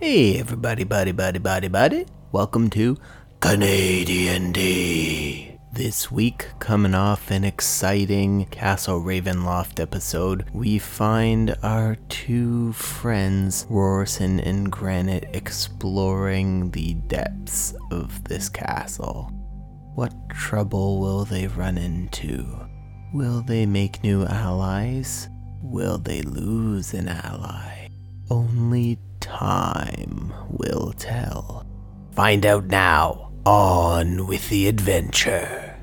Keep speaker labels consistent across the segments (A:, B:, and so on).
A: Hey, everybody, buddy, buddy, buddy, buddy. Welcome to Canadian D. This week, coming off an exciting Castle Ravenloft episode, we find our two friends, Rorson and Granite, exploring the depths of this castle. What trouble will they run into? Will they make new allies? Will they lose an ally? Only time will tell. Find out now. On with the adventure.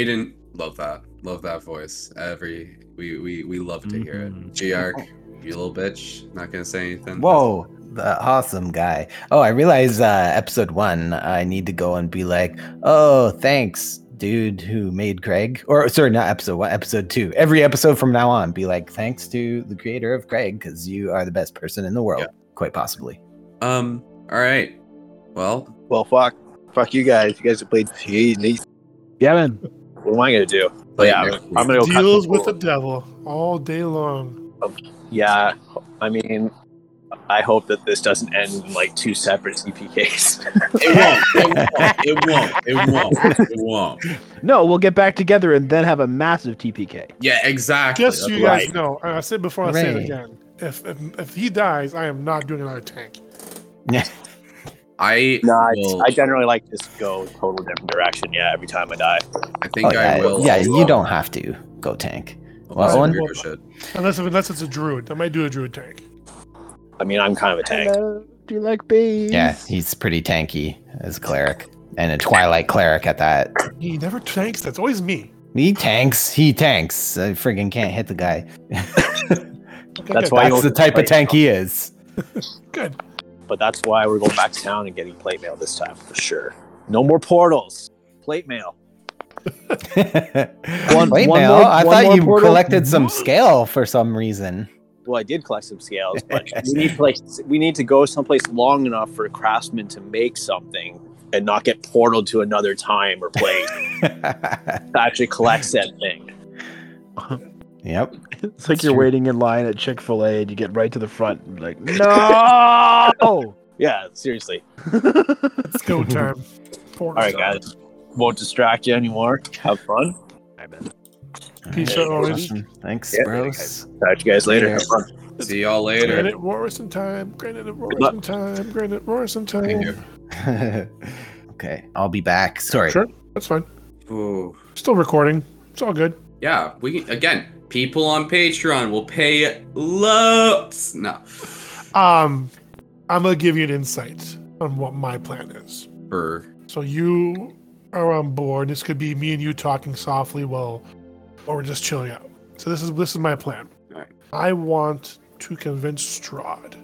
B: Aiden, love that. Love that voice. Every we we, we love to hear it. Giarc, you little bitch. Not gonna say anything.
C: Whoa, the awesome guy. Oh, I realize uh, episode one, I need to go and be like, oh, thanks, dude who made Craig. Or, sorry, not episode one, episode two. Every episode from now on, be like, thanks to the creator of Craig, because you are the best person in the world, quite possibly.
B: Um. All right. Well,
D: Well, fuck. Fuck you guys. You guys have played. Jeez,
E: Yeah, man.
D: what am I gonna do? But yeah, I'm, I'm gonna go cut
F: deals
D: some
F: with the
D: wood.
F: devil all day long.
D: Yeah, I mean, I hope that this doesn't end in like two separate CPKs.
B: it won't. It won't. It won't. It won't.
E: No, we'll get back together and then have a massive TPK.
B: Yeah, exactly.
F: Just so
B: That's
F: you
B: right.
F: guys know, and I said before, I will say it
C: Right.
F: again. If, if if he dies, I am not doing another tank.
C: Oh,
B: I
D: nah, it's-
B: will,
D: I
B: I,
D: generally like just go total different direction. Yeah, every time I die.
B: think
C: Oh, yeah,
B: I will.
C: yeah
B: also-
C: you don't have to go tank.
B: Unless
C: well,
B: I
C: Owen-
B: weirdo shit.
F: Unless unless it's a druid, I might do a druid tank.
D: I mean, I'm kind of a tank.
E: Do you like bees?
C: Yeah, he's pretty tanky as a cleric and a Twilight cleric at that.
F: He never tanks. That's always me.
C: He tanks, he tanks. I friggin' can't hit the guy.
D: That's why
C: That's
D: you
C: the type of tank he is.
F: Good.
D: But that's why we're going back to town and getting plate mail this time for sure. No more portals. Plate mail.
E: One-
C: Wait,
E: one
C: Mel,
E: more-
C: I
E: one
C: thought
E: more
C: you
E: portal?
C: collected some scale for some reason.
D: Well, I did collect some scales, but we need like we need to go someplace long enough for a craftsman to make something and not get portaled to another time or place
C: yep.
D: to actually collect said thing.
E: It's like
C: It's
E: you're
C: true.
E: waiting in line at Chick fil A and you get right to the front and be like, no!
D: Yeah, seriously.
F: It's go time.
D: All right, guys. Won't distract you anymore. Have fun.
F: Peace out, Orange.
C: Awesome. Thanks,
D: Yeah,
C: bros.
D: Talk to you guys later.
C: Yeah.
D: Have fun.
B: See y'all later.
F: Granite roar some time. Granite roar
D: Good luck.
F: some time. Granite roar some
B: Thank
F: time.
B: you.
C: okay, I'll be back. Sorry.
F: Sure, that's fine.
B: Ooh.
F: Still recording. It's all good.
B: Yeah, we can- again. People on Patreon will pay loads. No,
F: Um, I'm gonna give you an insight on what my plan is.
B: for
F: So you are on board. This could be me and you talking softly while or we're just chilling out. So this is this is my plan.
B: Alright.
F: I want to convince Strahd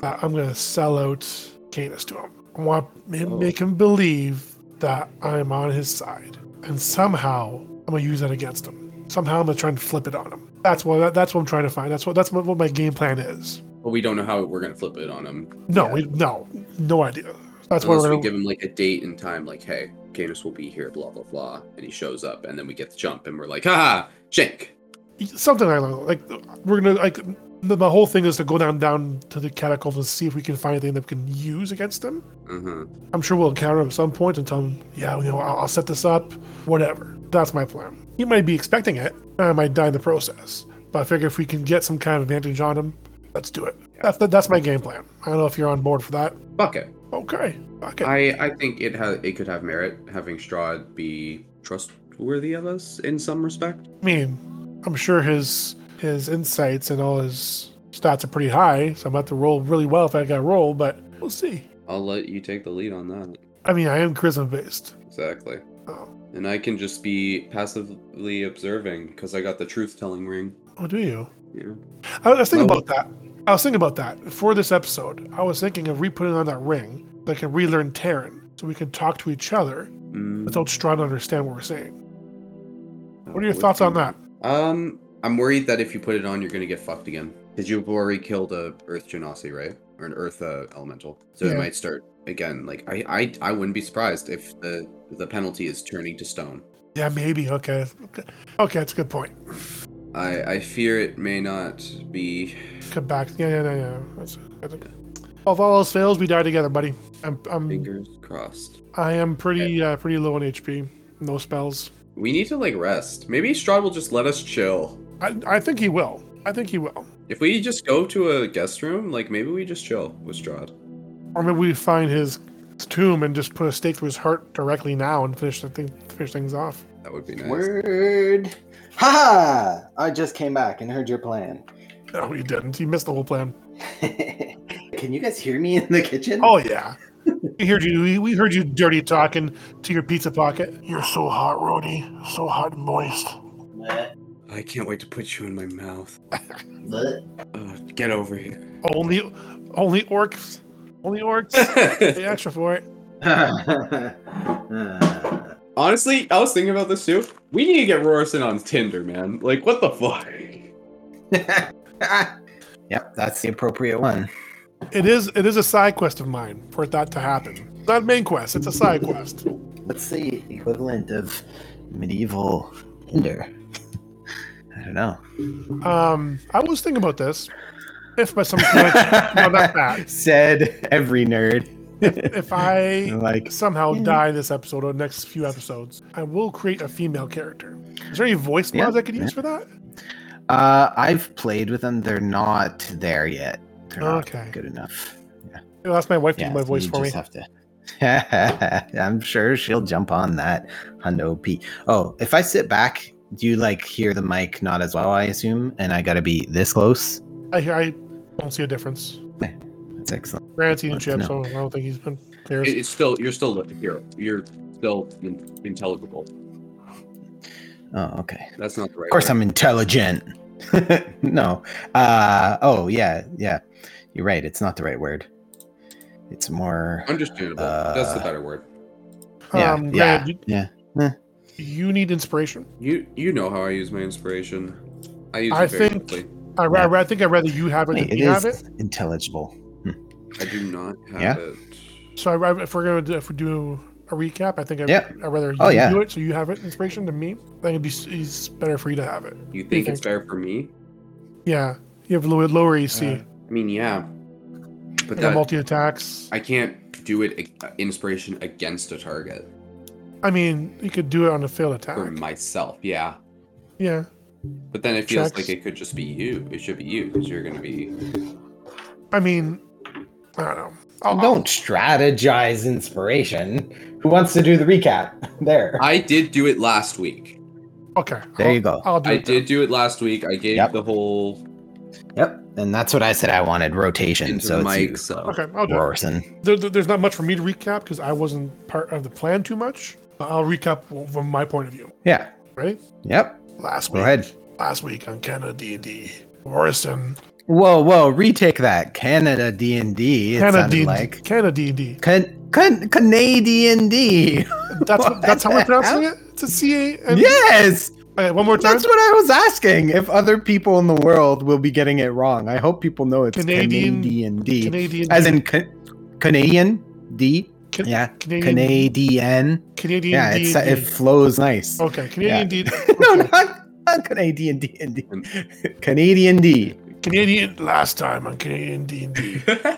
F: that I'm gonna sell out Canis to him. I want him
B: Oh.
F: make him believe that I'm on his side. And somehow I'm gonna use that against him. Somehow I'm gonna try and flip it on him. That's what that's what I'm trying to find. That's what that's what, what my game plan is.
B: but we don't know how we're gonna flip it on him.
F: No, we, no, no idea. That's what
B: Unless we
F: we're gonna,
B: give him like a date and time, like, hey, Canis will be here, blah blah blah, and he shows up, and then we get the jump, and we're like, haha, Jink.
F: something like that. Like we're gonna like the, the whole thing is to go down down to the catacombs and see if we can find anything that we can use against them.
B: Uh-huh.
F: I'm sure we'll encounter him at some point and tell him, yeah, you know, I'll, I'll set this up, whatever. That's my plan. He might be expecting it, and I might die in the process. But I figure if we can get some kind of advantage on him, let's do it. That's that's my game plan. I don't know if you're on board for that.
B: Fuck it.
F: Okay, okay.
B: I I think it has it could have merit having Strahd be trustworthy of us in some respect.
F: I mean, I'm sure his his insights and all his stats are pretty high, so I'm about to roll really well if I got roll, but we'll see.
B: I'll let you take the lead on that.
F: I mean, I am charisma based.
B: Exactly.
F: Oh.
B: And I can just be passively observing because I got the truth telling ring.
F: Oh, do you?
B: Yeah.
F: I was thinking
B: Well-
F: about that. I was thinking about that for this episode. I was thinking of re-putting on that ring so I can relearn Terran, so we can talk to each other
B: Mm.
F: without trying to understand what we're saying. What are your thoughts on that?
B: Um, I'm worried that if you put it on, you're gonna get fucked again. Because you've already killed a Earth Genasi, right? Or an Earth uh, Elemental, so it
F: Yeah.
B: might start again. Like I, I, I wouldn't be surprised if the the penalty is turning to stone.
F: Yeah, maybe. Okay, okay, okay that's a good point.
B: I, I fear it may not be.
F: Come back. Yeah, yeah, yeah, yeah. That's, I think- If all else fails, we die together, buddy. I'm I'm
B: Fingers crossed.
F: I am pretty uh, pretty low on HP. No spells.
B: We need to like rest. Maybe Strahd will just let us chill.
F: I I think he will. I think he will.
B: If we just go to a guest room, like maybe we just chill with Strahd.
F: Or maybe we find his tomb and just put a stake through his heart directly now and finish the thing finish things off.
B: That would be nice.
C: Word. Ha ha! I just came back and heard your plan.
F: No, he didn't. He missed the whole plan.
C: Can you guys hear me in the kitchen?
F: Oh yeah. We heard you. We, we heard you dirty talking to your pizza pocket. You're so hot, Rody. So hot and moist.
B: I can't wait to put you in my mouth. Uh, get over here.
F: Only, only orcs. Only orcs. Pay extra for it.
B: Honestly, I was thinking about this too. We need to get Rorison on Tinder, man. Like, what the fuck?
C: yep, that's the appropriate one.
F: It is. It is a side quest of mine for that to happen. It's not a main quest. It's a side quest.
C: What's the equivalent of medieval Tinder? I don't know.
F: Um, I was thinking about this. If by some coinc- no, not that.
C: Said every nerd.
F: If I
C: like,
F: somehow die this episode or next few episodes, I will create a female character. Is there any voice
C: Yeah.
F: mods I could use for that?
C: uh, I've played with them. They're not there yet. They're not
F: Okay.
C: good enough.
F: I'll ask my wife to do my
C: so
F: voice
C: you
F: for me.
C: just Have to... I'm sure she'll jump on that. Hundo P. Oh, if I sit back, do you like hear the mic not as well? I assume, and I gotta be this close.
F: I hear. I don't see a difference.
C: That's excellent.
F: Grant's eating
C: Let's
F: chips.
C: know.
F: So I don't think he's been there.
B: It- It's still you're still here. You're still in- intelligible.
C: Oh, okay.
B: That's not the right.
C: Of course,
B: word.
C: I'm intelligent. no. Uh, oh, yeah, yeah. You're right. It's not the right word. It's more.
B: understandable.
C: Uh,
B: That's the better word.
C: Yeah,
F: Um,
C: yeah,
F: Grant,
C: yeah.
F: you, you need inspiration.
B: You you know how I use my inspiration. I use it
F: I
B: very
F: think-
B: quickly.
F: I, ra- I, ra- I think I'd rather you have it than
C: It
F: me have
C: is
F: it.
C: intelligible.
B: I do not have
C: Yeah.
B: it.
F: So I, ra- if we're gonna do, if we do a recap, I think I'd,
C: Yeah.
F: I'd rather you
C: Oh, yeah.
F: do it so you have it inspiration than me. I think it'd be s- it's better for you to have it.
B: You think it's fair for me?
F: Yeah, you have lower, lower AC,
B: Uh, I mean, yeah, but
F: you have
B: that
F: multi attacks.
B: I can't do it ag- uh, inspiration against a target
F: I mean, you could do it on a failed attack.
C: Hmm.
B: for myself. Yeah,
F: Yeah,
B: but then it feels
F: Checks.
B: like it could just be you. It should be you because you're gonna be.
F: I mean, I don't know.
B: Oh,
F: I'll, I'll-
C: Don't strategize inspiration. Who wants to do the recap? There.
B: I did do it last week.
F: okay,
C: There
F: I'll-
C: you go.
F: I'll do
B: I
F: it then.
B: did do it last week. I gave
C: Yep.
B: the whole
C: Yep. And that's what I said I wanted rotation.
B: into
C: So
B: the
C: it's
B: mic.
C: you,
B: So
F: Okay, I'll do it.
C: Rorson.
F: There, there- there's not much for me to recap because I wasn't part of the plan too much. But I'll recap w- from my point of view.
C: Yeah.
F: Ready?
C: Yep.
F: Last
C: Go
F: week,
C: ahead.
F: last week on Canada D&D, Morrison,
C: Whoa, whoa. Retake that. Canada D and D. It
F: Canada
C: sounded
F: D&D,
C: like.
F: Canada D&D.
C: Can, can, Canadian D.
F: That's what, that's how we're
C: What the
F: pronouncing it. It's a C A.
C: yes.
F: Okay, one more time.
C: That's what I was asking. If other people in the world will be getting it wrong, I hope people know it's
F: Canadian-
C: Canadian, D,
F: Canadian.
C: as in ca- Canadian D.
F: Can-
C: yeah,
F: Canadian.
C: Canadian.
F: Canadian
C: Yeah, it's, uh,
F: D&D.
C: it flows nice.
F: okay, Canadian D.
C: no,
F: Oh, okay.
C: not, not Canadian D and D. Canadian D.
F: Canadian. Last time on Canadian D&D.
C: Uh,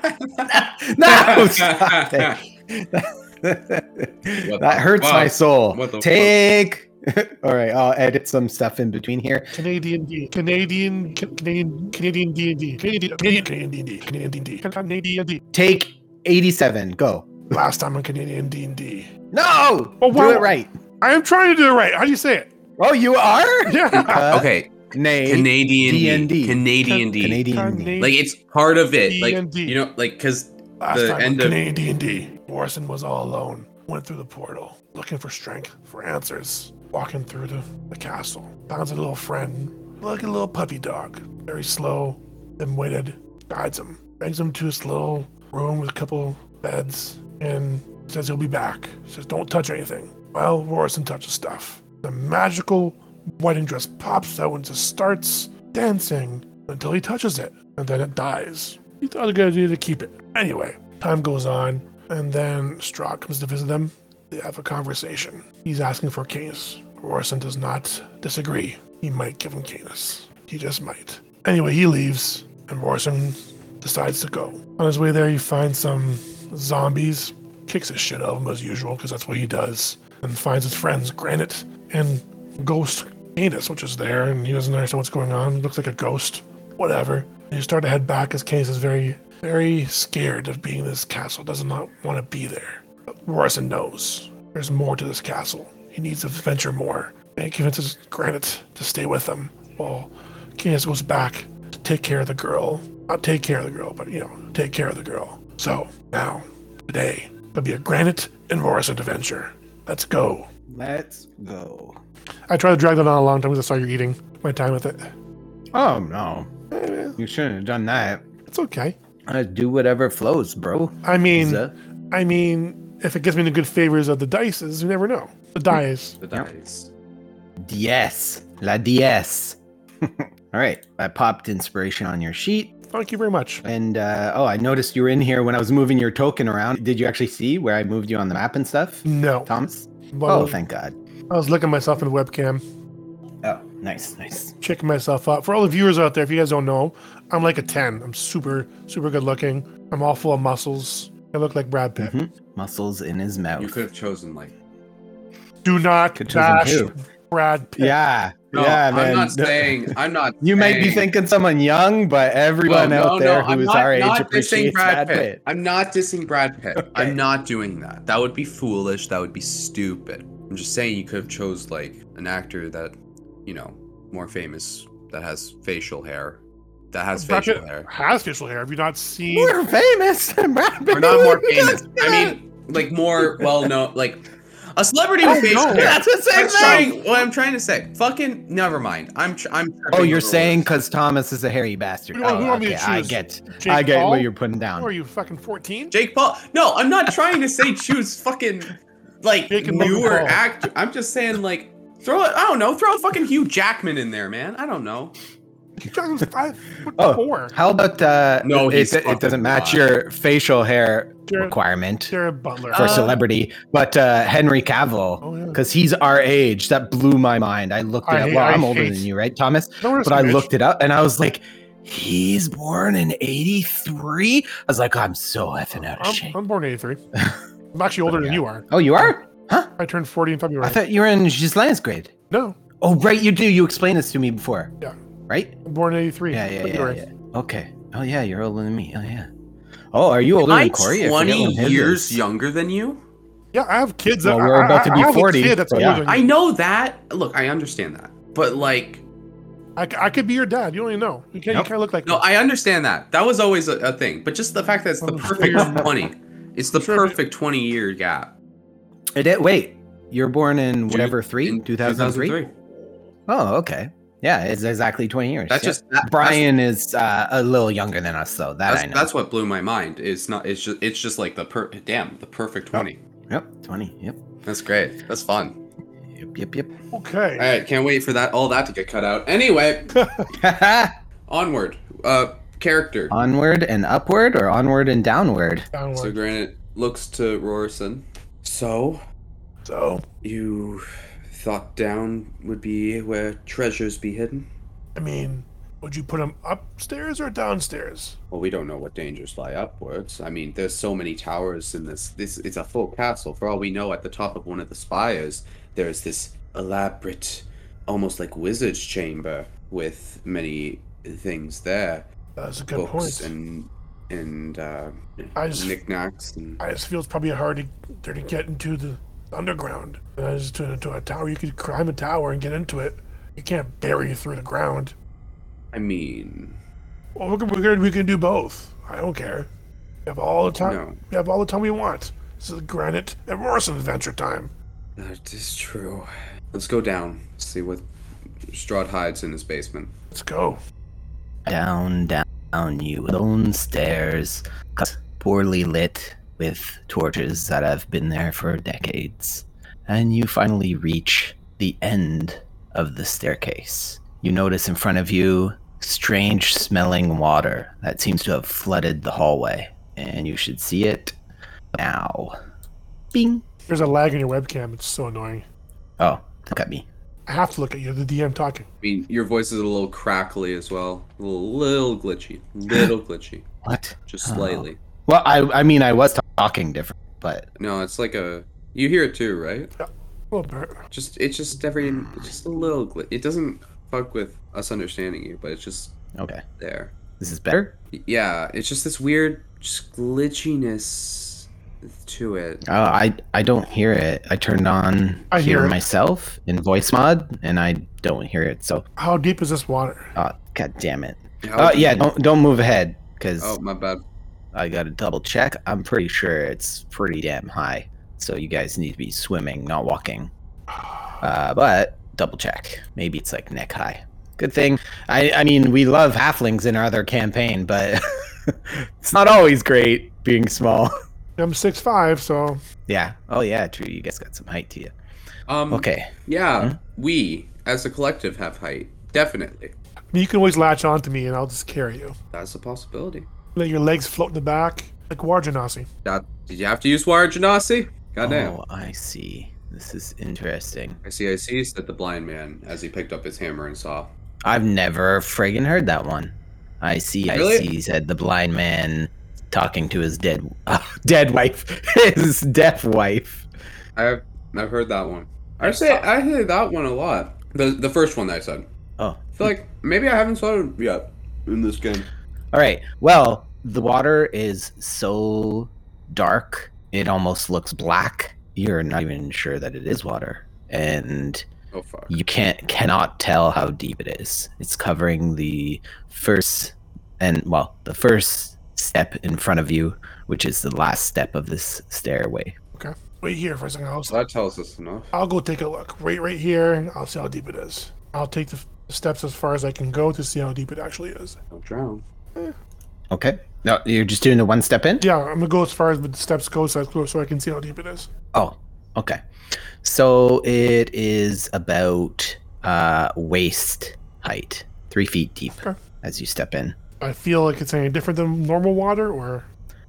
C: No, stop it. that hurts
B: fuck?
C: my soul.
B: What the fuck?
C: Take. All right, I'll edit some stuff in between here.
F: Canadian D. Canadian. Ca- Canadian. Canadian D&D. Canadian. Canadian. Canadian D&D. Canadian D&D. Canadian D.
C: Take 87. Go.
F: Last time on Canadian D&D.
C: No!
F: Oh, wow.
C: Do it right.
F: I am trying to do it right. How do you say it?
C: Oh, you are?
F: Yeah.
C: Uh,
B: okay,
C: Nay.
B: Canadian
C: D&D.
B: D, Canadian D.
C: Canadian.
F: Canadian-
B: Like it's part of it. Like
F: D&D.
B: you know, like because
F: Last
B: the
F: time
B: end
F: on
B: of-
F: Canadian D&D, Morrison was all alone. Went through the portal, looking for strength, for answers. Walking through the, the castle, found a little friend, like a little puppy dog. Very slow, then waited, guides him, brings him to this little room with a couple beds, and says he'll be back. Says don't touch anything. Well, Morrison touches stuff. The magical wedding dress pops out and just starts dancing until he touches it, and then it dies. He thought a good idea to keep it. Anyway, time goes on, and then Strahd comes to visit them. They have a conversation. He's asking for Canis. Rorson does not disagree. He might give him Canis. He just might. Anyway, he leaves, and Rorson decides to go. On his way there, he finds some zombies, kicks his shit out of them as usual, because that's what he does, and finds his friends, Granite and Ghost Canis, which is there, and he doesn't understand what's going on. Looks like a ghost, whatever. And you start to head back as Canis is very, very scared of being in this castle, does not want to be there. But Morrison knows there's more to this castle. He needs to venture more. And he convinces Granite to stay with him while Canis goes back to take care of the girl. Not take care of the girl, but you know, take care of the girl. So now, today, it'll be a Granite and Morrison adventure. Let's go.
C: Let's go.
F: I tried to drag that on a long time because I saw you eating my time with it. Eh,
C: Oh no, you shouldn't have done that.
F: It's okay.
C: Uh, do whatever flows, bro.
F: I mean,
C: Pizza.
F: I mean, if it gets me the good favors of the dices, you never know. The dice.
B: The dice.
C: Yes, la DS. All right, I popped inspiration on your sheet,
F: Thank you very much.
C: and uh, oh, I noticed you were in here when I was moving your token around. Did you actually see where I moved you on the map and stuff,
F: No.
C: Thomas?
F: Well,
C: oh, thank God.
F: I was looking myself in the webcam,
C: Oh, nice, nice.
F: checking myself up. For all the viewers out there, if you guys don't know, I'm like a 10. I'm super, super good looking. I'm all full of muscles. I look like Brad Pitt.
C: Mhm. Muscles in his mouth.
B: You could have chosen like.
F: Do not
C: Could've chosen
F: bash
C: two.
F: Brad Pitt.
C: Yeah,
B: No,
C: yeah,
B: Oh, I'm
C: man.
B: not saying. I'm not.
C: You might be
B: saying-
C: thinking someone young, but everyone
B: Well,
C: out there who is our age appreciates Brad
B: Pitt.
C: Pitt.
B: I'm not dissing Brad Pitt.
C: Okay.
B: I'm not doing that. That would be foolish. That would be stupid. I'm just saying you could have chose like an actor that, you know, more famous that has facial hair, that has
F: Brad
B: facial
F: Pitt
B: hair.
F: Has facial hair. Have you not seen?
C: We're famous. Brad Pitt.
B: Or not more famous. I mean, like more well known, like a celebrity with facial hair.
C: that's the same
B: I'm
C: thing.
B: trying, what I'm trying to say. Fucking never mind. I'm tr- I'm.
C: Oh,
B: tripping
C: you're
B: over
C: saying
B: words.
C: because Thomas is a hairy bastard.
F: You want- you
C: oh,
F: want me
C: okay,
F: to
C: I
F: choose
C: get,
F: Jake
C: I get
F: Paul?
C: what you're putting
F: Who are
C: down.
F: you fucking 14?
B: Jake Paul. No, I'm not trying to say choose fucking like
F: Jake and Logan
B: newer
F: Paul.
B: actor. I'm just saying like throw it. I don't know. Throw a fucking Hugh Jackman in there, man. I don't know.
F: Jake Paul's five foot
C: Oh.
F: four.
C: How about uh,
B: No,
C: it,
B: he's
C: it,
B: fucking
C: doesn't match
B: not.
C: your facial hair
F: Jared-
C: requirement
F: Jared Butler.
C: for
B: Uh,
C: celebrity, but uh, Henry Cavill
F: Oh, yeah.
C: because he's our age. That blew my mind. I looked it
F: I
C: up.
F: hate-
C: Well,
F: I
C: I'm older
F: hate-
C: than you, right, Thomas?
F: Don't worry,
C: but I
F: Mitch.
C: looked it up and I was like, he's born in 83? I was like, I'm so effing out of
F: I'm,
C: shape.
F: I'm born in 83. I'm actually older than
C: yeah.
F: you are.
C: oh, you are?
F: I turned 40 in February.
C: I thought you were in Gislain's grade.
F: no,
C: Oh, right, you do. You explained this to me before.
F: Yeah.
C: Right?
F: I'm born in 83.
C: Yeah, yeah, yeah,
F: February.
C: yeah. Okay. Oh, yeah, you're older than me. Oh, yeah. Oh, are you older
B: I'm
C: than Corey? I forget
B: 20
C: when his
B: years
C: is.
B: younger than you.
F: Yeah, I have kids.
C: Well,
F: that-
C: we're
F: I-
C: about to
F: I-
C: be
F: I have a
C: 40,
F: kid that's
C: so
F: older
C: yeah.
F: than
B: I
F: you.
B: know that. Look, I understand that, but like,
F: I, c- I could be your dad. You don't even know. You, can't,
C: Nope.
F: you kind of look like
B: no,
F: me.
B: I understand that. That was always a, a thing. But just the fact that it's the
F: Oh,
B: perfect
F: sure.
B: twenty. It's the
F: Sure.
B: perfect twenty-year gap.
C: It is- wait, you're born in whatever, three?
B: In
C: 2003? Oh, okay. Yeah, it's exactly 20 years.
B: That's
C: yeah. Uh,
B: just that, Brian.
C: Brian is uh, a little younger than us, though. That
B: That's,
C: I know.
B: that's what blew my mind. It's not. It's just. It's just like the per. Damn, the perfect
F: Oh.
B: twenty.
C: Yep, 20. Yep.
B: That's great. That's fun.
C: Yep, yep, yep.
B: All
F: Okay.
B: right, can't wait for that all that to get cut out. Anyway, onward. Uh character.
C: onward and upward or onward and downward?
B: So
F: Downward.
B: Granite looks to Rorison. So
F: So,
B: you thought down would be where treasures be hidden?
F: I mean, would you put him upstairs or downstairs?
B: Well, we don't know what dangers lie upwards. I mean, there's so many towers in this. This it's a full castle. For all we know, at the top of one of the spires, there is this elaborate, almost like wizard's chamber with many things there.
F: That's a good
B: books
F: point.
B: and and uh,
F: I just-
B: knickknacks and
F: I just feel it's probably hard to, there to get into the underground. And I just to, to a tower, you could climb a tower and get into it. You can't bury through the ground.
B: I mean
F: Well, we can, we can, we can do both. I don't care. We have all the time.
B: No.
F: We have all the time we want. This is Granite and Morrison adventure time.
B: that is true. Let's go down see what Strahd hides in his basement.
F: Let's go.
C: Down, down, you lone stairs, cut poorly lit with torches that have been there for decades. And you finally reach the end of the staircase. You notice in front of you strange smelling water that seems to have flooded the hallway. And you should see it now. Bing.
F: There's a lag in your webcam. It's so annoying.
C: Oh, look at me.
F: I have to look at you. The DM talking.
B: I mean your voice is a little crackly as well. A little, little glitchy. Little glitchy.
C: What?
B: just
C: Oh.
B: slightly.
C: Well, I I mean I was talking different, but
B: No, it's like a. You hear it too, right?
F: A little bit.
B: Just it's just every just a little. Gl- it doesn't fuck with us understanding you, but it's just
C: okay.
B: there.
C: This is better.
B: Yeah, it's just this weird just glitchiness to it.
C: Oh, I I don't hear it. I turned on
F: I hear it.
C: myself in voice mod, and I don't hear it. So,
F: How deep is this water?
C: oh, god damn it.
B: How
C: Oh yeah,
B: deep-
C: don't don't move ahead because
B: Oh my bad.
C: I gotta double check. I'm pretty sure it's pretty damn high. So you guys need to be swimming, not walking. Uh, but double check. Maybe it's like neck high. Good thing. I I mean we love halflings in our other campaign, but it's not always great being small.
F: I'm six five, so
C: yeah. Oh yeah, true. You guys got some height to you.
B: Um.
C: Okay. Hmm?
B: Yeah, we as a collective have height. Definitely,
F: I mean, you can always latch onto me, and I'll just carry you.
B: that's a possibility.
F: Let your legs float in the back like Warjanasi.
B: That did you have to use wire genasi? Goddamn.
C: Oh, I see. This is interesting.
B: I see. I see," said the blind man as he picked up his hammer and saw.
C: I've never friggin' heard that one. I see, I
B: Really?
C: see, said the blind man talking to his dead uh, dead wife. his deaf wife.
B: I've I've heard that one. I say I hear that one a lot. The the first one that I said.
C: Oh.
B: I feel like maybe I haven't saw it yet in this game.
C: Alright. Well, the water is so dark it almost looks black. You're not even sure that it is water. And
B: Oh fuck.
C: you can't cannot tell how deep it is. It's covering the first and well, the first step in front of you, which is the last step of this stairway.
F: Wait here for a second. I'll,
B: That tells us enough.
F: I'll go take a look. Wait right here. and I'll see how deep it is. I'll take the f- steps as far as I can go to see how deep it actually is.
B: Don't drown.
C: Okay. No, you're just doing the one step in?
F: Yeah, I'm gonna go as far as the steps go, so, I- so I can see how deep it is.
C: Oh, okay. So it is about uh waist height, three feet deep
F: Okay.
C: as you step in.
F: I feel like it's any different than normal water, or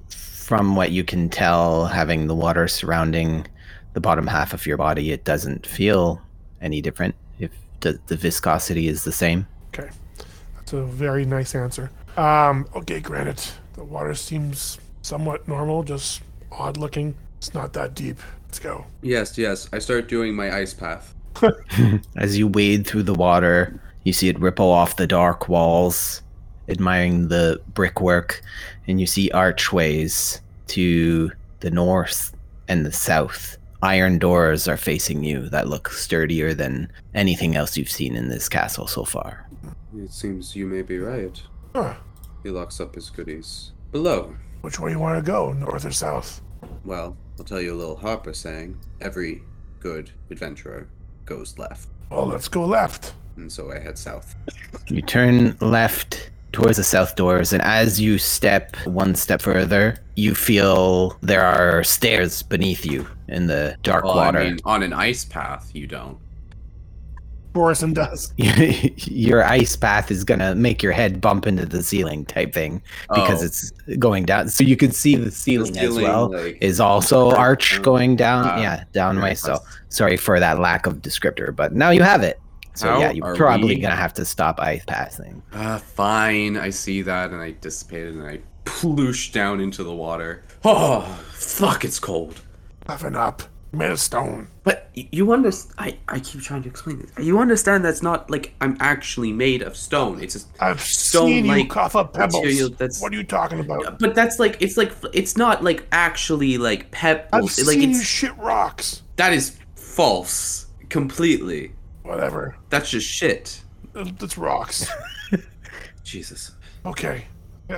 C: From what you can tell, having the water surrounding the bottom half of your body, it doesn't feel any different. If the, the viscosity is the same.
F: that's a very nice answer. Um, okay, granted, the water seems somewhat normal, just odd looking. It's not that deep. Let's go.
B: Yes, yes. I start doing my ice path.
C: As you wade through the water, you see it ripple off the dark walls, admiring the brickwork, and you see archways to the north and the south. Iron doors are facing you that look sturdier than anything else you've seen in this castle so far.
B: It seems you may be right.
F: Huh.
B: He locks up his goodies. Below.
F: Which way you want to go, north or south?
B: Well, I'll tell you a little Harper saying. Every good adventurer goes left.
F: Well, let's go left.
B: And so I head south.
C: You turn left towards the south doors, and as you step one step further, you feel there are stairs beneath you in the dark
B: Oh,
C: water.
B: on an ice path, you don't.
F: Borison does.
C: your ice path is gonna make your head bump into the ceiling type thing because
B: Oh.
C: it's going down. So you could see the ceiling, as
B: ceiling,
C: well
B: like-
C: is also arch going down.
B: Ah,
C: yeah, down
B: very
C: way. So
B: nice.
C: sorry for that lack of descriptor, but now you have it. So
B: How
C: yeah, you're
B: are
C: probably
B: we-
C: gonna have to stop ice passing.
B: Ah, fine. I see that, and I dissipated, and I plooshed down into the water. Oh, fuck! It's cold.
F: Puffing up. Made of stone.
B: But y- you understand? I I keep trying to explain this. You understand that's not like I'm actually made of stone. It's just.
F: I've
B: Stone
F: seen you
B: like
F: cough up pebbles.
B: material that's-
F: What are you talking about?
B: But that's like it's like it's not like actually like pep.
F: I've
B: like
F: seen you
B: it's
F: shit rocks.
B: that is false completely.
F: Whatever.
B: That's just shit.
F: It's rocks.
B: Jesus.
F: Okay.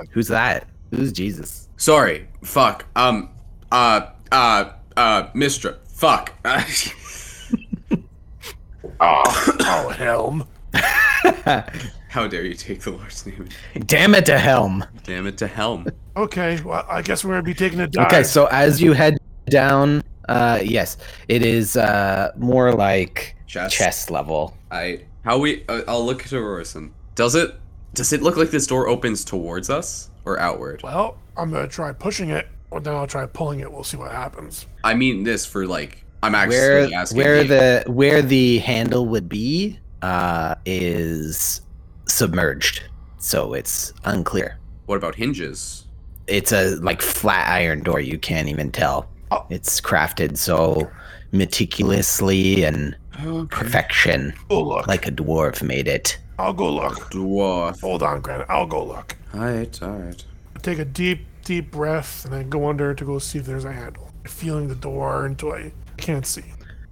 C: Who's that? Who's Jesus?
B: Sorry. Fuck. Um. Uh. Uh. Uh. Mistra. Fuck.
F: Oh, oh helm.
B: How dare you take the Lord's name?
C: Damn it to helm.
B: Damn it to Helm.
F: Okay, well, I guess we're going to be taking a dive.
C: Okay, so as you head down, uh, yes, it is uh, more like
B: Chest.
C: chest level.
B: I. How we? Uh, I'll look to Rorison. Does it? Does it look like this door opens towards us or outward?
F: Well, I'm going to try pushing it, or then I'll try pulling it. We'll see what happens.
B: I mean this for like. I'm actually
C: where
B: asking.
C: where
B: you.
C: the where the handle would be uh, is submerged, so it's unclear.
B: What about hinges?
C: it's a like flat iron door. You can't even tell. It's crafted so meticulously and perfection,
F: Go look.
C: like a dwarf made it.
F: I'll go look.
B: Dwarf.
F: Hold on, Granite. I'll go look.
B: Alright, alright.
F: Take a deep, deep breath and then go under to go see if there's a handle. Feeling the door until I can't see.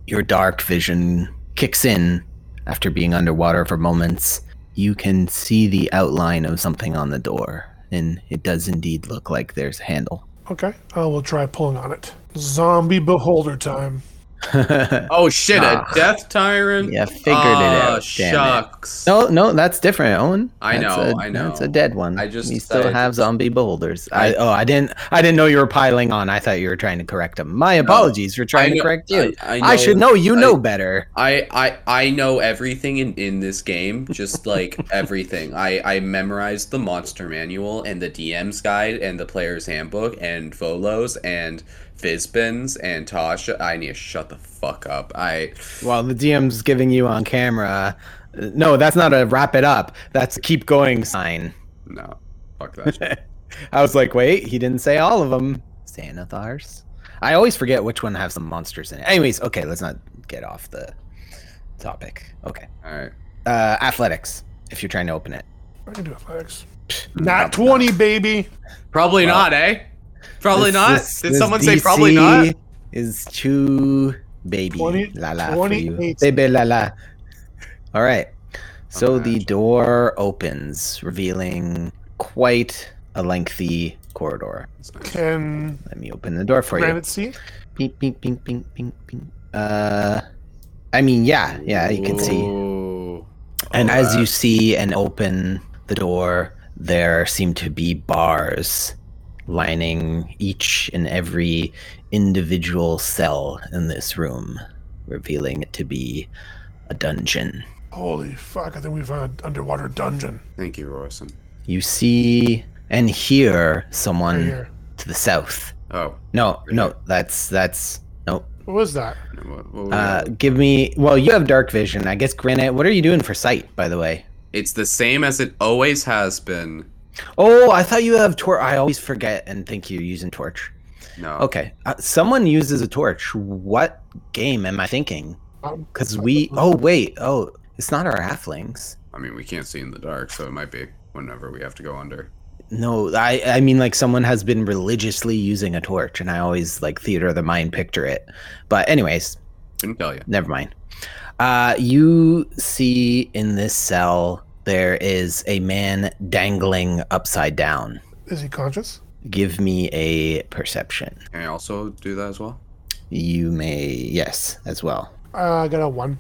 C: your dark vision kicks in after being underwater for moments. You can see the outline of something on the door, and it does indeed look like there's a handle.
F: Okay. I will try pulling on it. Zombie beholder time.
B: Oh shit, a death tyrant?
C: Yeah, figured it
B: Ah,
C: out, damn it.
B: Shucks.
C: No, no, that's different, Owen.
B: I
C: That's
B: know,
C: a-
B: I know.
C: That's a dead one.
B: I just
C: we still
B: said-
C: have zombie beholders. I, oh, I didn't, I didn't know you were piling on. I thought you were trying to correct him. My apologies for trying
B: I
C: to
B: know-
C: correct you.
B: I-
C: I,
B: I
C: should
B: know-
C: know. You
B: I-
C: know better.
B: I, I I know everything in, in this game, just like everything. I, I memorized the monster manual and the DM's guide and the player's handbook and Volos and Fizbins and Tasha. I need to shut the fuck up. I
C: Well, the DM's giving you on camera. uh, No, that's not a wrap it up. That's a keep going sign.
B: no fuck that. shit.
C: I was like, wait, he didn't say all of them. Xanathars. I always forget which one has some monsters in it. Anyways, okay, let's not get off the topic. Okay.
B: All right.
C: Uh, athletics, if you're trying to open it.
F: I can do athletics. Not 20, baby.
B: Probably not, eh? Probably
C: This-
B: not.
C: this-
B: Did
C: this
B: someone say probably not?
C: DC Is too baby.
F: Twenty-
C: la la. For you.
F: twenty-eight.
C: Baby la la. All right. So
B: Okay.
C: the door opens, revealing quite a lengthy corridor.
F: Can
C: Let me open the door for you.
F: Granite see?
C: Pink, pink, pink, pink, pink, pink. Uh, I mean, yeah, yeah, you can see.
B: Ooh.
C: And
B: Oh,
C: as
B: uh,
C: you see and open the door, there seem to be bars lining each and every individual cell in this room, revealing it to be a dungeon.
F: Holy fuck, I think we found an underwater dungeon.
B: Thank you, Rorson.
C: You see and hear someone
F: Right here.
C: to the south.
B: Oh,
C: No, no, that's that's nope.
F: What was that?
B: no, what, what were we
C: Uh,
B: on?
C: give me. Well, you have dark vision. I guess granite. What are you doing for sight, by the way?
B: it's the same as it always has been.
C: Oh, I thought you have torch. I always forget and think you're using torch.
B: No.
C: Okay, uh, someone uses a torch. What game am I thinking?
F: Um,
C: Because we. Oh wait. Oh, it's not our halflings.
B: I mean, we can't see in the dark, so it might be whenever we have to go under.
C: No, I. I mean, like someone has been religiously using a torch, and I always like theater of the mind picture it. But anyways,
B: Couldn't tell you.
C: never mind. Uh, you see in this cell there is a man dangling upside down.
F: Is he conscious?
C: Give me a perception.
B: Can I also do that as well?
C: You may yes as well.
F: Uh, I got a one.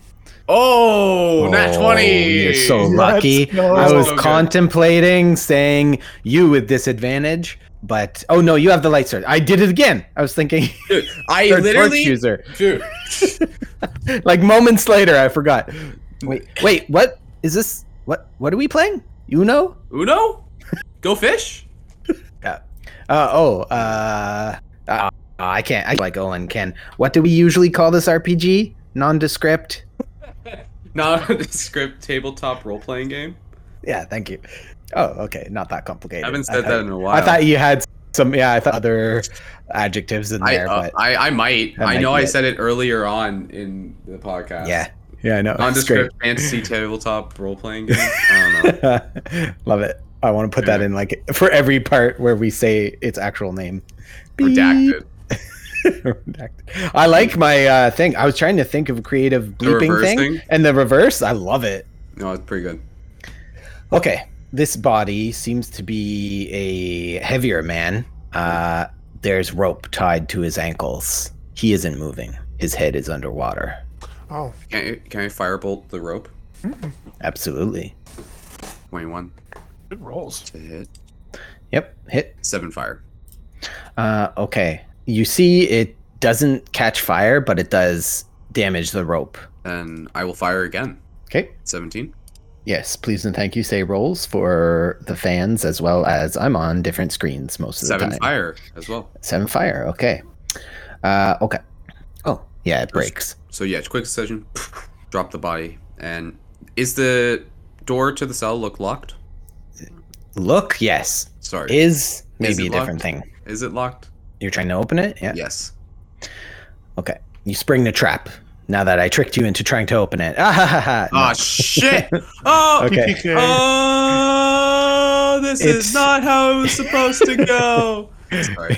B: Oh, nat twenty.
C: You're so
F: Let's
C: lucky.
F: go.
C: I was
B: So good.
C: contemplating saying you with disadvantage, but oh no, you have the light sword. I did it again. I was thinking
B: Dude, I
C: you're a torch
B: literally.
C: user.
B: Dude,
C: Like moments later, I forgot. Wait, wait, what is this? What what are we playing? You know?
B: Uno, go fish.
C: Uh, oh, uh, uh, I can't. I like Owen can. What do we usually call this RPG? Nondescript.
B: Not a script tabletop role playing game.
C: Yeah, thank you. Oh, okay, not that complicated.
B: I haven't said
C: thought-
B: that in a while.
C: I thought you had some. Yeah, I thought other adjectives in
B: I,
C: there,
B: uh,
C: but
B: I, I might.
C: That
B: I
C: might
B: know
C: be
B: I
C: it.
B: said it earlier on in the podcast.
C: yeah, yeah, I know. It's
B: Nondescript fantasy tabletop role playing game. I don't know.
C: great. Love it. I want to put that
B: Yeah.
C: in like for every part where we say its actual name. Beep.
B: Redacted.
C: Redacted. I like my uh, thing. I was trying to think of a creative
B: The
C: bleeping
B: reverse
C: thing,
B: thing?
C: and the reverse. I love it.
B: No, it's pretty good.
C: Okay, this body seems to be a heavier man. Uh, there's rope tied to his ankles. He isn't moving. His head is underwater.
F: Oh,
B: Can I, can I firebolt the rope?
C: Absolutely.
B: Twenty one
F: it rolls.
B: to hit.
C: Yep. Hit.
B: Seven fire.
C: Uh, okay. You see, it doesn't catch fire, but it does damage the rope.
B: Then I will fire again.
C: Okay.
B: Seventeen.
C: Yes, please and thank you. Say rolls for the fans as well as I'm on different screens most of the
B: Seven
C: time.
B: fire as well.
C: Seven fire. Okay. Uh, okay. Oh, yeah, it breaks.
B: So yeah, quick decision. Drop the body. And is the door to the cell look locked?
C: Look, yes.
B: Sorry.
C: Is
B: Is it
C: Maybe a different
B: locked?
C: thing.
B: Is it locked?
C: You're trying to open it? Yeah.
B: Yes.
C: Okay. You spring the trap. Now that I tricked you into trying to open it. Ah ha ha ha. No.
B: Ah shit! Oh,
C: Okay.
F: PPK.
B: oh, this
C: It's-
B: is not how it was supposed to go. Sorry.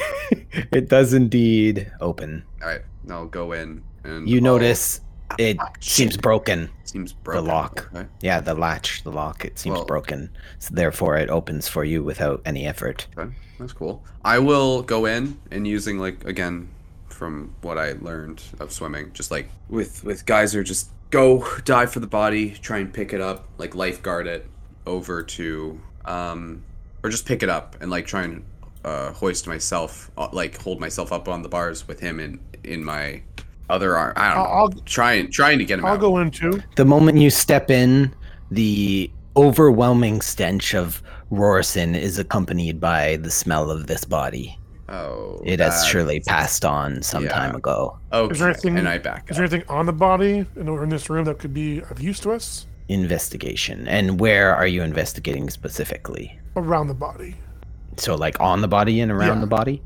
C: it does indeed open.
B: All right, I'll go in and
C: You
B: I'll-
C: notice it
B: Ah, shit.
C: seems broken.
B: seems broken.
C: lock.
B: Okay.
C: Yeah, the latch, the lock, it seems
B: Well-
C: broken. So therefore, it opens for you without any effort.
B: Okay, that's cool. I will go in and using like again from what I learned of swimming, just like with with geyser, just go dive for the body, try and pick it up, like lifeguard it over to um or just pick it up and like try and uh, hoist myself, uh, like hold myself up on the bars with him in in my other arm. I don't know.
F: I'll,
B: trying trying to get him
F: I'll, I'll
B: out.
F: go in too.
C: The moment you step in, the overwhelming stench of Rorison is accompanied by the smell of this body.
B: oh,
C: It has
B: that-
C: surely passed on some
B: yeah.
C: time ago.
B: Okay,
F: Is there anything-
B: and I back
F: Is
B: up.
F: there anything on the body in, in this room that could be of use to us?
C: Investigation. And where are you investigating specifically?
F: Around the body.
C: So, like on the body and around
F: Yeah.
C: the body?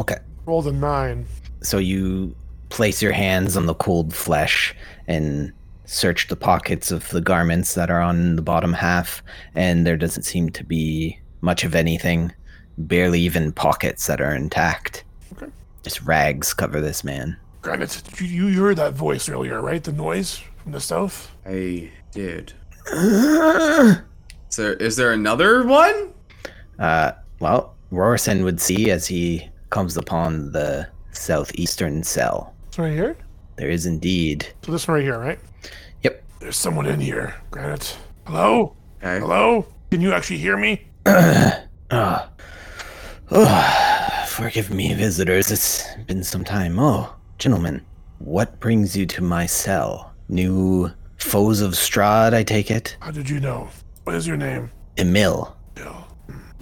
C: Okay.
F: Rolled a nine.
C: So you place your hands on the cold flesh and search the pockets of the garments that are on the bottom half, and there doesn't seem to be much of anything, barely even pockets that are intact.
F: Okay.
C: Just rags cover this man.
F: Granite, you, you heard that voice earlier, right? The noise from the south?
B: I did.
C: uh,
B: Is there is there another one?
C: well, Rorison would see as he comes upon the southeastern cell.
F: This one right here?
C: There is indeed.
F: So this one right here, right?
C: Yep.
F: There's someone in here, Granite. Hello?
B: Okay.
F: Hello? Can you actually hear me?
C: Ah. Oh, forgive me, visitors. It's been some time. Oh, gentlemen, what brings you to my cell? New foes of Strahd, I take it?
F: How did you know? What is your name?
C: Emil.
F: Bill.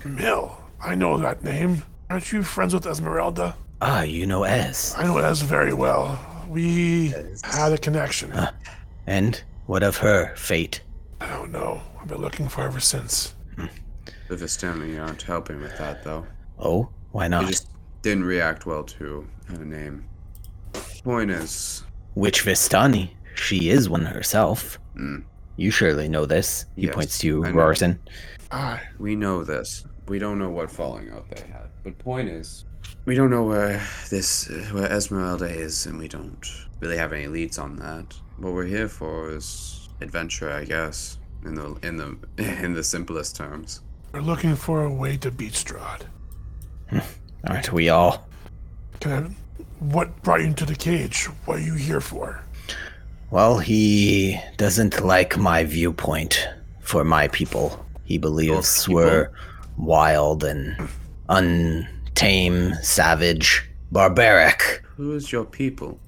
F: Hmm. Bill. I know that name. Aren't you friends with Esmeralda?
C: Ah, you know Ez.
F: I know Ez very well. We had a connection.
C: And what of her fate?
F: I don't know. I've been looking for her ever since.
B: The Vistani aren't helping with that though.
C: Oh, why
B: They
C: not?
B: just didn't react well to her name. Point is,
C: Which Vistani? She is one herself.
B: mm,
C: You surely know this. He
B: Yes,
C: points to you,
B: I know.
C: Rorson.
F: I.
B: we know this. We don't know what falling out they had. But point is, we don't know where this where Esmeralda is, and we don't really have any leads on that. What we're here for is adventure, I guess, in the in the in the simplest terms.
F: We're looking for a way to beat Strahd.
C: Aren't we all?
F: Can I, what brought you into the cage? What are you here for?
C: Well, he doesn't like my viewpoint for my people. He believes
B: people?
C: we're wild and untame, savage, barbaric.
B: Who is your people?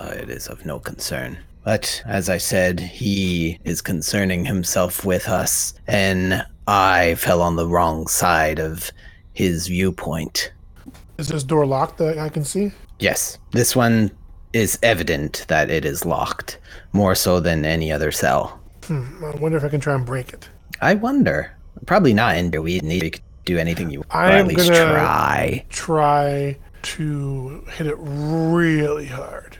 C: Uh, it is of no concern. But as I said, he is concerning himself with us, and I fell on the wrong side of his viewpoint.
F: Is this door locked that I can see?
C: Yes, this one is evident that it is locked, more so than any other cell.
F: Hmm, I wonder if I can try and break it.
C: I wonder. Probably not in Derweed. You could do anything you want. Or
F: I
C: at
F: am
C: least
F: gonna-
C: try.
F: Try to hit it really hard.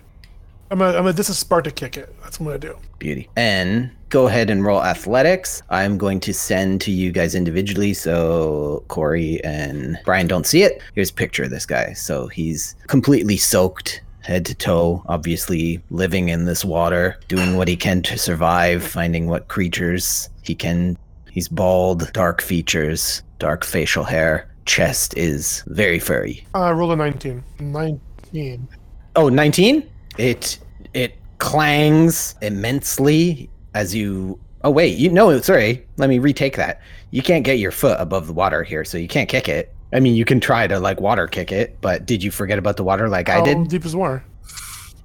F: I'm gonna, I'm gonna, this is Sparta kick it. That's what I'm gonna do.
C: Beauty. And go ahead and roll athletics. I'm going to send to you guys individually so Corey and Brian don't see it. Here's a picture of this guy. So he's completely soaked. Head to toe, obviously living in this water, doing what he can to survive, finding what creatures he can He's bald, dark features, dark facial hair. Chest is very furry.
F: I rolled Uh, a 19. 19.
C: Oh, 19? It it clangs immensely as you Oh wait, you no, sorry. Let me retake that. You can't get your foot above the water here, so you can't kick it. I mean, you can try to like water kick it, but did you forget about the water like I
F: How
C: did?
F: deep is the water?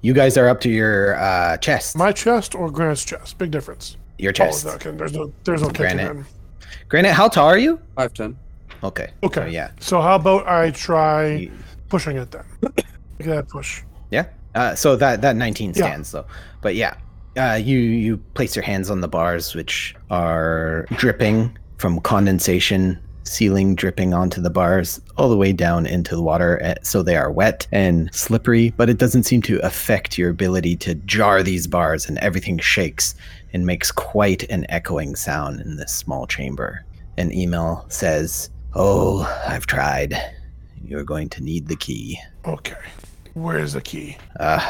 C: You guys are up to your uh chest.
F: My chest or Granite's chest? Big difference.
C: your chest.
F: Oh, okay. There's no, there's no kicking
C: Granite.
F: in.
C: Granite, how tall are you?
B: Five ten.
C: Okay.
F: Okay.
C: So, yeah.
F: So how about I try
C: You-
F: pushing it then? Make that push.
C: Yeah. Uh, so that that 19
F: Yeah.
C: stands though. But yeah, uh, you you place your hands on the bars, which are dripping from condensation, ceiling dripping onto the bars all the way down into the water, eh, so they are wet and slippery, but it doesn't seem to affect your ability to jar these bars, and everything shakes and makes quite an echoing sound in this small chamber. An email says, Oh, I've tried. You're going to need the key.
F: Okay. Where is the key?
C: Uh,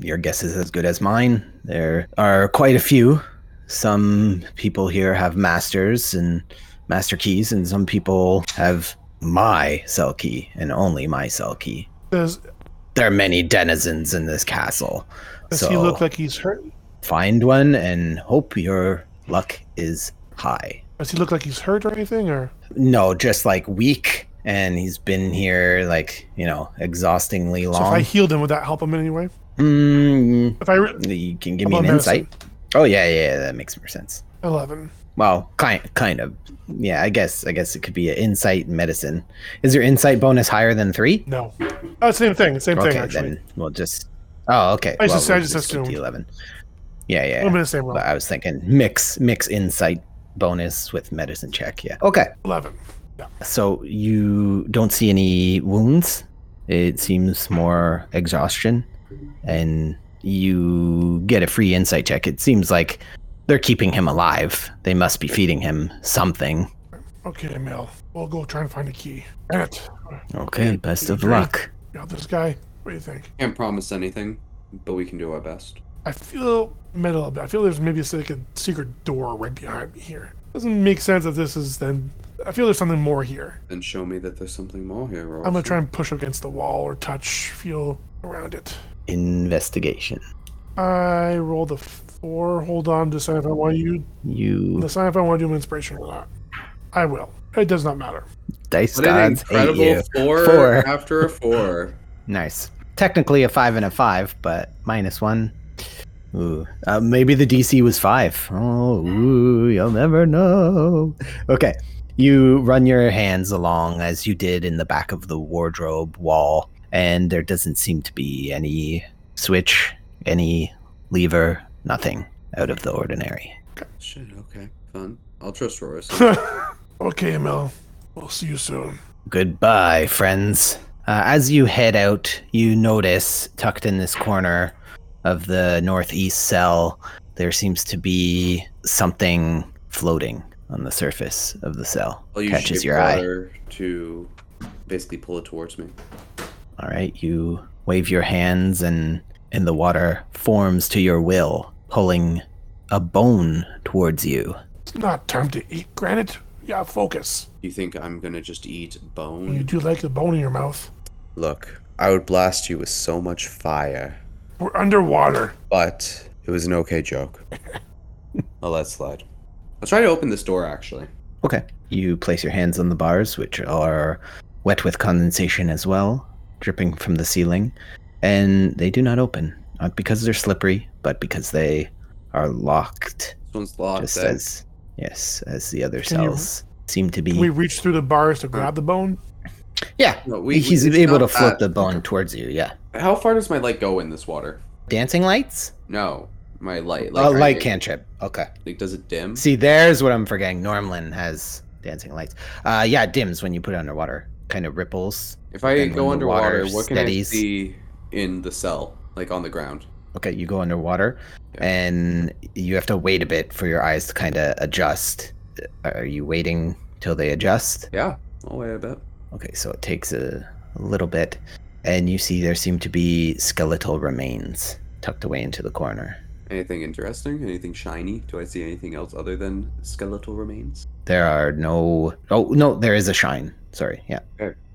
C: your guess is as good as mine. There are quite a few. Some people here have masters and master keys, and some people have my cell key and only my cell key.
F: Does
C: There are many denizens in this castle.
F: does
C: so
F: he look like he's hurt?
C: find one and hope your luck is high.
F: Does he look like he's hurt or anything? Or
C: No, just like weak, and he's been here like you know exhaustingly
F: so if I
C: long.
F: healed him, would that help him in any way?
C: Mm,
F: If I re-
C: you can give
F: How
C: me an
F: about medicine?
C: insight. Oh yeah, yeah, yeah, that makes more sense.
F: eleven.
C: Well, kind kind of. Yeah, I guess I guess it could be an insight and medicine. Is your insight bonus higher than three?
F: No. Oh, same thing. Same
C: okay,
F: thing. Actually,
C: then we'll just. Oh, okay.
F: I just-
C: well,
F: I
C: we'll
F: just
C: skip the
F: assumed.
C: eleven. Yeah, yeah.
F: I'm in the same room.
C: But I was thinking mix mix insight bonus with medicine check. Yeah. Okay.
F: Eleven.
C: So you don't see any wounds. It seems more exhaustion. And you get a free insight check. It seems like they're keeping him alive. They must be feeding him something.
F: Okay, Mel. We'll go try and find a key. Damn it.
C: Okay, best of
F: Great.
C: luck.
F: You know, this guy. What do you think?
B: Can't promise anything, but we can do our best.
F: I feel metal. a bit. I feel there's maybe it's like a secret door right behind me here. Doesn't make sense that this is then. I feel there's something more here.
B: Then show me that there's something more here. Or
F: I'm gonna try and push against the wall or touch, feel around it.
C: Investigation.
F: I rolled a four. Hold on, decide if I want to use
C: You
F: decide if I want to do an inspiration or not. I will. It does not matter.
C: dice
B: What an
C: gods hate
B: incredible
C: you.
B: four,
C: Four.
B: after a four.
C: Nice. Technically a five and a five, but minus one. Ooh, uh, maybe the DC was five. Oh, ooh, you'll never know. Okay, you run your hands along as you did in the back of the wardrobe wall, and there doesn't seem to be any switch, any lever, nothing out of the ordinary.
B: Shit. Okay. Fun. I'll trust Roris.
F: okay, Mel. We'll see you soon.
C: Goodbye, friends. Uh, as you head out, you notice tucked in this corner of the northeast cell, there seems to be something floating on the surface of the cell.
B: I'll use
C: Catches your eye.
B: shapewater to basically pull it towards me.
C: All right, you wave your hands, and and the water forms to your will, pulling a bone towards you.
F: It's not time to eat granite. Yeah, focus.
B: You think I'm gonna just eat bone?
F: You do like the bone in your mouth.
B: Look, I would blast you with so much fire,
F: We're underwater.
B: but it was an okay joke. I'll let it slide. I'll try to open this door actually.
C: Okay. You place your hands on the bars, which are wet with condensation as well, dripping from the ceiling, and they do not open. Not because they're slippery, but because they are locked.
B: This one's locked.
C: just
B: eh?
C: as yes, as the other
F: Can you-
C: cells seem to be.
F: Can we reach through the bars to grab the bone?
C: Mm-hmm. yeah,
B: No, we-
C: he's
B: we- it's
C: able
B: not
C: to flip
B: that-
C: the bone towards you. Yeah,
B: How far does my light go in this water?
C: dancing lights.
B: No, my light.
C: Like, uh,
B: I- Mm-hmm.
C: light cantrip. Okay.
B: Like, does it dim?
C: See, there's what I'm forgetting. Normlin has dancing lights. Uh, yeah, it dims when you put it underwater. Kind of ripples.
B: if I
C: then when
B: go
C: the
B: underwater,
C: water
B: what can
C: steadies-
B: I see in the cell, like on the ground?
C: Okay, you go underwater,
B: Yeah.
C: and you have to wait a bit for your eyes to kind of adjust. Uh, Are you waiting till they adjust?
B: Yeah. I'll wait a bit.
C: Okay, so it takes a, a little bit, and you see there seem to be skeletal remains tucked away into the corner.
B: Anything interesting? Anything shiny? Do I see anything else other than skeletal remains?
C: There are no. Oh no, there is a shine. Sorry, yeah.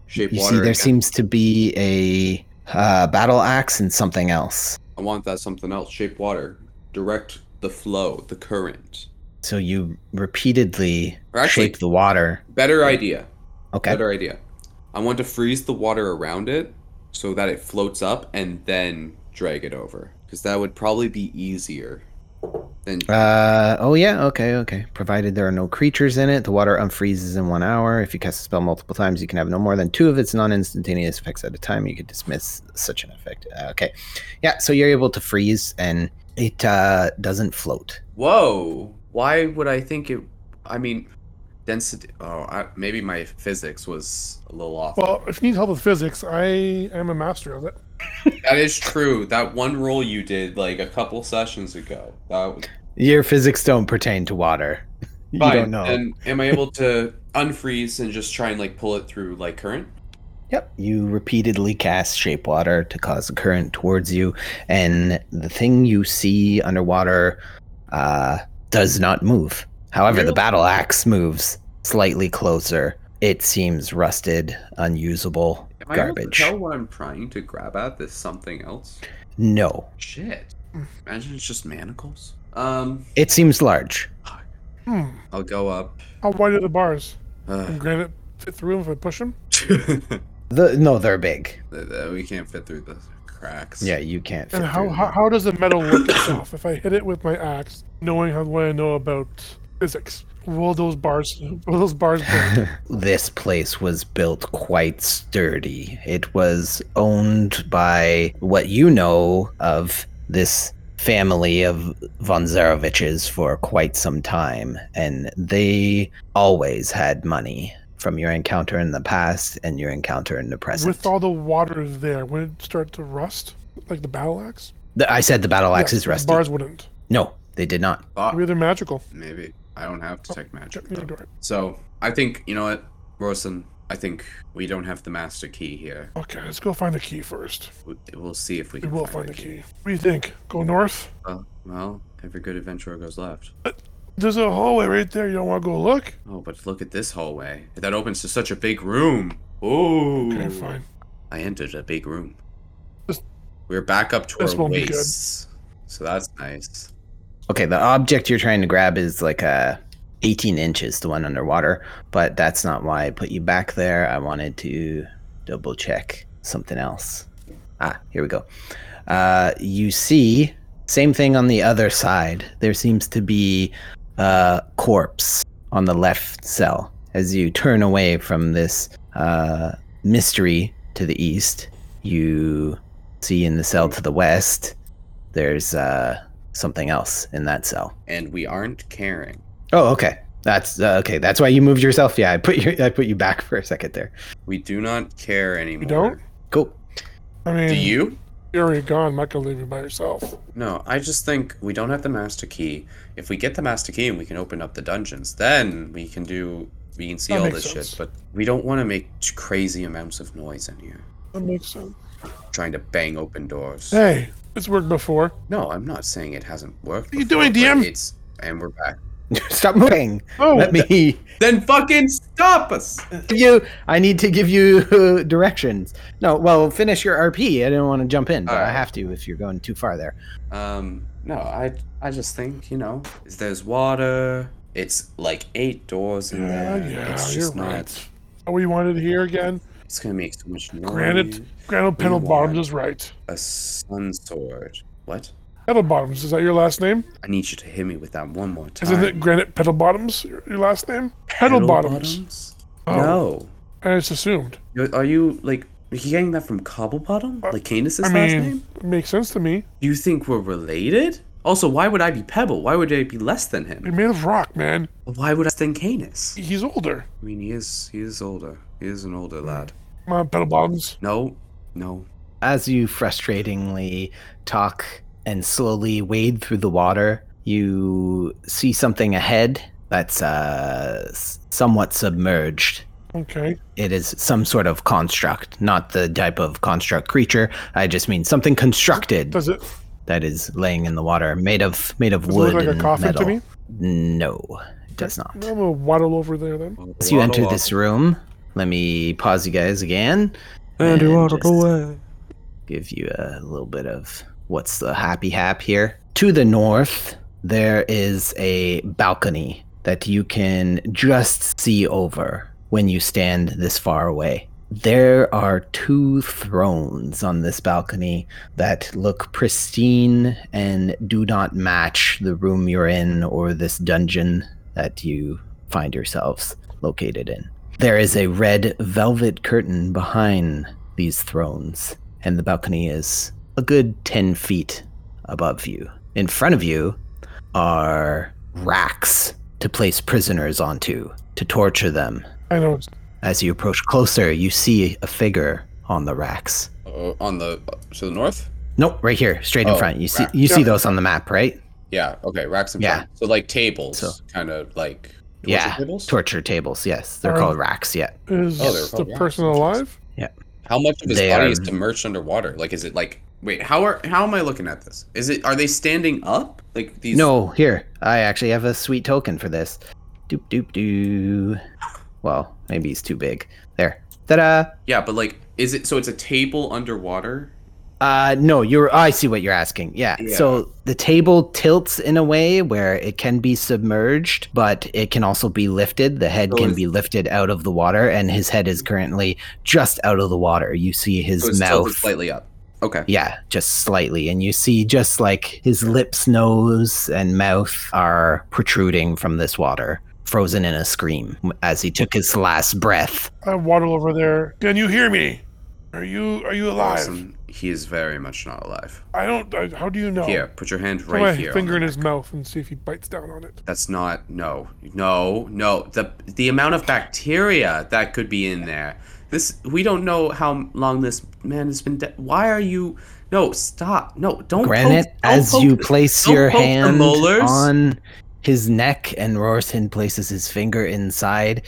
B: Shape
C: you
B: water.
C: see, there
B: again.
C: seems to be a uh, battle axe and something else.
B: I want that something else. Shape water. Direct the flow, the current.
C: So you repeatedly
B: Or actually-
C: shape the water.
B: Better idea.
C: Okay.
B: Better idea. I want to freeze the water around it so that it floats up and then drag it over. Because that would probably be easier than.
C: Uh oh yeah okay okay provided there are no creatures in it the water unfreezes in one hour if you cast a spell multiple times you can have no more than two of its non-instantaneous effects at a time you could dismiss such an effect Uh, okay yeah so you're able to freeze and it uh doesn't float
B: Whoa! Why would I think it. I mean, density. Oh, I, maybe my physics was a little off.
F: Well, if you need help with physics, I am a master of it.
B: that is true. That one roll you did like a couple sessions ago. That was
C: Your physics don't pertain to water. You
B: fine.
C: don't know.
B: And am I able to unfreeze and just try and like pull it through like current?
C: Yep. You repeatedly cast shape water to cause a current towards you, and the thing you see underwater uh, does not move. However, the battle axe moves slightly closer. It seems rusted, unusable,
B: Am I able to
C: garbage.
B: tell what I'm trying to grab at? This something else?
C: No,
B: Shit. Imagine it's just manacles. Um,
C: it seems large.
F: Hmm.
B: I'll go up.
F: How wide are the bars?
B: Uh,
F: Can granite fit through them if I push them?
C: The no, they're big.
B: we can't fit through the cracks.
C: Yeah, you can't. fit
F: And how,
C: through
F: how
C: them.
F: how does the metal work itself? If I hit it with my axe, knowing how what I know about physics, will those bars will those bars break?
C: this place was built quite sturdy. It was owned by what you know of this family of von Zaroviches for quite some time, and they always had money from your encounter in the past and your encounter in the present.
F: with all the water there? Would it start to rust like the battle axe?
C: The- I said the battle axe
F: Yeah,
C: is rusty. Ah.
F: Bars wouldn't.
C: No, they did not.
B: Thought-
F: Maybe they're magical.
B: maybe. I don't have detect magic.
F: Check the
B: though.
F: door.
B: So I think you know what, Rosen. I think we don't have the master key here.
F: Okay, let's go find the key first.
B: We- We'll see if we
F: We
B: can
F: will find the key. What do you think? Go north?
B: Well, well, every good adventurer goes left.
F: There's a hallway right there. You don't want to go look?
B: Oh, but look at this hallway. That opens to such a big room. Ooh.
F: Okay, fine.
B: I entered a big room.
F: This-
B: We're back up to
F: this
B: our
F: won't be good.
B: waists. So that's nice.
C: Okay, the object you're trying to grab is like a 18 inches, the one underwater, but that's not why I put you back there. I wanted to double check something else. Ah, here we go. Uh, you see, same thing on the other side. There seems to be a corpse on the left cell. As you turn away from this uh, mystery to the east, you see in the cell to the west, there's uh, something else in that cell.
B: And we aren't caring.
C: Oh, okay. That's uh, okay. That's why you moved yourself. Yeah, I put you. I put you back for a second there.
B: We do not care anymore.
F: don't?
C: Cool.
F: I mean,
B: Do you?
F: you're already gone. I'm not going to leave you by yourself.
B: No, I just think we don't have the master key. If we get the master key and we can open up the dungeons, then we can do we can see
F: That
B: all this
F: makes
B: shit.
F: sense.
B: But we don't want to make t- crazy amounts of noise in here,
F: That makes sense.
B: trying to bang open doors.
F: Hey, it's worked before.
B: No, I'm not saying it hasn't worked.
F: What are you doing,
B: but
F: DM?
B: It's and we're back.
C: Stop moving.
F: Oh,
C: Let me
B: Then fucking stop us.
C: give you. I need to give you uh, directions. No, well, finish your RP. I didn't want to jump in, but I
B: Alright.
C: have to if you're going too far there.
B: Um, no, I I just think you know, is there's water. It's like eight doors in
F: yeah,
B: there.
F: yeah,
B: it's
F: you're
B: just not.
F: right. Oh, you wanted to hear again?
B: It's gonna make so much noise.
F: Granite, granite pedal
B: want-
F: bottoms is right.
B: A sun sword. What?
F: Pedal bottoms, is that your last name?
B: I need you to hit me with that one more time.
F: Isn't it granite pedal bottoms? Your your last name? Pedal, bottoms. Oh,
B: No.
F: and it's assumed.
B: You're- Are you like are you getting that from Cobble Bottom? Like Canis'
F: Uh, I
B: last name?
F: mean, it makes sense to me.
B: Do you think we're related? Also, why would I be Pebble? Why would I be less than
F: You're
B: him?
F: made of rock, man.
B: Why would I than Canis?
F: He's older.
B: I mean, he is he is older. He is an older lad.
F: Come on, pedal bottoms.
B: No, no.
C: As you frustratingly talk and slowly wade through the water, you see something ahead that's uh, s- somewhat submerged.
F: Okay.
C: it is some sort of construct, not the type of construct creature. I just mean something constructed
F: Does it,
C: that is laying in the water, made of made of
F: does it
C: wood
F: look like a
C: and
F: coffin
C: metal.
F: to me?
C: No, it does not.
F: I'm going to waddle over there then.
C: As you enter this room, let me pause you guys again. And just Give you a little bit of what's the happy hap here. To the north, there is a balcony that you can just see over when you stand this far away. There are two thrones on this balcony that look pristine and do not match the room you're in or this dungeon that you find yourselves located in. There is a red velvet curtain behind these thrones, and the balcony is a good 10 feet above you. In front of you are racks to place prisoners onto to torture them.
F: I know.
C: As you approach closer, you see a figure on the racks.
B: Uh, on the to the north.
C: Nope, right here, straight in
B: Oh,
C: front. You see,
B: rack.
C: you see
F: Yeah.
C: those on the map, right?
B: Yeah. Okay. Racks and
C: Yeah.
B: So like tables,
C: So-
B: kind of like torture
C: yeah,
B: tables?
C: torture tables. Yes, they're
B: Um,
F: Alright.
C: called racks. Yeah,
F: Is
B: Oh, they're
F: the
B: probably
F: person alive?
B: How much of his
C: They
B: body
C: are-
B: is submerged underwater? Like, is it like? Wait, how are how am I looking at this? Is it are they standing up? Like these?
C: No, here. I actually have a sweet token for this. Doop doop doo. Well, maybe he's too big. There. Ta-da.
B: Yeah, but like, is it so? It's a table underwater.
C: Uh no, you're I see what you're asking. Yeah.
B: Yeah.
C: So the table tilts in a way where it can be submerged, but it can also be lifted. The head
B: So
C: can
B: is-
C: be lifted out of the water and his head is currently just out of the water. You see his
B: So it's tilted
C: mouth.
B: slightly up. Okay.
C: Yeah, just slightly. And you see just like his lips, nose, and mouth are protruding from this water, frozen in a scream as he took his last breath.
F: I waddle over there. Can you hear me? Are you are you alive?
B: Awesome. He is very much not alive.
F: I don't. I, how do you know?
B: Here, put your hand
F: Put
B: right
F: my
B: here. on
F: Oh. finger
B: the-
F: in his mouth and see if he bites down on it.
B: That's not no, no, no. The the amount of bacteria that could be in there. This we don't know how long this man has been dead. Why are you? No, stop. No, don't. poke-
C: Granite,
B: don't
C: as
B: poke
C: you
B: the-
C: place
B: don't
C: your
B: poke the
C: hand
B: molars.
C: on his neck and Rorson places his finger inside,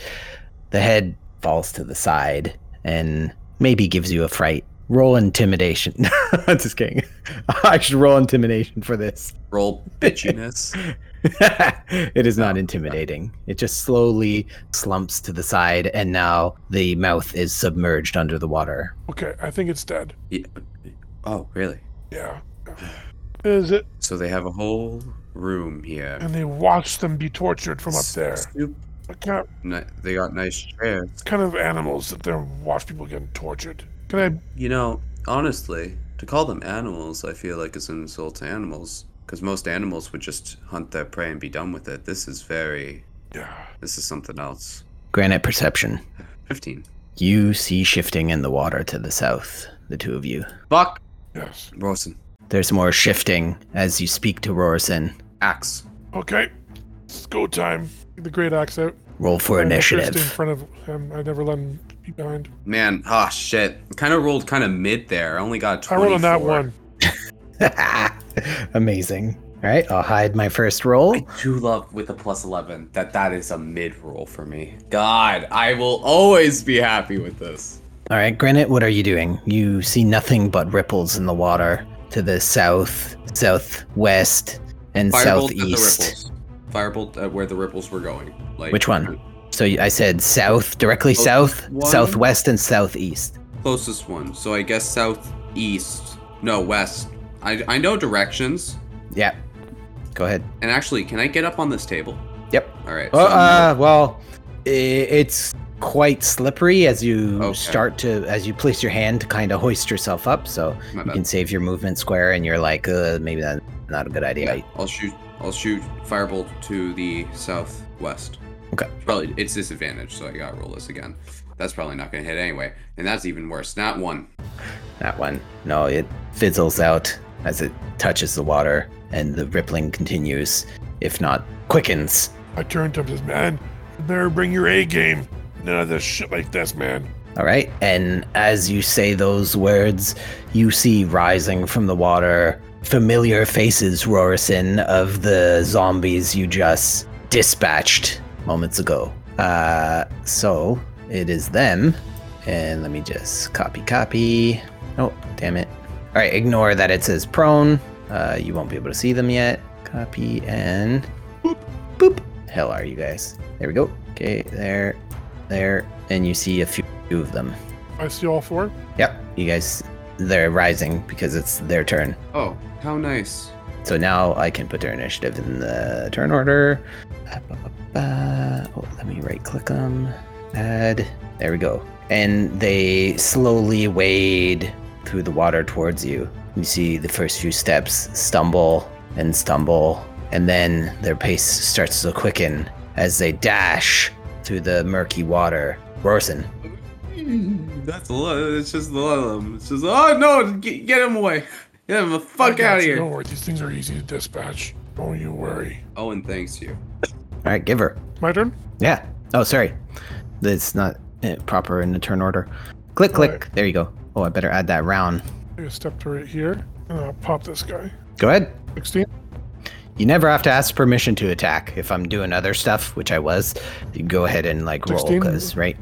C: the head falls to the side and maybe gives you a fright. Roll intimidation. Just kidding. I should roll intimidation for this.
B: roll bitchiness.
C: it
B: Oh,
C: is not intimidating. It just slowly slumps to the side, and now the mouth is submerged under the water.
F: Okay, I think it's dead.
B: Yeah. Oh, really?
F: Yeah. Is it?
B: So they have a whole room here.
F: And they watch them be tortured from up there.
B: Soup.
F: What kind of,
B: Ni- They got nice chairs.
F: what kind of animals that they watch people getting tortured? Can I?
B: You know, honestly, to call them animals, I feel like is an insult to animals. Because most animals would just hunt their prey and be done with it. This is very.
F: Yeah.
B: This is something else.
C: Granite perception.
B: 15.
C: You see shifting in the water to the south, the two of you.
B: Fuck!
F: Yes.
B: Rawson.
C: There's more shifting as you speak to Rorson.
B: Axe.
F: Okay. It's go time. The great axe out.
C: Roll for
F: I'm first In
C: initiative.
F: front of him, I never let him be behind.
B: Man, ah, shit. Kind of rolled kind of mid there. I only got
F: I
B: 24.
F: rolled on that one.
C: Amazing. All right, I'll hide my first roll.
B: I do love with a plus 11 that that is a mid roll for me. God, I will always be happy with this.
C: All right, Granite, what are you doing? You see nothing but ripples in the water to the south, southwest, and
B: Firebolt at the
C: southeast.
B: ripples. Firebolt at where the ripples were going. Like
C: Which one? So you- I said south, directly
B: South
C: south,
B: one?
C: southwest, and southeast.
B: Closest one. So I guess southeast. No, west. I, I know directions.
C: Yeah. Go ahead.
B: And actually, can I get up on this table?
C: Yep.
B: All right.
C: Well,
B: so I'm-
C: uh, well, i- it's quite slippery as you
B: Okay.
C: start to as you place your hand to kind of hoist yourself up. So
B: my
C: uh, you
B: bad.
C: can save your movement square, and you're like, uh, maybe that's not a good idea.
B: Yeah, I'll shoot. I'll shoot firebolt to the southwest.
C: Okay.
B: Probably it's disadvantage, so I gotta roll this again. That's probably not gonna hit anyway, and that's even worse. Not one.
C: That one. No, it fizzles out as it touches the water, and the rippling continues, if not quickens.
F: I turned to him and says, "Man, you better bring your A game. None of this shit like this, man."
C: All right. And as you say those words, you see rising from the water familiar faces, Rorison, of the zombies you just dispatched moments ago. Uh, so it is them. And let me just copy, copy. Oh, damn it. All right. Ignore that it says prone. Uh, you won't be able to see them yet. Copy and boop, boop. Hell are you guys? There we go. Okay. There, there. And you see a few two of them.
F: I see all four.
C: Yep. You guys, they're rising because it's their turn.
B: Oh, how nice.
C: So now I can put their initiative in the turn order. Uh, ba, ba, ba. Oh, let me right click them. Add. There we go. And they slowly wade through the water towards you. You see the first few steps stumble and stumble, and then their pace starts to quicken as they dash through the murky water. Rorson.
B: That's a lot. It's just a lot of them. It's just oh no, get, get him away. Get him the fuck
F: I got
B: out of
F: you.
B: here.
F: Don't worry, these things are easy to dispatch. Don't you worry.
B: Owen thanks you.
C: All right, give her.
F: My turn.
C: Yeah. Oh, sorry. That's not eh, proper in the turn order. Click, click. There you go. Oh, I better add that round.
F: I'm gonna step to right here. And I'll pop this guy.
C: Go ahead.
F: 16.
C: You never have to ask permission to attack. If I'm doing other stuff, which I was, you go ahead and like roll
F: 16?
C: because right.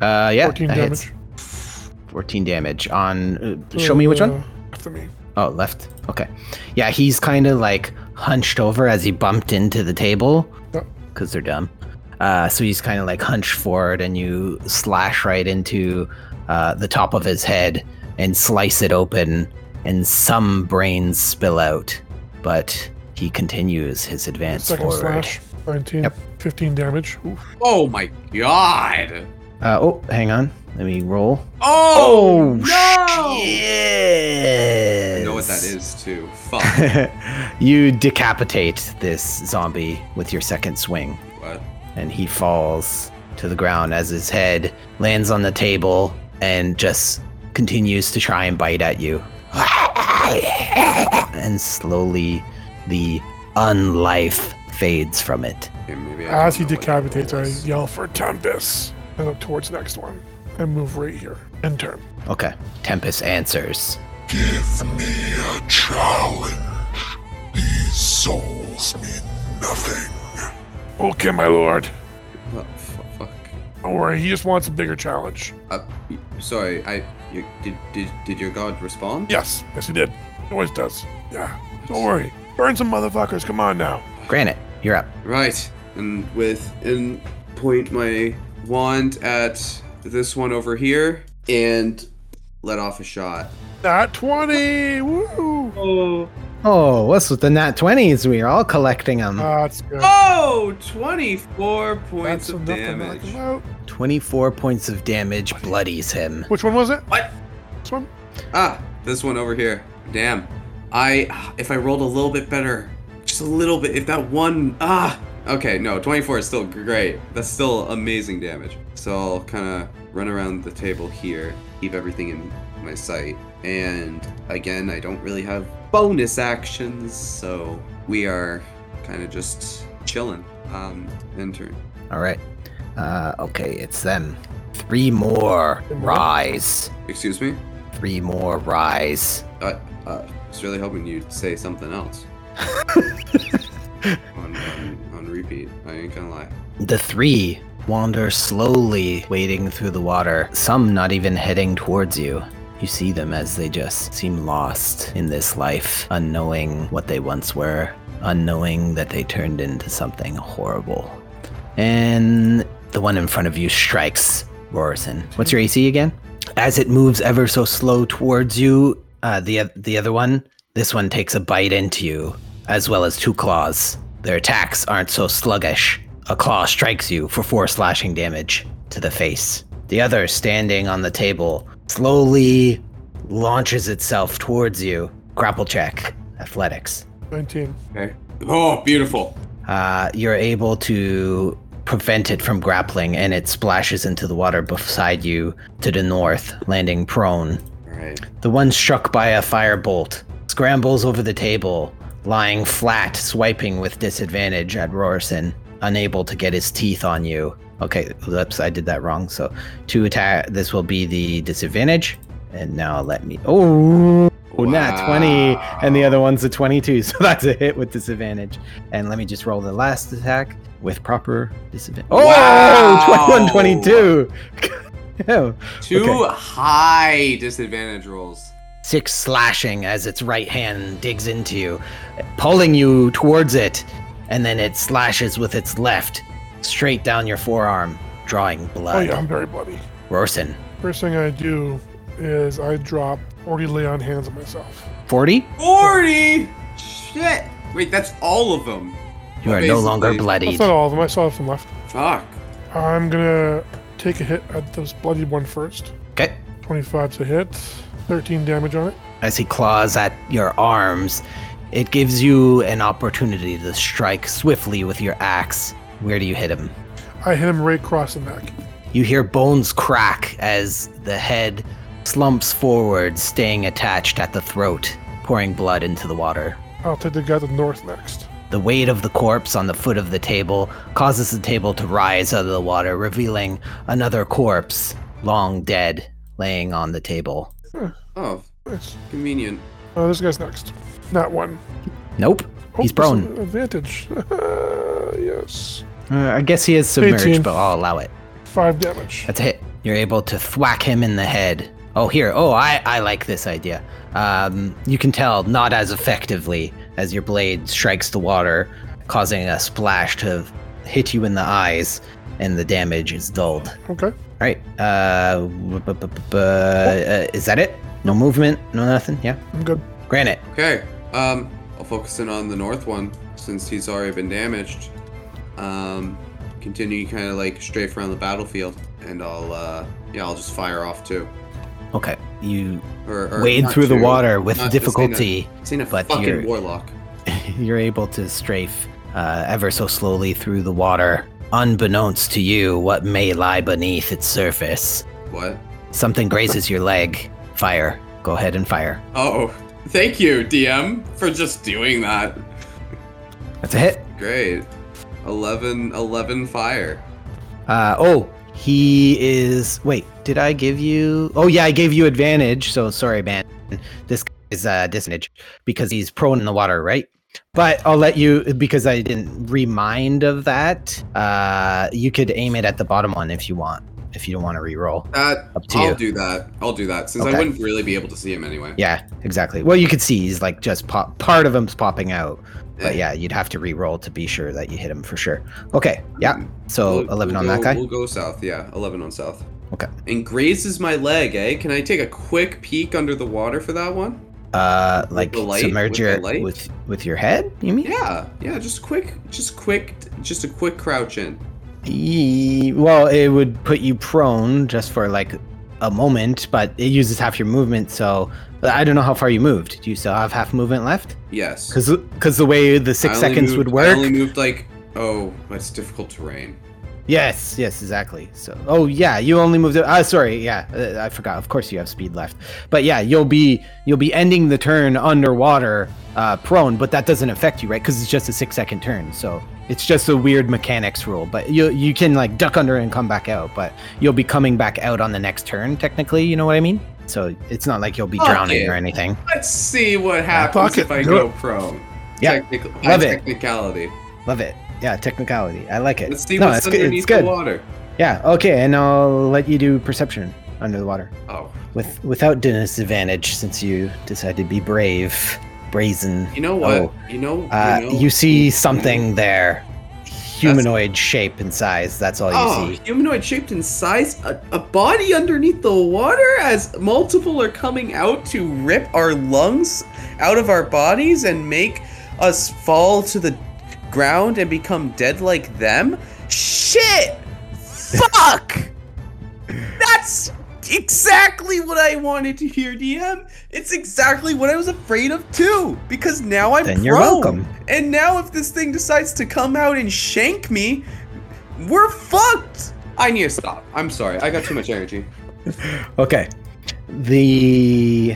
C: Uh, yeah,
F: 14
C: that
F: damage.
C: hits. 14 damage on. Uh, show me which one.
F: Uh, After me.
C: Oh, left. Okay. Yeah, he's kind of like hunched over as he bumped into the table
F: Yep.
C: because they're dumb. Uh, so he's kind of like hunched forward, and you slash right into uh, the top of his head and slice it open, and some brains spill out. But he continues his advance
F: Second
C: forward.
F: slash. 19. 15 damage. Oof.
B: Oh my god.
C: Uh, oh, hang on. Let me roll.
B: Oh,
C: shit!
B: I know what that is too. Fuck.
C: you decapitate this zombie with your second swing,
B: what?
C: and he falls to the ground as his head lands on the table and just continues to try and bite at you. and slowly, the unlife fades from it.
B: Okay, maybe I
F: As he
B: don't know what
F: decapitates, I
B: that is.
F: yell for Tempest. And up towards next one. And move right here. And turn.
C: Okay, Tempest answers.
G: Give me a challenge. These souls mean nothing.
F: Okay, my lord.
B: Oh, fu- fuck.
F: Don't worry, he just wants a bigger challenge.
B: Uh, y- sorry, I. You, did, did did your god respond?
F: Yes, yes, he did. He always does. Yeah. Don't worry. Burn some motherfuckers. Come on now.
C: Granite, you're up.
B: Right. And with and point my wand at this one over here and let off a shot.
F: Not 20. Woo.
B: Oh.
C: Oh, what's with the nat 20s? We are all collecting them.
F: Ah, it's good.
B: Oh, 24 points
F: That's
B: of
F: enough to knock
B: damage.
F: him out.
C: 24 points of damage bloodies him.
F: Which one was it?
B: What?
F: This one?
B: Ah, this one over here. Damn. I if I rolled a little bit better, just a little bit. If that one ah. Okay, no, 24 is still great. That's still amazing damage. So I'll kind of run around the table here, keep everything in my sight. And again, I don't really have bonus actions, so we are kind of just chilling. Um, end turn.
C: All right. Uh, okay, it's them. Three more rise.
B: Excuse me?
C: Three more rise.
B: I uh, was really hoping you'd say something else. on, on, on repeat. I ain't gonna lie.
C: The three wander slowly, wading through the water, some not even heading towards you. You see them as they just seem lost in this life, unknowing what they once were, unknowing that they turned into something horrible. And the one in front of you strikes Rorison. What's your AC again? As it moves ever so slow towards you, uh, the oth- the other one, this one takes a bite into you, as well as two claws. Their attacks aren't so sluggish. A claw strikes you for four slashing damage to the face. The other, standing on the table, slowly launches itself towards you. Grapple check, athletics.
F: 19.
B: Okay. Oh, beautiful.
C: Uh, you're able to prevent it from grappling, and it splashes into the water beside you to the north, landing prone.
B: All right.
C: The one struck by a firebolt scrambles over the table, lying flat, swiping with disadvantage at Rorison, unable to get his teeth on you. Okay, oops, I did that wrong. So, two attack. This will be the disadvantage. And now let me. Oh, nat 20. And the other one's a 22. So that's a hit with disadvantage. And let me just roll the last attack with proper disadvantage. Oh,
B: Wow.
C: 21 22. Oh.
B: Two
C: Okay.
B: high disadvantage rolls.
C: Six slashing as its right hand digs into you, pulling you towards it, and then it slashes with its left straight down your forearm, drawing blood.
F: Oh, yeah, I'm very bloody.
C: Rorson,
F: First thing I do is I drop 40 lay on hands on myself.
C: 40?
B: 40? Shit. Wait, that's all of them.
C: You are no longer
B: Basically.
F: That's
C: bloodied.
F: not all of them. I still have some left.
B: Fuck.
F: I'm gonna take a hit at this bloodied one first.
C: Okay.
F: 25 to hit. 13 damage on it.
C: As he claws at your arms, it gives you an opportunity to strike swiftly with your axe. Where do you hit him?
F: I hit him right across the neck.
C: You hear bones crack as the head slumps forward, staying attached at the throat, pouring blood into the water.
F: I'll take the guy to the north next.
C: The weight of the corpse on the foot of the table causes the table to rise out of the water, revealing another corpse, long dead, laying on the table.
B: Oh,
F: Nice.
B: convenient.
F: Oh, this guy's next. Not one.
C: Nope,
F: Oh,
C: he's
F: this is
C: prone.
F: an Advantage. yes.
C: Uh, I guess he is submerged,
F: 18.
C: but I'll allow it.
F: Five damage.
C: That's a hit. You're able to thwack him in the head. Oh, here. Oh, I, I like this idea. Um, you can tell not as effectively as your blade strikes the water, causing a splash to hit you in the eyes, and the damage is dulled. All
F: Okay.
C: right. Uh, bu- bu- bu- bu- uh, is that it? No movement? No nothing? Yeah.
F: I'm good.
C: Granite.
B: Okay. Um, I'll focus in on the north one since he's already been damaged. Um, continue kind of like strafe around the battlefield, and I'll uh, yeah, I'll just fire off too.
C: Okay. You
B: Or, or
C: wade
B: not
C: through the
B: two.
C: water with
B: Not- this ain't a-
C: difficulty.
B: This ain't a
C: but
B: fucking
C: you're-
B: warlock.
C: you're able to strafe uh, ever so slowly through the water, unbeknownst to you what may lie beneath its surface.
B: What?
C: Something grazes your leg. Fire. Go ahead and fire.
B: Oh, thank you, DM, for just doing that.
C: That's a hit.
B: Great. 11, 11 fire.
C: Uh, oh, he is. Wait, did I give you? Oh yeah, I gave you advantage. So sorry, man. This is uh, disadvantage because he's prone in the water, right? But I'll let you because I didn't remind of that. Uh, you could aim it at the bottom one if you want. If you don't want to re-roll.
B: That
C: Up to
B: I'll
C: you.
B: do that. I'll do that since I
C: Okay.
B: wouldn't really be able to see him anyway.
C: Yeah, exactly. Well, you could see he's like just pop, part of him's popping out.
B: Eh.
C: But yeah, you'd have to re-roll to be sure that you hit him for sure. Okay, yeah. So
B: We'll-
C: 11
B: we'll
C: on
B: go,
C: that guy.
B: We'll go south. Yeah, eleven on south.
C: Okay.
B: And grazes my leg, eh? Can I take a quick peek under the water for that one?
C: Uh like
B: the light-
C: submerge
B: with the
C: your
B: light?
C: with with your head, you mean?
B: Yeah, yeah. Just quick, just quick, just a quick crouch in.
C: Ye- Well, it would put you prone just for like a moment, but it uses half your movement, so but I don't know how far you moved. Do you still have half movement left?
B: Yes.
C: Cuz cuz the way the 6
B: I only
C: seconds
B: moved-
C: would work.
B: I only moved like oh, that's difficult terrain.
C: Yes, yes, exactly. So, oh yeah, you only moved. It. Ah, sorry, yeah, uh, I forgot. Of course, you have speed left, but yeah, you'll be you'll be ending the turn underwater, uh, prone. But that doesn't affect you, right? Because it's just a six second turn. So it's just a weird mechanics rule. But you you can like duck under and come back out, but you'll be coming back out on the next turn. Technically, you know what I mean. So it's not like you'll be
B: Fuck
C: drowning
B: yeah.
C: or anything.
B: Let's see what happens
F: Fuck it,
B: if I
F: do
B: go prone.
C: Yeah,
B: Technical,
C: love it.
B: technicality.
C: Love it. Yeah, technicality. I like it.
B: Let's see
C: no,
B: what's
C: it's good. It's
B: underneath
C: good.
B: the water.
C: Yeah. Okay, and I'll let you do perception under the water.
B: Oh,
C: with without disadvantage since you decided to be brave, brazen.
B: you know what?
C: Oh.
B: You know,
C: Uh,
B: you know.
C: you see something there, humanoid shape and size. That's all you
B: Oh,
C: see.
B: humanoid shaped in size, a, a body underneath the water as multiple are coming out to rip our lungs out of our bodies and make us fall to the ground and become dead like them? Shit! Fuck! That's exactly what I wanted to hear, DM. It's exactly what I was afraid of too, because now I'm
C: Then you're
B: prone.
C: welcome.
B: And now if this thing decides to come out and shank me, we're fucked. I need to stop. I'm sorry. I got too much energy.
C: Okay. The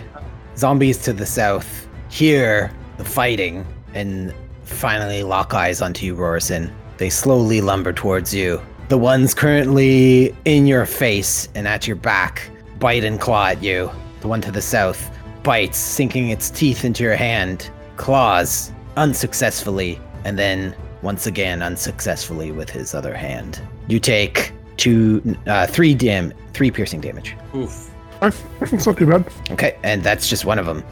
C: zombies to the south hear the fighting and finally lock eyes onto you, Rorison. They slowly lumber towards you. The ones currently in your face and at your back bite and claw at you. The one to the south bites, sinking its teeth into your hand, claws unsuccessfully, and then once again unsuccessfully with his other hand. You take two, uh, three dam, three piercing damage.
B: Oof.
F: It's not too bad.
C: Okay, and that's just one of them.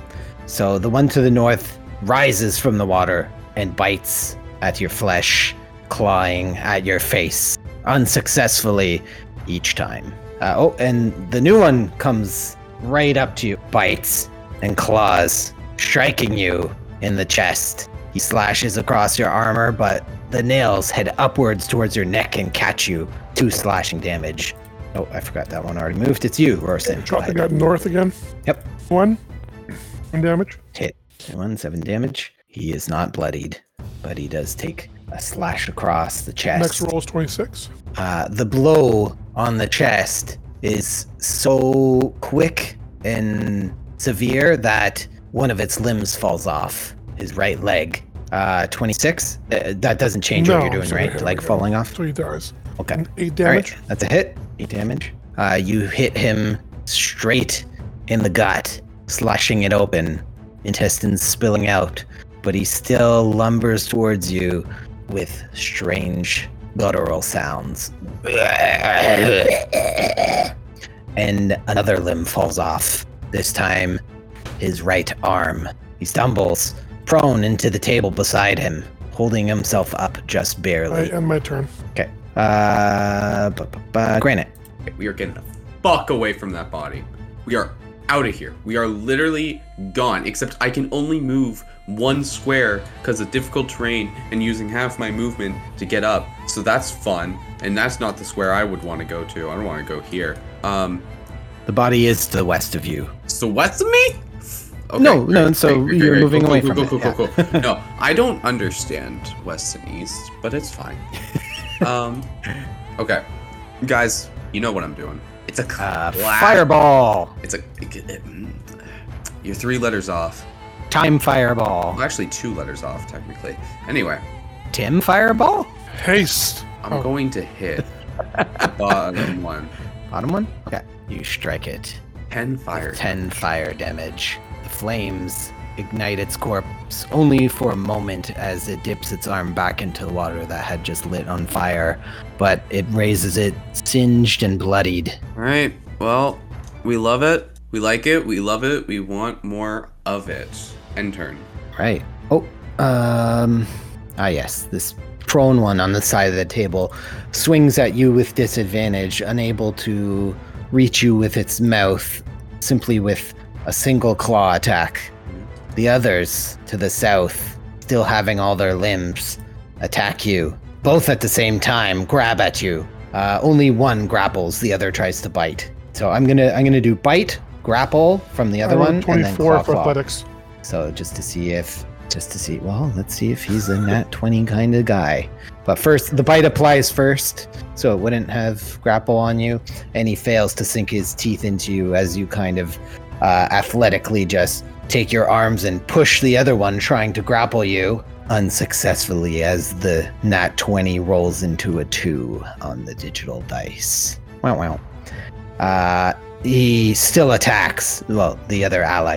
C: So the one to the north rises from the water and bites at your flesh, clawing at your face unsuccessfully each time. Uh, oh, and the new one comes right up to you, bites and claws, striking you in the chest. He slashes across your armor, but the nails head upwards towards your neck and catch you. Two slashing damage. Oh, I forgot that one already moved. It's you, Rorson. Go
F: Dropping
C: ahead.
F: that north again.
C: Yep.
F: One. One damage.
C: Hit. One, seven damage. He is not bloodied, but he does take a slash across the
F: Next
C: chest.
F: roll is 26.
C: Uh, the blow on the chest is so quick and severe that one of its limbs falls off his right leg. Uh, 26. Uh, that doesn't change what
F: No,
C: you're doing,
F: sorry,
C: right?
F: here
C: Like
F: we go.
C: falling off.
F: So he dies.
C: Okay.
F: Eight
C: All right,
F: damage.
C: that's a hit. Eight damage. Uh, you hit him straight in the gut, slashing it open, intestines spilling out. But he still lumbers towards you with strange guttural sounds. And another limb falls off. This time, his right arm. He stumbles prone into the table beside him, holding himself up just barely.
F: I end my turn.
C: Okay. Uh, bu- bu- bu- granite.
B: Okay, we are getting the fuck away from that body. We are out of here. We are literally gone. Except I can only move one square because of difficult terrain and using half my movement to get up. So that's fun, and that's not the square I would want to go to. I don't want to go here. Um,
C: The body is to the west of you.
B: so what's me? Okay,
C: No, no,
B: great,
C: so
B: great, great,
C: you're
B: great.
C: moving
B: Cool,
C: away
B: cool,
C: from
B: cool,
C: it,
B: cool, cool, cool. No, I don't understand west and east, but it's fine. um, okay, guys, you know what I'm doing. It's a
C: Uh,
B: clap.
C: Fireball.
B: It's a. you're three letters off.
C: Time fireball.
B: Well, actually, two letters off, technically. Anyway,
C: Tim fireball.
F: Haste.
B: I'm
F: Oh.
B: going to hit the bottom one.
C: Bottom one. Okay. You strike it.
B: Ten fire.
C: Ten fire damage. The flames ignite its corpse only for a moment as it dips its arm back into the water that had just lit on fire, but it raises it singed and bloodied.
B: All right. Well, we love it. We like it. We love it. We want more of it. End turn.
C: Right. Oh, um, ah, yes, this prone one on the side of the table swings at you with disadvantage, unable to reach you with its mouth, simply with a single claw attack. The others to the south, still having all their limbs, attack you. Both at the same time, grab at you. Uh, only one grapples; the other tries to bite. So I'm gonna I'm gonna do bite, grapple from the other
F: I rolled
C: one, and then
F: Twenty-four
C: claw,
F: for
C: claw.
F: athletics.
C: So just to see if, just to see, well, let's see if he's a nat 20 kind of guy. But first, the bite applies first, so it wouldn't have grapple on you. And he fails to sink his teeth into you as you kind of uh, athletically just take your arms and push the other one trying to grapple you unsuccessfully as the nat 20 rolls into a 2 on the digital dice. Wow, wow. Uh, he still attacks, well, the other ally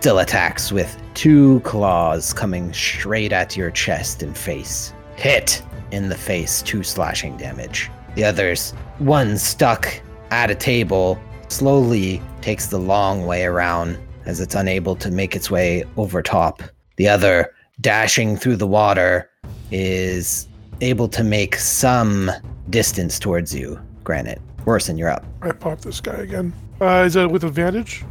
C: still attacks with two claws coming straight at your chest and face. Hit in the face, two slashing damage. The others, one stuck at a table, slowly takes the long way around as it's unable to make its way over top. The other, dashing through the water, is able to make some distance towards you, Granite. Worsen, you're up.
F: I pop this guy again. Uh, is that with advantage?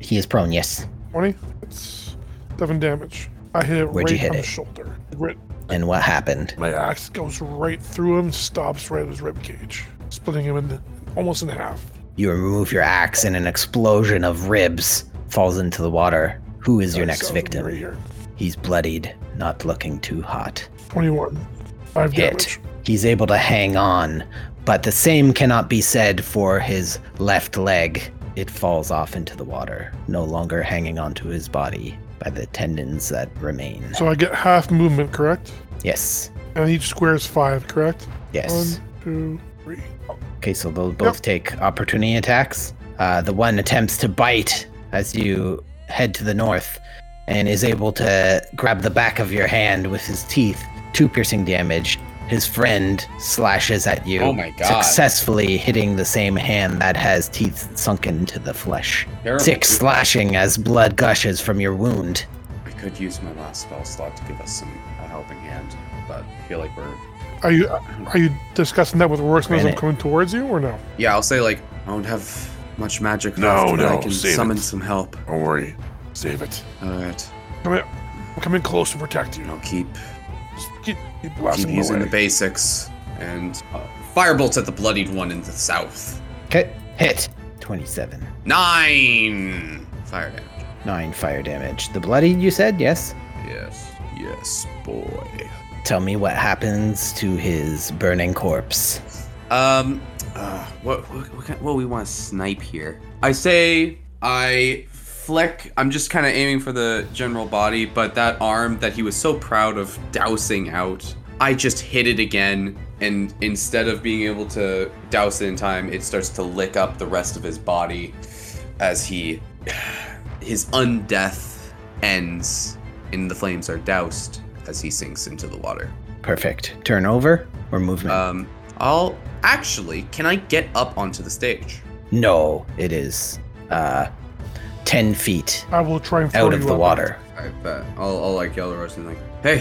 C: He is prone, yes.
F: Twenty. It's seven damage. I hit it
C: Where'd
F: right
C: you hit
F: on
C: it?
F: the shoulder. Right-
C: And what happened?
F: my axe goes right through him, stops right at his rib cage, splitting him in almost in half.
C: You remove your axe, and an explosion of ribs falls into the water. Who is your
F: Nice,
C: next
F: that was right
C: victim?
F: here.
C: He's bloodied, not looking too hot.
F: Twenty-one. Five
C: Hit.
F: damage.
C: He's able to hang on, but the same cannot be said for his left leg. It falls off into the water, no longer hanging onto his body by the tendons that remain.
F: So I get half movement, correct?
C: Yes,
F: And each square is five, correct?
C: yes.
F: One, two, three.
C: Okay, so they'll both take opportunity attacks. Uh, the one attempts to bite as you head to the north and is able to grab the back of your hand with his teeth, two piercing damage. His friend slashes at you,
B: Oh my God.
C: successfully hitting the same hand that has teeth sunken into the flesh.
B: Terrible.
C: Six slashing as blood gushes from your wound.
B: I could use my last spell slot to give us some a helping hand, but I feel like we're.
F: Are you are you discussing that with Rorsman as I'm
C: Granite.
F: coming towards you, or no?
B: Yeah, I'll say like I don't have much magic
G: No,
B: left, but I
G: no,
B: can
G: save it.
B: summon some help.
G: Don't worry. Save it.
B: All right,
F: Come in, I'm coming close to protect you.
B: I'll keep
F: Just keep, keep
B: keep
F: blasting
B: using
F: away.
B: the basics and uh, firebolts at the bloodied one in the south.
C: Okay, hit 27.
B: Nine fire damage.
C: Nine fire damage. The bloodied, you said? Yes?
B: Yes, yes, boy.
C: Tell me what happens to his burning corpse.
B: Um, uh, what what what, kind, what we want to snipe here? I say I Fleck, I'm just kind of aiming for the general body, but that arm that he was so proud of dousing out, I just hit it again. And instead of being able to douse it in time, it starts to lick up the rest of his body as he. His undeath ends, and the flames are doused as he sinks into the water.
C: Perfect. Turn over or movement?
B: Um, I'll. Actually, can I get up onto the stage?
C: no, it is uh, 10 feet
F: I will try and
C: out
F: throw
C: of
F: you
C: the
F: up.
C: water.
B: I bet. I'll, I'll like yell at Rosen, like, hey,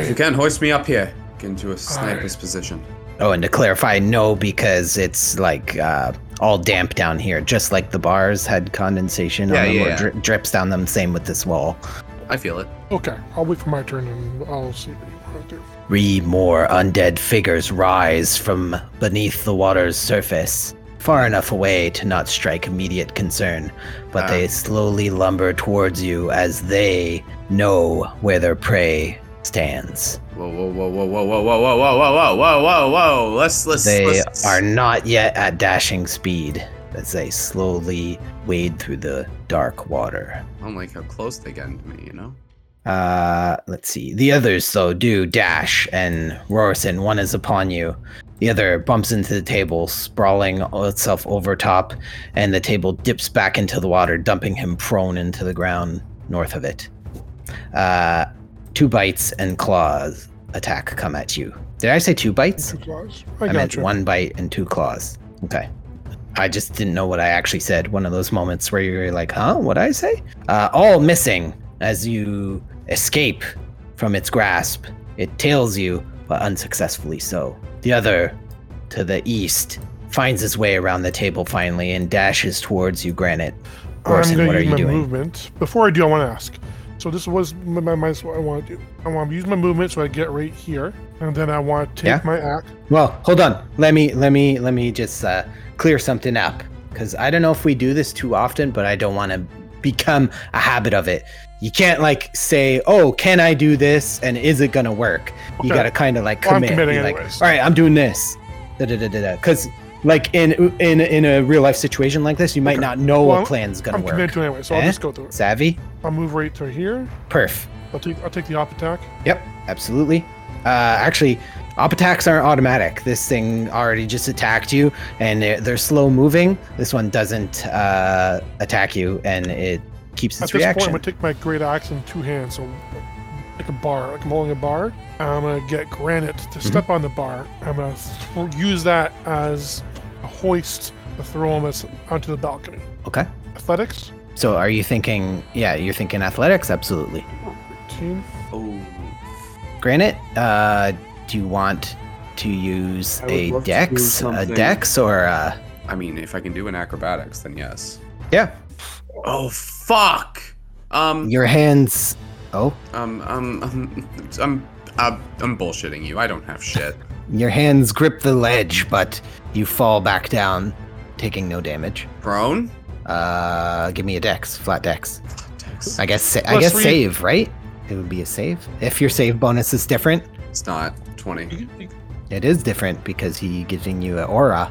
B: if you
F: I,
B: can, hoist me up here. Get into a sniper's position.
C: Oh, and to clarify, no, because it's like uh, all damp down here, just like the bars had condensation
B: Yeah,
C: on them
B: yeah,
C: or
B: yeah.
C: dri- drips down them. Same with this wall.
B: I feel it.
F: okay, I'll wait for my turn and I'll see what you want to do.
C: Three more undead figures rise from beneath the water's surface, far enough away to not strike immediate concern, but
B: Ah.
C: they slowly lumber towards you as they know where their prey stands.
B: Whoa, whoa, whoa, whoa, whoa, whoa, whoa, whoa, whoa, whoa, whoa, whoa, whoa. Let's let's.
C: They
B: let's-
C: are not yet at dashing speed as they slowly wade through the dark water.
B: I don't like how close they get to me, you know.
C: Uh, let's see. The others, though, do dash and Rorson. One is upon you. The other bumps into the table, sprawling itself over top, and the table dips back into the water, dumping him prone into the ground north of it. Uh, two bites and claws attack come at you. Did I say two bites?
F: Two claws.
C: I,
F: I,
C: meant
F: got you.
C: one bite and two claws. Okay. I just didn't know what I actually said. One of those moments where you're like, huh, what'd I say? Uh, all missing as you escape from its grasp. It tails you, but unsuccessfully so. The other, to the east, finds his way around the table finally and dashes towards you, Granite.
F: I'm
C: Gorson,
F: going
C: what
F: to
C: are
F: use
C: you
F: my
C: doing?
F: movement. Before I do, I want to ask. So this was my, my, my what I want to do. I want to use my movement so I get right here, and then I want to take
C: Yeah.
F: my axe.
C: Well, hold on. Let me let me let me just uh, clear something up because I don't know if we do this too often, but I don't want to become a habit of it. You can't like say, "Oh, can I do this?" and is it gonna work? You
F: Okay.
C: gotta kind of like
F: Well, I'm
C: commit.
F: committing
C: be like,
F: anyways.
C: all right, I'm doing this. Because like in in in a real life situation like this, you might
F: Okay.
C: not know
F: Well,
C: a plan's gonna
F: I'm committed
C: work.
F: to it anyway, so
C: Eh?
F: I'll just go through it.
C: Savvy,
F: I'll move right to here.
C: perf.
F: I'll take I'll take the op attack.
C: Yep, absolutely. Uh, actually, op attacks aren't automatic. This thing already just attacked you, and they're, they're slow moving. This one doesn't uh, attack you, and it keeps
F: At
C: its
F: this point, I'm
C: reaction.
F: gonna take my great axe in two hands, so like a bar, like I'm holding a bar. I'm gonna get granite
C: Mm-hmm.
F: to step on the bar. I'm gonna th- use that as a hoist to throw him as, onto the balcony.
C: okay.
F: Athletics,
C: So, are you thinking? Yeah, you're thinking athletics. Absolutely.
F: 15.
B: Oh,
C: Granite, uh, do you want to use
B: I would
C: a
B: love to do
C: dex, a
B: something.
C: dex, or a,
B: I mean, if I can do an acrobatics, then yes.
C: yeah?
B: Oh fuck. Um,
C: Your hands. Oh,
B: um, um, um, I'm, I'm, I'm bullshitting you. I don't have shit.
C: your hands grip the ledge, but you fall back down, taking no damage.
B: Prone.
C: Uh, give me a dex, flat dex.
B: Dex.
C: I guess sa- I
F: Plus
C: guess
F: three.
C: save, right? It would be a save. If your save bonus is different,
B: It's not twenty.
C: it is different because he giving you an aura.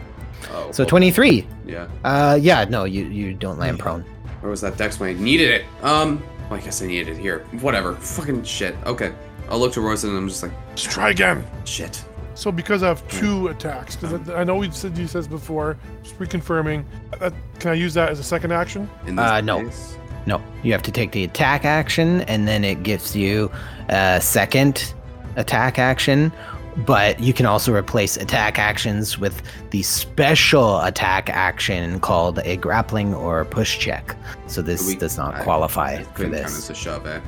B: Oh.
C: So
B: well,
C: 23.
B: Yeah.
C: Uh yeah, no, you you don't land prone.
B: Where was that dex when I needed it? Um. Well, I guess I needed it here. Whatever. Fucking shit. Okay. I'll look to Rosen and I'm just like,
F: Let's try again.
B: shit.
F: So because I have two attacks, because I, I know we said you says before, just reconfirming. Uh, can I use that as a second action?
B: In this
C: Uh, no.
B: case-
C: No, you have to take the attack action and then it gives you a second attack action, but you can also replace attack actions with the special attack action called a grappling or push check. So this
B: We-
C: does
B: I-
C: not qualify
B: It
C: for
B: couldn't count as
C: this.
B: a shove, eh?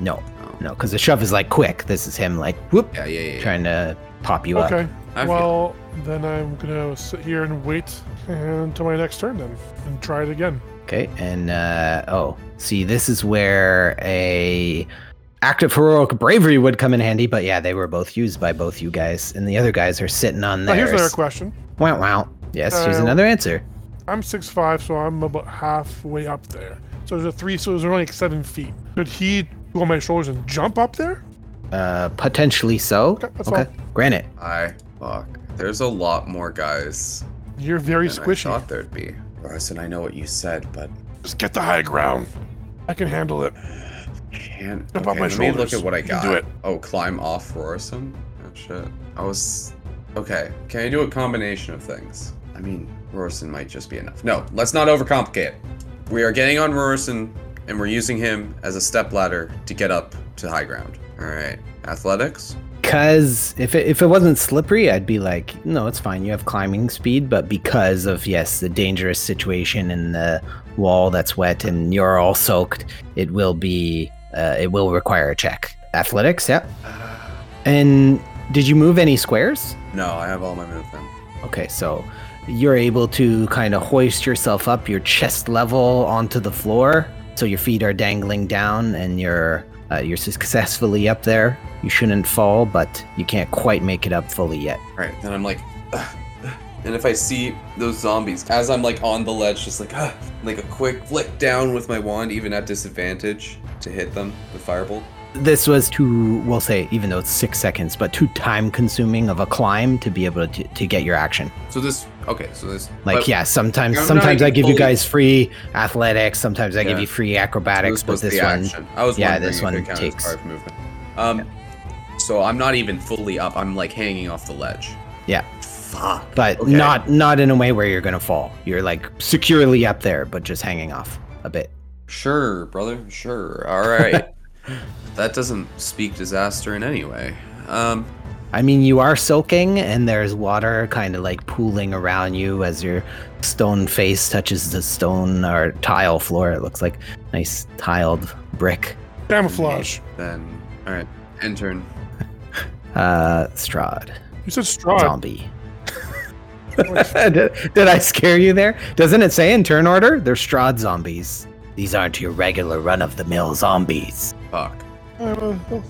C: No.
B: Oh.
C: No, because the shove is like quick. This is him like whoop,
B: Yeah, yeah, yeah. yeah.
C: trying to pop you up.
F: Okay.
B: I feel-
F: Well, then I'm gonna sit here and wait until my next turn then, and try it again.
C: Okay, and uh, oh, see, this is where a act of heroic bravery would come in handy. But yeah, they were both used by both you guys, and the other guys are sitting on
F: Now, Oh, here's
C: theirs.
F: another question.
C: wow, wow. Yes, here's
F: Uh,
C: another answer.
F: I'm six five, so I'm about halfway up there. So there's a three, so there's only like seven feet. Could he go on my shoulders and jump up there?
C: Uh, potentially so.
F: Okay, that's
C: granite.
B: I fuck. There's a lot more guys
F: You're very
B: than I
F: squishy.
B: thought there'd be. Russ, and I know what you said, but
G: Just get the high ground.
F: I can handle it.
B: Can't.
G: Up on my
B: let me look
G: shoulders.
B: at what I
G: You can
B: got.
G: do it.
B: Oh, climb off Roarsome? Oh, shit. I was. Okay. Can I do a combination of things? I mean, Roarson might just be enough. No, let's not overcomplicate it. We are getting on Roarson, and we're using him as a stepladder to get up to high ground. All right. Athletics?
C: Because if it, if it wasn't slippery, I'd be like, no, it's fine. You have climbing speed, but because of yes, the dangerous situation and the wall that's wet and you're all soaked, it will be uh, it will require a check. Athletics, yeah. And did you move any squares?
B: No, I have all my movement.
C: Okay, so you're able to kind of hoist yourself up, your chest level onto the floor, so your feet are dangling down, and you're uh, you're successfully up there. You shouldn't fall, but you can't quite make it up fully yet.
B: All right. Then I'm like. "Ugh, ugh." And if I see those zombies, as I'm like on the ledge, just like, "Ugh," like a quick flick down with my wand, even at disadvantage, to hit them with Firebolt.
C: This was too, we'll say, even though it's six seconds, but too time-consuming of a climb to be able to, to get your action.
B: So this okay, so this
C: Like,
B: but
C: yeah, sometimes
B: I'm not
C: sometimes I
B: even
C: give you
B: fully-
C: guys free athletics, sometimes I give
B: Yeah.
C: you free
B: this
C: acrobatics, but
B: was
C: this
B: the
C: one,
B: action. I was
C: yeah,
B: wondering
C: this
B: if
C: one
B: it counted as
C: takes-
B: part of movement. Um, so I'm not even fully up. I'm like hanging off the ledge.
C: Yeah.
B: Fuck.
C: but
B: Okay.
C: not not in a way where you're gonna fall. You're like securely up there, but just hanging off a bit.
B: Sure, brother. Sure. All right. that doesn't speak disaster in any way. Um,
C: I mean, you are soaking, and there's water kind of like pooling around you as your stone face touches the stone or tile floor. It looks like nice tiled brick.
F: Camouflage.
B: then all right. Intern.
C: Uh, Strahd,
F: You said straw.
C: zombie. did, did I scare you there? Doesn't it say in turn order? They're Strahd zombies. These aren't your regular run of the mill zombies.
B: Fuck.
F: Uh, well,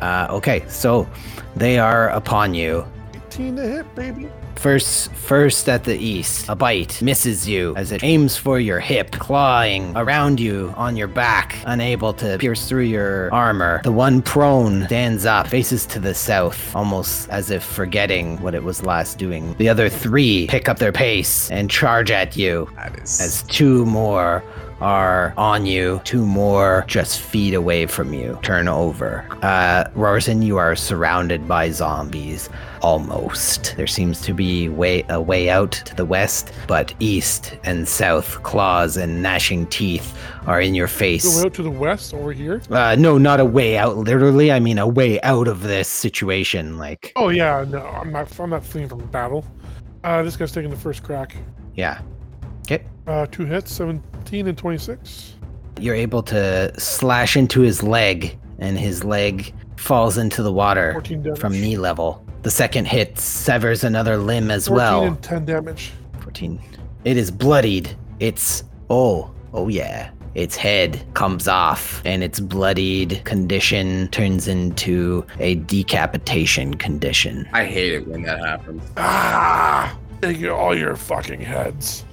C: Uh, okay, so they are upon you.
F: 18 to hit, baby.
C: First, first at the east, a bite misses you as it aims for your hip, clawing around you on your back, unable to pierce through your armor. The one prone stands up, faces to the south, almost as if forgetting what it was last doing. The other three pick up their pace and charge at you
B: That is.
C: as two more are on you, two more just feet away from you. Turn over. Uh, Rorson, you are surrounded by zombies. Almost. There seems to be way a way out to the west, but east and south, claws and gnashing teeth are in your
F: Go
C: face.
F: out to the west over here.
C: Uh, no, not a way out. Literally, I mean a way out of this situation. Like,
F: Oh yeah, no, I'm not. I'm not fleeing from battle. Uh, this guy's taking the first crack.
C: yeah. Okay.
F: Uh, two hits, 17 and 26.
C: You're able to slash into his leg, and his leg falls into the water.
F: 14 damage.
C: from knee level. The second hit severs another limb as
F: 14
C: well.
F: and 10 damage.
C: 14. It is bloodied. It's oh, oh yeah. Its head comes off and its bloodied condition turns into a decapitation condition.
B: I hate it when that happens.
G: Ah!
F: Take all your fucking heads.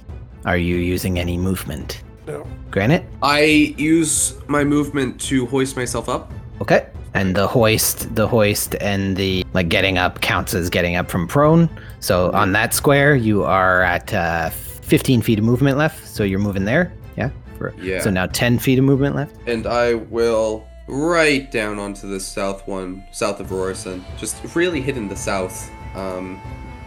C: Are you using any movement?
F: No.
C: Granite?
B: I use my movement to hoist myself up.
C: Okay. And the hoist, the hoist and the like getting up counts as getting up from prone. So on that square, you are at uh, 15 feet of movement left. So you're moving there. Yeah. For-
B: Yeah.
C: So now 10 feet of movement left.
B: and I will right down onto the south one, south of Rorison, just really hitting the south. Um,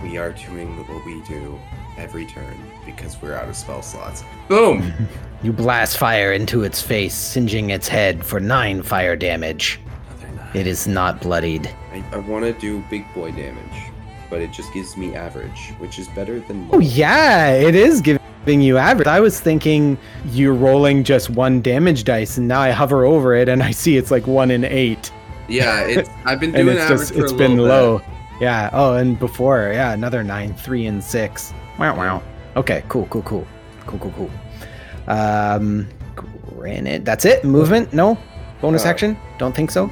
B: we are doing what we do every turn because we're out of spell slots. Boom!
C: You blast fire into its face, singeing its head for nine fire damage.
B: Another nine.
C: It is not bloodied.
B: I, I want to do big boy damage, but it just gives me average, which is better than.
C: Oh
B: low.
C: yeah, it is giving you average. I was thinking you're rolling just one damage dice, and now I hover over it and I see it's like one in eight,
B: Yeah, it's, I've been
C: and
B: doing
C: it's
B: average
C: just
B: for
C: it's
B: a
C: been
B: little
C: low.
B: bit.
C: Yeah. Oh, and before, yeah, another nine, three, and six. Wow, wow. Okay, cool, cool, cool, cool, cool, cool. Um, granted, that's it. Movement? No. Bonus
B: Uh,
C: action? Don't think so.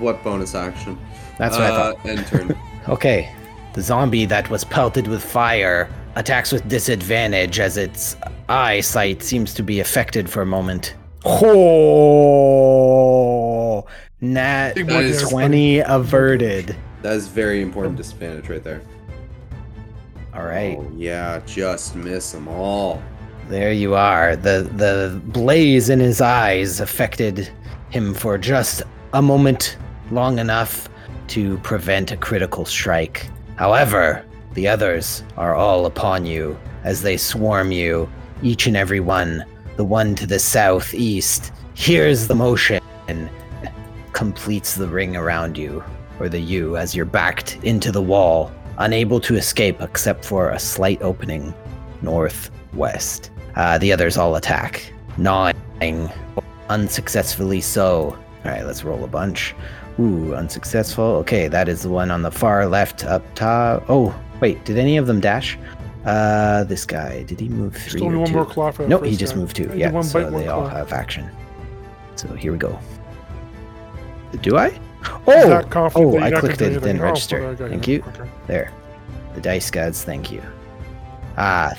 B: What bonus action?
C: That's what I thought.
B: Uh, End turn.
C: Okay. The zombie that was pelted with fire attacks with disadvantage as its eyesight seems to be affected for a moment. Oh, nat
F: Big
B: That
F: boy
B: is
F: damage.
C: 20 averted.
B: that is very important disadvantage right there.
C: All right.
B: Oh, yeah, just miss them all.
C: There you are. The the blaze in his eyes affected him for just a moment long enough to prevent a critical strike. However, the others are all upon you as they swarm you, each and every one. The one to the southeast hears the motion and completes the ring around you, or the you as you're backed into the wall, unable to escape except for a slight opening north, west. Uh, the others all attack, gnawing, unsuccessfully so. All right, let's roll a bunch. Ooh, unsuccessful. Okay, that is the one on the far left up top. Oh, wait, did any of them dash? Uh, this guy, did he move three?
F: Still
C: or
F: only one
C: two?
F: more claw for that
C: Nope,
F: first
C: he just
F: guy.
C: moved two.
F: I did
C: Yeah,
F: one
C: so
F: bite, one
C: they all
F: claw.
C: have action. So here we go. Do I?
F: He's
C: Oh,
F: not confident
C: oh!
F: that you're
C: I
F: not
C: clicked
F: gonna
C: it.
F: do
C: It didn't
F: anything. Oh,
C: register.
F: okay,
C: Thank
F: yeah,
C: you.
F: okay.
C: There, the dice gods. Thank you. Ah,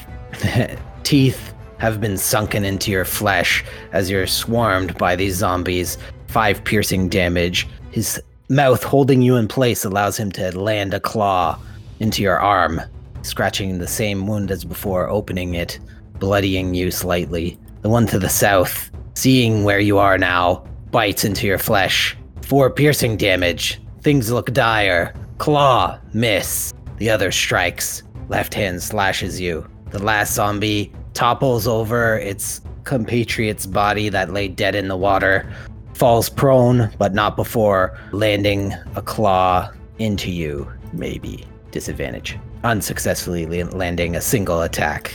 C: teeth have been sunken into your flesh as you're swarmed by these zombies. Five piercing damage. His mouth holding you in place allows him to land a claw into your arm, scratching the same wound as before, opening it, bloodying you slightly. The one to the south, seeing where you are now, bites into your flesh. Four piercing damage. Things look dire. Claw, miss. The other strikes. Left hand slashes you. The last zombie topples over its compatriot's body that lay dead in the water, falls prone, but not before landing a claw into you, maybe. Disadvantage. Unsuccessfully la- landing a single attack.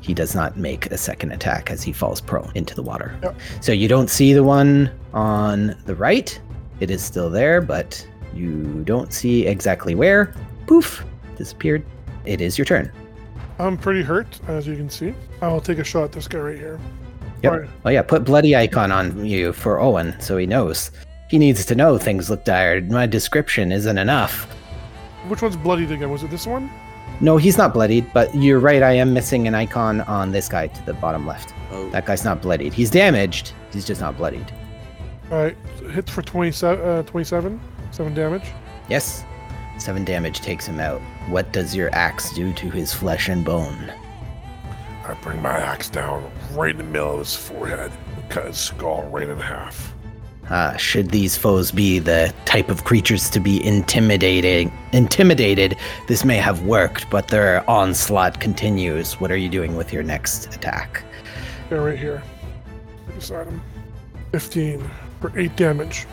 C: He does not make a second attack as he falls prone into the water.
F: Yep.
C: So you don't see the one on the right. It is still there, but you don't see exactly where. Poof, disappeared. It is your turn.
F: I'm pretty hurt, as you can see. I will take a shot at this guy right here.
C: Yep.
F: Alright.
C: Oh yeah, put bloody icon on you for Owen so he knows. He needs to know things look dire. My description isn't enough.
F: Which one's bloodied again? Was it this one?
C: No, he's not bloodied, but you're right. I am missing an icon on this guy to the bottom left.
B: Oh,
C: That guy's not bloodied. He's damaged. He's just not bloodied.
F: All right, hits for 27, uh, 27, seven damage.
C: Yes. Seven damage takes him out. What does your axe do to his flesh and bone?
G: I bring my axe down right in the middle of his forehead and cut his skull right in half.
C: Uh, should these foes be the type of creatures to be intimidating, intimidated, this may have worked, but their onslaught continues. What are you doing with your next attack?
F: They're right here. Right beside him. 15 for eight damage.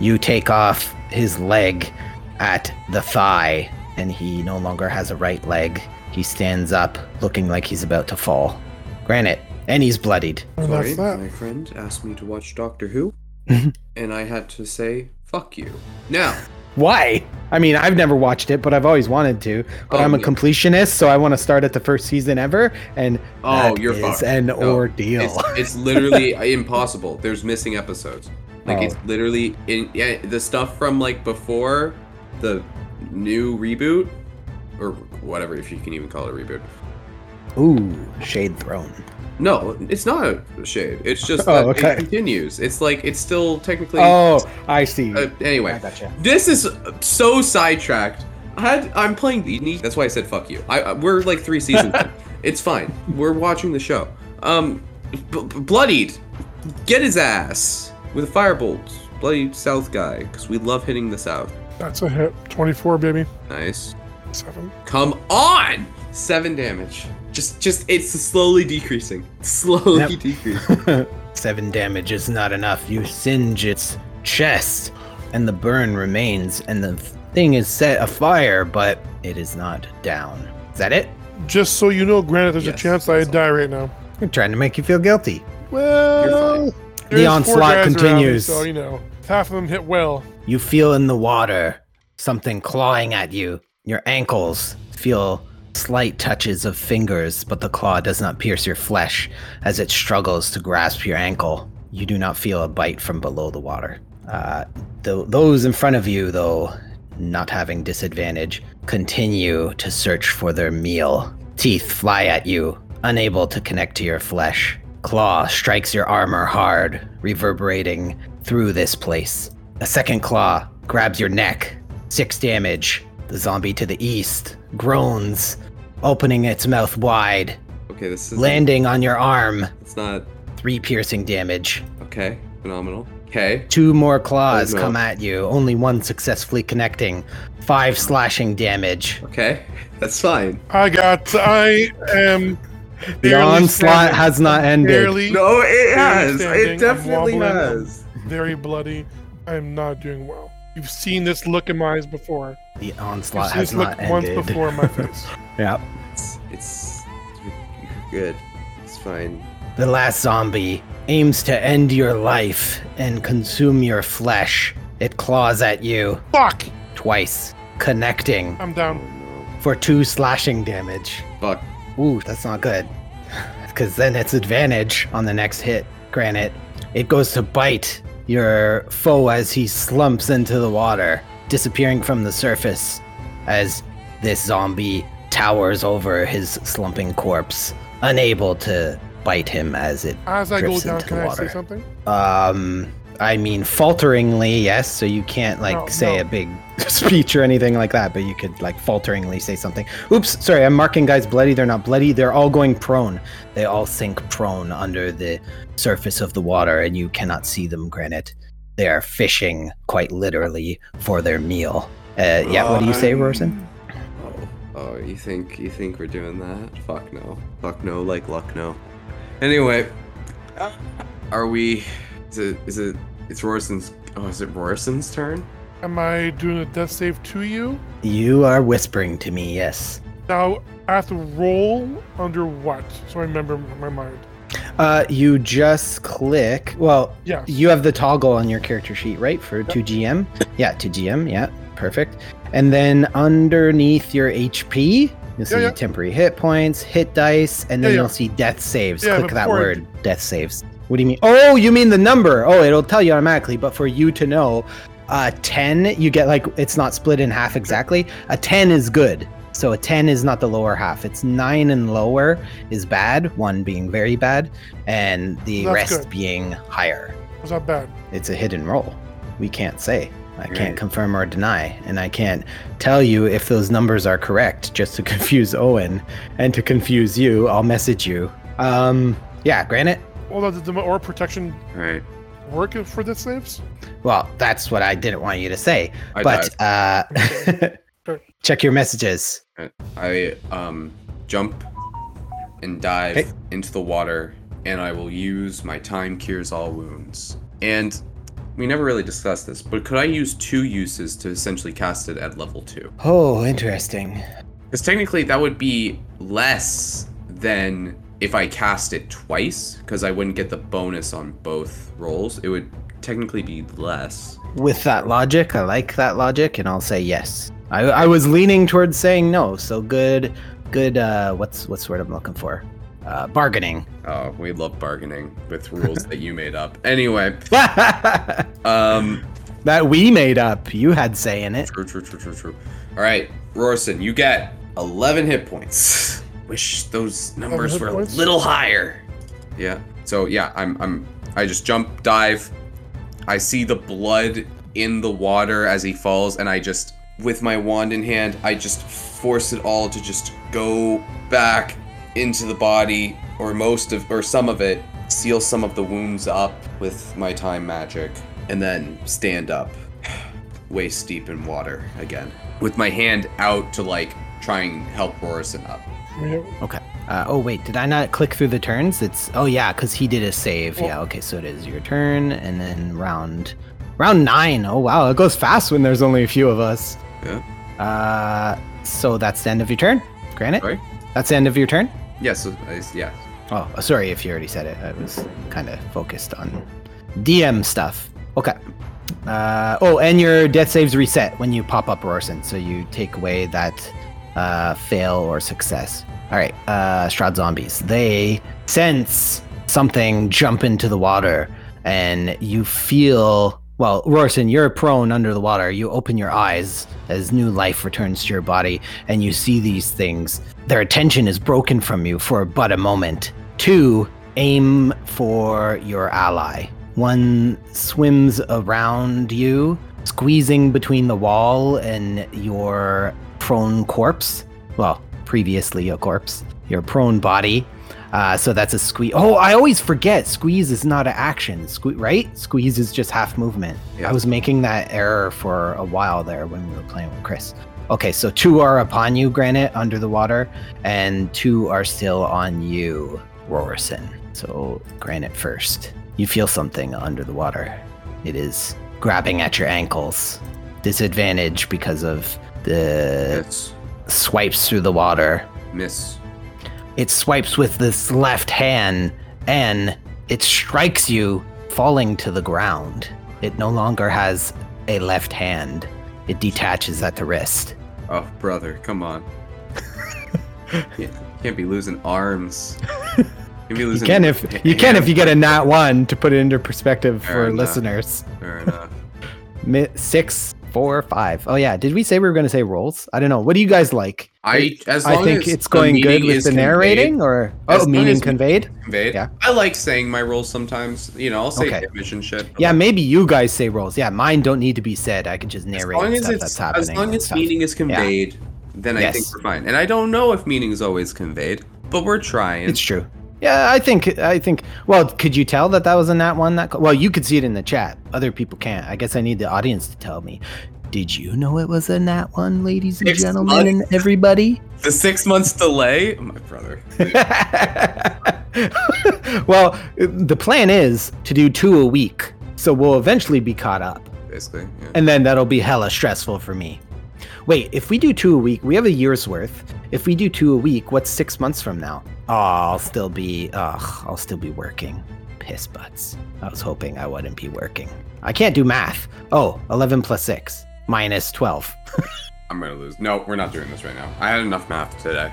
C: You take off his leg at the thigh, and he no longer has a right leg. He stands up, looking like he's about to fall. Granite, and he's bloodied.
F: And
B: Sorry,
F: that's that.
B: my friend asked me to watch Doctor Who,
C: Mm-hmm.
B: and I had to say, fuck you. Now,
C: Why? I mean, I've never watched it, but I've always wanted to. But
B: Oh,
C: I'm a
B: yeah.
C: completionist, so I want to start at the first season ever, and
B: Oh,
C: that
B: you're
C: is
B: fucked.
C: an
B: No,
C: ordeal.
B: it's, it's literally impossible. There's missing episodes. Like, it's
C: Oh.
B: literally in yeah, the stuff from like before the new reboot, or whatever, if you can even call it a reboot.
C: Ooh, Shade Throne.
B: No, it's not a shade. It's just
C: Oh,
B: that
C: okay.
B: it continues. It's like it's still technically.
C: Oh, I see.
B: Uh, anyway,
C: I gotcha.
B: this is so sidetracked. I had, I'm playing the. Need- That's why I said fuck you. I, I- we're like three seasons. in. It's fine. We're watching the show. Um, b- b- bloodied. Get his ass with a firebolt. Bloody South guy, because we love hitting the South.
F: That's a hit. 24, baby.
B: Nice.
F: Seven.
B: Come on. Seven damage. Just, just it's slowly decreasing. Slowly
C: Yep.
B: decreasing.
C: Seven damage is not enough. You singe its chest, and the burn remains, and the thing is set afire, but it is not down. Is that it?
F: Just so you know, granted, there's
B: Yes,
F: a chance I
B: that's all.
F: die right now.
C: I'm trying to make you feel guilty.
F: Well,
C: The
F: there's four
C: onslaught
F: guys around me,
C: continues.
F: so, you know, half of them hit well.
C: You feel in the water something clawing at you. Your ankles feel slight touches of fingers, but the claw does not pierce your flesh as it struggles to grasp your ankle. You do not feel a bite from below the water. Uh, th- those in front of you, though, not having disadvantage, continue to search for their meal. Teeth fly at you, unable to connect to your flesh. Claw strikes your armor hard, reverberating through this place. A second claw grabs your neck. Six damage. The zombie to the east groans, opening its mouth wide,
B: Okay, this is
C: Landing on your arm,
B: It's not
C: three piercing damage.
B: okay. Phenomenal. Okay.
C: Two more claws
B: Oh, no.
C: come at you, only one successfully connecting. Five slashing damage.
B: Okay. That's fine.
F: I got. I am.
C: The
F: barely
C: onslaught
F: standing,
C: has not ended.
F: Barely,
B: No, it has.
F: standing,
B: It
F: I'm
B: definitely
F: wobbling.
B: has.
F: very bloody. I'm not doing well. You've seen this look in my eyes before.
C: The
F: You've
C: onslaught
F: seen
C: has
F: this look
C: not
F: once
C: ended.
F: before in my face.
C: Yeah.
B: It's, it's you're good. It's fine.
C: The last zombie aims to end your life and consume your flesh. It claws at you
F: Fuck!
C: twice, connecting
F: I'm
B: Oh,
F: down.
B: no.
C: for two slashing damage.
B: Fuck.
C: Ooh, that's not good. Because then it's advantage on the next hit, Granite. It goes to bite your foe as he slumps into the water, disappearing from the surface as this zombie towers over his slumping corpse, unable to bite him as it.
F: As I go
C: Drifts
F: down,
C: into
F: can
C: the
F: I
C: water.
F: say something?
C: Um, I mean, falteringly, yes, so you can't, like,
F: No,
C: say
F: no.
C: a big speech or anything like that, but you could, like, falteringly say something. Oops, sorry, I'm marking guys bloody. They're not bloody. They're all going prone. They all sink prone under the surface of the water, and you cannot see them, Granite. They are fishing, quite literally, for their meal. Uh, yeah, what do you say,
B: Um,
C: Rorson?
B: Oh, oh, you think you think we're doing that? Fuck no. Fuck no. Like luck no. Anyway, are we? Is it? Is it? It's Rorson's. Oh, is it Rorson's turn?
F: Am I doing a death save to you?
C: You are whispering to me, yes.
F: Now, I have to roll under what? So I remember in my mind.
C: Uh, you just click. Well,
F: Yes.
C: You have the toggle on your character sheet, right? For 2GM? Yeah, 2GM. Yeah, perfect. And then underneath your HP, you'll see
F: Yeah, yeah.
C: temporary hit points, hit dice, and then
F: Yeah, yeah.
C: you'll see death saves.
F: Yeah,
C: Click
F: but
C: that
F: for-
C: word, death saves. What do you mean? Oh, you mean the number. Oh, it'll tell you automatically. But for you to know, uh, 10, you get like, it's not split in half exactly. A 10 is good. So a 10 is not the lower half. It's 9 and lower is bad, 1 being very bad, and the
F: That's
C: rest
F: good.
C: being higher
F: It's not bad.
C: it's a hidden roll. We can't say. I can't
B: Right.
C: confirm or deny, and I can't tell you if those numbers are correct just to confuse Owen and to confuse you. I'll message you. Um, yeah, granite.
F: Well, does the aura protection
B: All right.
F: work for death saves?
C: Well, that's what I didn't want you to say,
B: I
C: but uh,
F: Sure.
C: check your messages.
B: I um jump and dive
C: Okay.
B: into the water, and I will use my time cures all wounds. And we never really discussed this, but could I use two uses to essentially cast it at level two?
C: Oh, interesting.
B: Because technically, that would be less than if I cast it twice, because I wouldn't get the bonus on both rolls. It would technically be less.
C: With that logic, I like that logic, and I'll say yes. I, I was leaning towards saying no. So good, good. Uh, what's what's the word I'm looking for? Uh, bargaining.
B: Oh, we love bargaining with rules that you made up. Anyway, um,
C: that we made up. You had say in it.
B: True, true, true, true, true. All right, Rorson, you get 11 hit points. Wish those numbers
F: hit
B: were
F: points?
B: a little higher. Yeah. So yeah, I'm I'm I just jump, dive. I see the blood in the water as he falls and I just with my wand in hand, I just force it all to just go back into the body or most of or some of it, seal some of the wounds up with my time magic and then stand up waist deep in water again, with my hand out to like try and help Rorison up.
F: We have-
C: Uh, oh wait, did I not click through the turns? It's oh yeah, because he did a save. Yeah, okay, so it is your turn, and then round, round nine. Oh wow, it goes fast when there's only a few of us.
B: Yeah.
C: Uh, so that's the end of your turn, Granite.
B: Sorry?
C: That's the end of your turn.
B: Yes, I, yeah.
C: Oh, sorry if you already said it. I was kind of focused on DM stuff. Okay. Uh, oh, and your death saves reset when you pop up Rorson, so you take away that uh, fail or success. All right, uh, Shroud Zombies. They sense something jump into the water, and you feel. Well, Rorson, you're prone under the water. You open your eyes as new life returns to your body, and you see these things. Their attention is broken from you for but a moment. Two, aim for your ally. One swims around you, squeezing between the wall and your prone corpse. Well, previously a corpse, your prone body, Uh, so that's a squeeze. Oh, I always forget. Squeeze is not an action. Sque- right? Squeeze is just half movement.
B: Yeah.
C: I was making that error for a while there when we were playing with Chris. Okay, so two are upon you, Granite, under the water, and two are still on you, Roarson. So, Granite first. You feel something under the water. It is grabbing at your ankles. Disadvantage because of the
B: It's
C: swipes through the water.
B: miss.
C: It swipes with this left hand and it strikes you, falling to the ground. It no longer has a left hand, it detaches at the wrist.
B: Oh, brother, come on. can't, can't be losing arms. Can't be
C: You
B: losing.
C: can if you can if you get a
B: nap.
C: nat one to put it into perspective
B: Fair
C: for
B: enough.
C: listeners.
B: Fair enough.
C: Mi- Six, four, five. Oh yeah, did we say we were going to say rolls? I don't know. What do you guys like?
B: I as long
C: I think
B: as
C: it's
B: the
C: going good
B: meaning
C: with
B: is
C: the narrating, or
B: As
C: oh,
B: long
C: meaning
B: as-
C: conveyed.
B: conveyed.
C: Yeah.
B: I like saying my roles sometimes. You know, I'll say
C: Okay.
B: damage and shit. but
C: Yeah, maybe you guys say rolls. Yeah, mine don't need to be said. I can just
B: as
C: narrate
B: long as
C: stuff
B: it's
C: that's happening.
B: as long
C: and
B: as
C: stuff.
B: meaning is conveyed, then I think
C: Yes.
B: we're fine. And I don't know if meaning is always conveyed, but we're trying.
C: It's true. Yeah, I think I think. Well, could you tell that that was a nat one? That well, you could see it in the chat. Other people can't. I guess I need the audience to tell me. Did you know it was a nat one, ladies and
B: It's
C: gentlemen, and everybody?
B: the six months delay, my brother.
C: well, the plan is to do two a week, so we'll eventually be caught up,
B: Basically, yeah.
C: and then that'll be hella stressful for me. Wait, if we do two a week, we have a year's worth. If we do two a week, what's six months from now? Oh, I'll still be, ugh, I'll still be working. Piss butts. I was hoping I wouldn't be working. I can't do math. Oh, 11 plus 6 minus 12.
B: I'm gonna lose. No, we're not doing this right now. I had enough math today.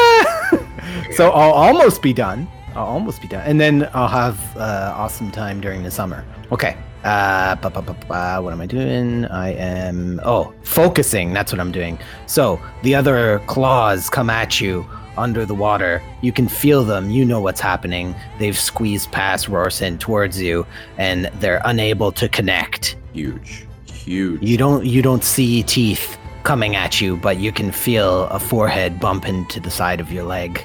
C: so I'll almost be done. I'll almost be done, and then I'll have uh, awesome time during the summer. Okay. Uh, ba, ba, ba, ba, what am I doing? I am oh focusing. That's what I'm doing. So the other claws come at you under the water. You can feel them. You know what's happening. They've squeezed past Rorson towards you, and they're unable to connect.
B: Huge, huge.
C: You don't you don't see teeth coming at you, but you can feel a forehead bump into the side of your leg.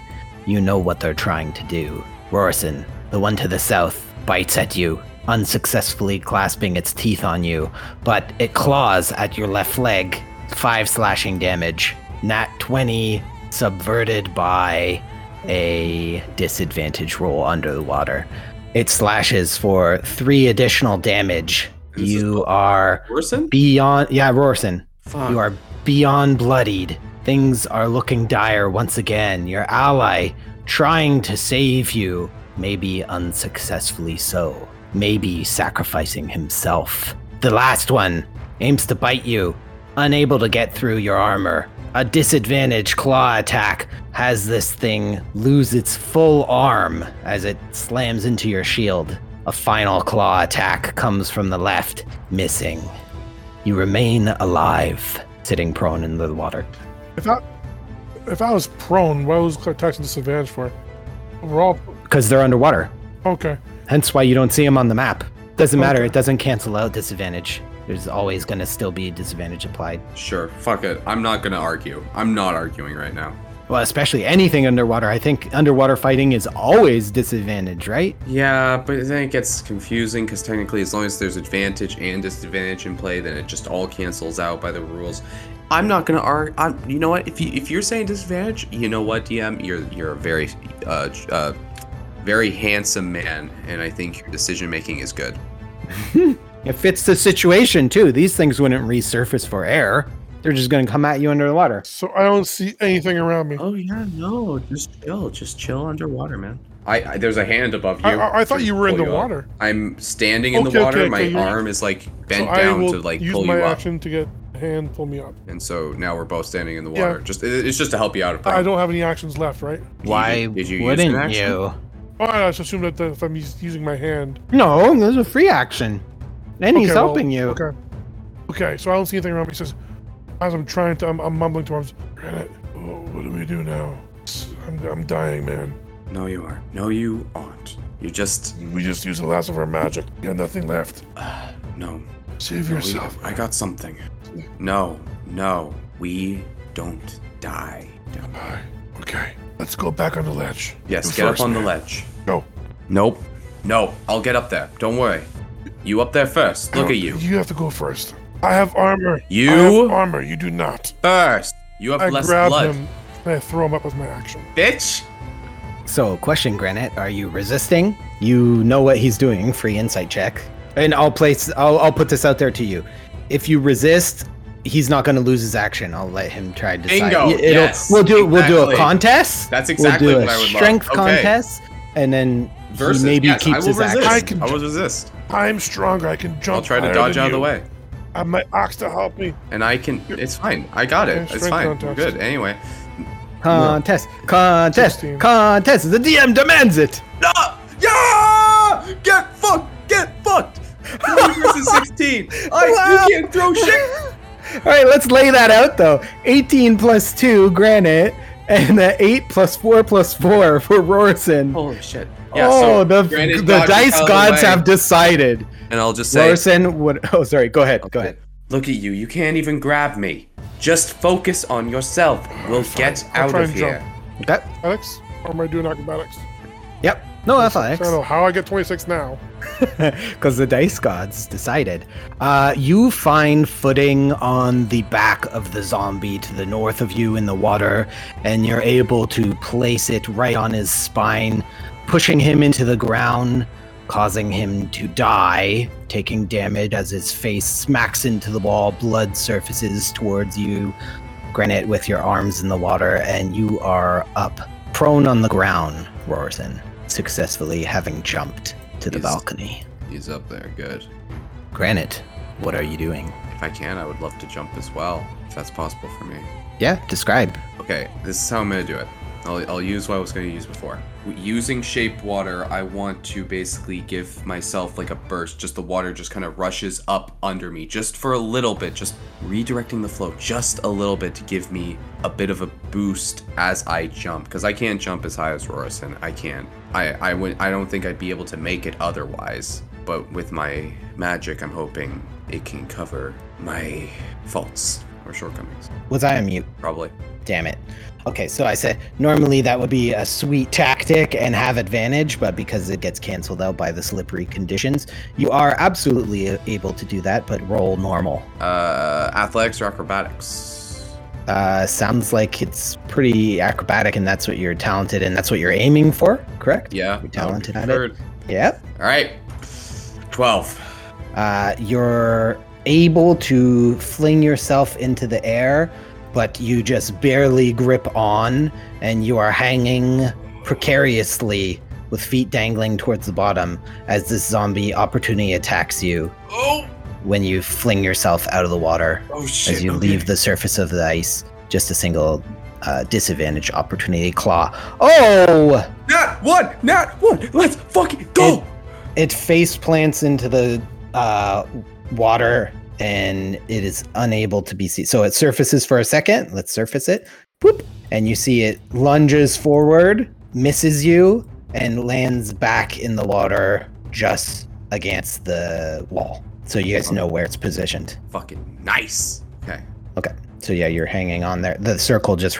C: You know what they're trying to do. Rorison, the one to the south, bites at you, unsuccessfully clasping its teeth on you, but it claws at your left leg, five slashing damage. Nat 20 subverted by a disadvantage roll under the water. It slashes for three additional damage.
B: This is-
C: You are
B: Orson?
C: beyond yeah rorson
B: Fuck.
C: you are beyond bloodied things are looking dire once again your ally trying to save you maybe unsuccessfully so maybe sacrificing himself the last one aims to bite you unable to get through your armor a disadvantage claw attack has this thing lose its full arm as it slams into your shield a final claw attack comes from the left missing you remain alive, sitting prone in the water.
F: If I if I was prone, why was attacks and disadvantage for? We're all
C: Because they're underwater.
F: okay.
C: Hence why you don't see them on the map. Doesn't matter,
F: Okay.
C: it doesn't cancel out disadvantage. There's always going to still be a disadvantage applied.
B: Sure. Fuck it. I'm not gonna argue. I'm not arguing right now.
C: Well, especially anything underwater. I think underwater fighting is always disadvantage, right?
B: Yeah, but then it gets confusing because technically, as long as there's advantage and disadvantage in play, then it just all cancels out by the rules. I'm not gonna argue. I'm, you know what? If you if you're saying disadvantage, you know what, DM, you're you're a very, uh, j- uh, very handsome man, and I think your decision making is good.
C: It fits the situation, too. These things wouldn't resurface for air. They're just going to come at you under the water.
F: So I don't see anything around me.
B: Oh yeah, no, just chill, just chill underwater, man. I, I there's a hand above you.
F: I, I, I thought you were in
B: Pull
F: the
B: up.
F: water.
B: I'm standing in
F: Okay,
B: the water.
F: okay, okay,
B: My
F: you're-
B: arm is like
F: So
B: bent
F: I
B: down
F: will
B: to like
F: use
B: pull you
F: my
B: up.
F: action to get a hand pull me up.
B: and so now we're both standing in the
F: Yeah.
B: water. Just it- it's just to help you out.
F: I don't have any actions left, right?
C: Why
B: did you use an
C: wouldn't
B: action?
C: you?
F: Oh, I just assume that if I'm us- using my hand,
C: No, there's a free action. And he's
F: Okay, well,
C: helping you.
F: Okay. Okay, so I don't see anything around me. He says, as I'm trying to, I'm, I'm mumbling to him. Granite, oh,
G: Wh- What do we do now? S- I'm, I'm dying, man.
B: No, you are. No, you aren't. You just
G: We just used the last of our magic. We got nothing left.
B: no. No,
G: Save
B: we-
G: yourself.
B: I got something. No, no, we don't die. Don't-
G: Okay. Let's go back on the ledge.
B: Yes,
G: You
B: get up
G: first,
B: on the
G: man.
B: ledge.
G: Go.
B: Nope. No, I'll get up there. Don't worry. You up there first. Look
G: No,
B: at you.
G: You have to go first. I have armor. I
B: You?
G: have armor. You do not.
B: First. You have
F: I
B: less
F: grab
B: blood.
F: him and I throw him up with my action.
B: Bitch.
C: So, question, Granite, are you resisting? You know what he's doing. Free insight check. And I'll place. I'll, I'll put this out there to you. If you resist, he's not going to lose his action. I'll let him try to decide.
B: Bingo,
C: Y- it'll-
B: yes,
C: we'll do. We'll do
B: exactly.
C: a contest.
B: That's exactly
C: we'll do
B: what
C: a
B: I would love.
C: strength
B: Okay.
C: contest, and then
B: Versus.
C: he maybe
B: yes, I
C: keeps
B: will
C: his
B: resist.
F: I
C: action.
F: can
B: I will resist.
F: I'm stronger. I can jump.
B: I'll try to
F: higher
B: dodge
F: than
B: out of the
F: you.
B: way.
F: I have my axe to help me.
B: And I can. It's fine. I got
F: Yeah,
B: it. It's
F: strength
B: fine. We're
F: contest.
B: good. Anyway.
C: Contest. Contest.
F: 16.
C: Contest. The DM demands it.
B: No! Yeah! Get fucked! Get fucked! 20 versus 16!
C: Wow.
B: You can't throw shit!
C: All right, let's lay that out though. 18 plus 2, Granite, and uh, 8 plus 4 plus 4 for Rorson.
B: Holy shit.
C: oh,
B: so
C: the,
B: Brandon
C: the
B: dodges
C: dice
B: out of the
C: gods
B: way,
C: have decided.
B: And I'll just say,
C: Rorson would. Oh, sorry. Go ahead. Go ahead.
B: Look at you. You can't even grab me. Just focus on yourself. We'll get
F: I'll
B: out
F: try
B: of
F: and
B: here.
C: Okay.
F: Alex, or am I doing acrobatics?
C: Yep. No, that's
F: I don't know how I get 26 now.
C: because the dice gods decided. Uh, you find footing on the back of the zombie to the north of you in the water, and you're able to place it right on his spine, pushing him into the ground, causing him to die, taking damage as his face smacks into the wall, blood surfaces towards you, granite with your arms in the water, and you are up, prone on the ground, Rorson, successfully having jumped to the
B: Is-
C: balcony.
B: He's up there. Good.
C: Granite, what are you doing?
B: If I can, I would love to jump as well, if that's possible for me.
C: Yeah, describe.
B: Okay, this is how I'm gonna do it. I'll, I'll use what I was gonna use before. W- Using shape water, I want to basically give myself like a burst. Just the water just kind of rushes up under me, just for a little bit, just redirecting the flow just a little bit to give me a bit of a boost as I jump, because I can't jump as high as Rorison. I can't. I I would. I don't think I'd be able to make it otherwise. But with my magic, I'm hoping it can cover my faults or shortcomings.
C: Was I on mute?
B: Probably.
C: Damn it. Okay, so I said normally that would be a sweet tactic and have advantage, but because it gets canceled out by the slippery conditions, you are absolutely able to do that, but roll normal.
B: Uh, athletics or acrobatics?
C: Uh, sounds like it's pretty acrobatic, and that's what you're talented, and that's what you're aiming for, correct?
B: Yeah.
C: You're talented at it.
B: Third.
C: Yep.
B: All right. 12.
C: Uh, you're able to fling yourself into the air, but you just barely grip on, and you are hanging precariously with feet dangling towards the bottom as this zombie opportunity attacks you
B: Oh,
C: when you fling yourself out of the water
B: oh shit.
C: as you
B: okay.
C: leave the surface of the ice. Just a single uh, disadvantage opportunity claw. Oh!
B: Nat one, nat one. Let's fucking go.
C: It face plants into the uh, water and it is unable to be seen. So it surfaces for a second. Let's surface it. Boop. And you see it lunges forward, misses you, and lands back in the water just against the wall. So you guys know where it's positioned.
B: Fucking nice. Okay.
C: So yeah, you're hanging on there. The circle just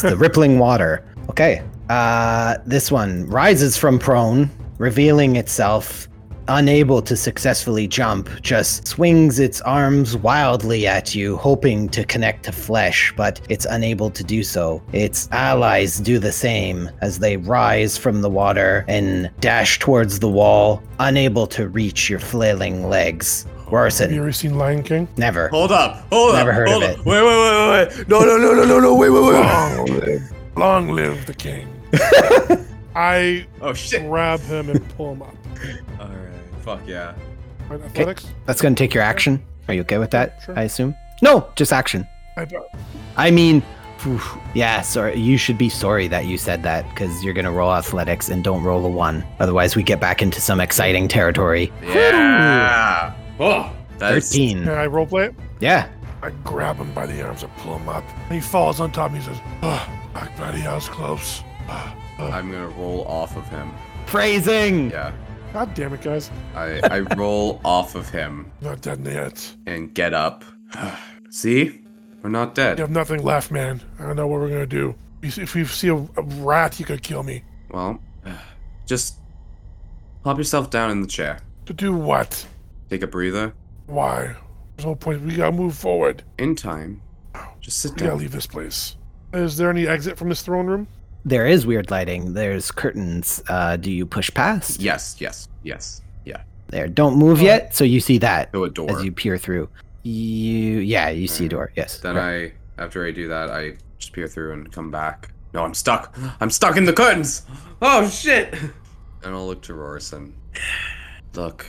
C: the rippling water. Okay. Uh, this one rises from prone, revealing itself. Unable to successfully jump, just swings its arms wildly at you, hoping to connect to flesh, but it's unable to do so. Its allies do the same as they rise from the water and dash towards the wall, unable to reach your flailing legs.
F: Have you
C: Worsen,
F: ever seen Lion King?
C: never.
B: Hold up. Hold
C: Never
B: up.
C: heard of
B: hold
C: it.
B: up. Wait, wait, wait, wait, wait. No, no, no, no, no, no. Wait, wait, wait.
G: Long live, long live the king.
F: I
B: Oh shit.
F: grab him and pull him up.
B: All right. Fuck yeah.
F: Right, athletics?
C: That's going to take your action. Are you okay with that?
F: Sure.
C: I assume. No, just action.
F: I bet.
C: I mean, phew, yeah. Sorry, you should be sorry that you said that because you're going to roll athletics and don't roll a one. Otherwise, we get back into some exciting territory.
B: Yeah. Oh, that's
C: Thirteen.
F: Can I roleplay it?
C: Yeah.
G: I grab him by the arms and pull him up.
F: And he falls on top. And he says,
G: Ugh, I'm glad he was close. Ugh.
B: I'm gonna roll off of him.
C: Praising.
B: Yeah.
F: God damn it, guys.
B: I I roll off of him
G: Not dead yet.
B: and get up. See, we're not dead.
F: You have nothing left, man. I don't know what we're going to do. If if we see a, a rat, you could kill me.
B: Well, just plop yourself down in the chair.
F: To do what?
B: Take a breather.
F: Why? There's no point. We gotta move forward.
B: In time, just sit
F: We gotta
B: down.
F: leave this place. Is there any exit from this throne room?
C: There is weird lighting. There's curtains. Uh, do you push past?
B: Yes, yes, yes. Yeah.
C: There. Don't move yet. So you see that
B: To a Oh. door.
C: as you peer through. You yeah, you see a door. Yes.
B: Then
C: Right.
B: I, after I do that, I just peer through and come back. No, I'm stuck. I'm stuck in the curtains. Oh shit! And I'll look to Rorison. Look,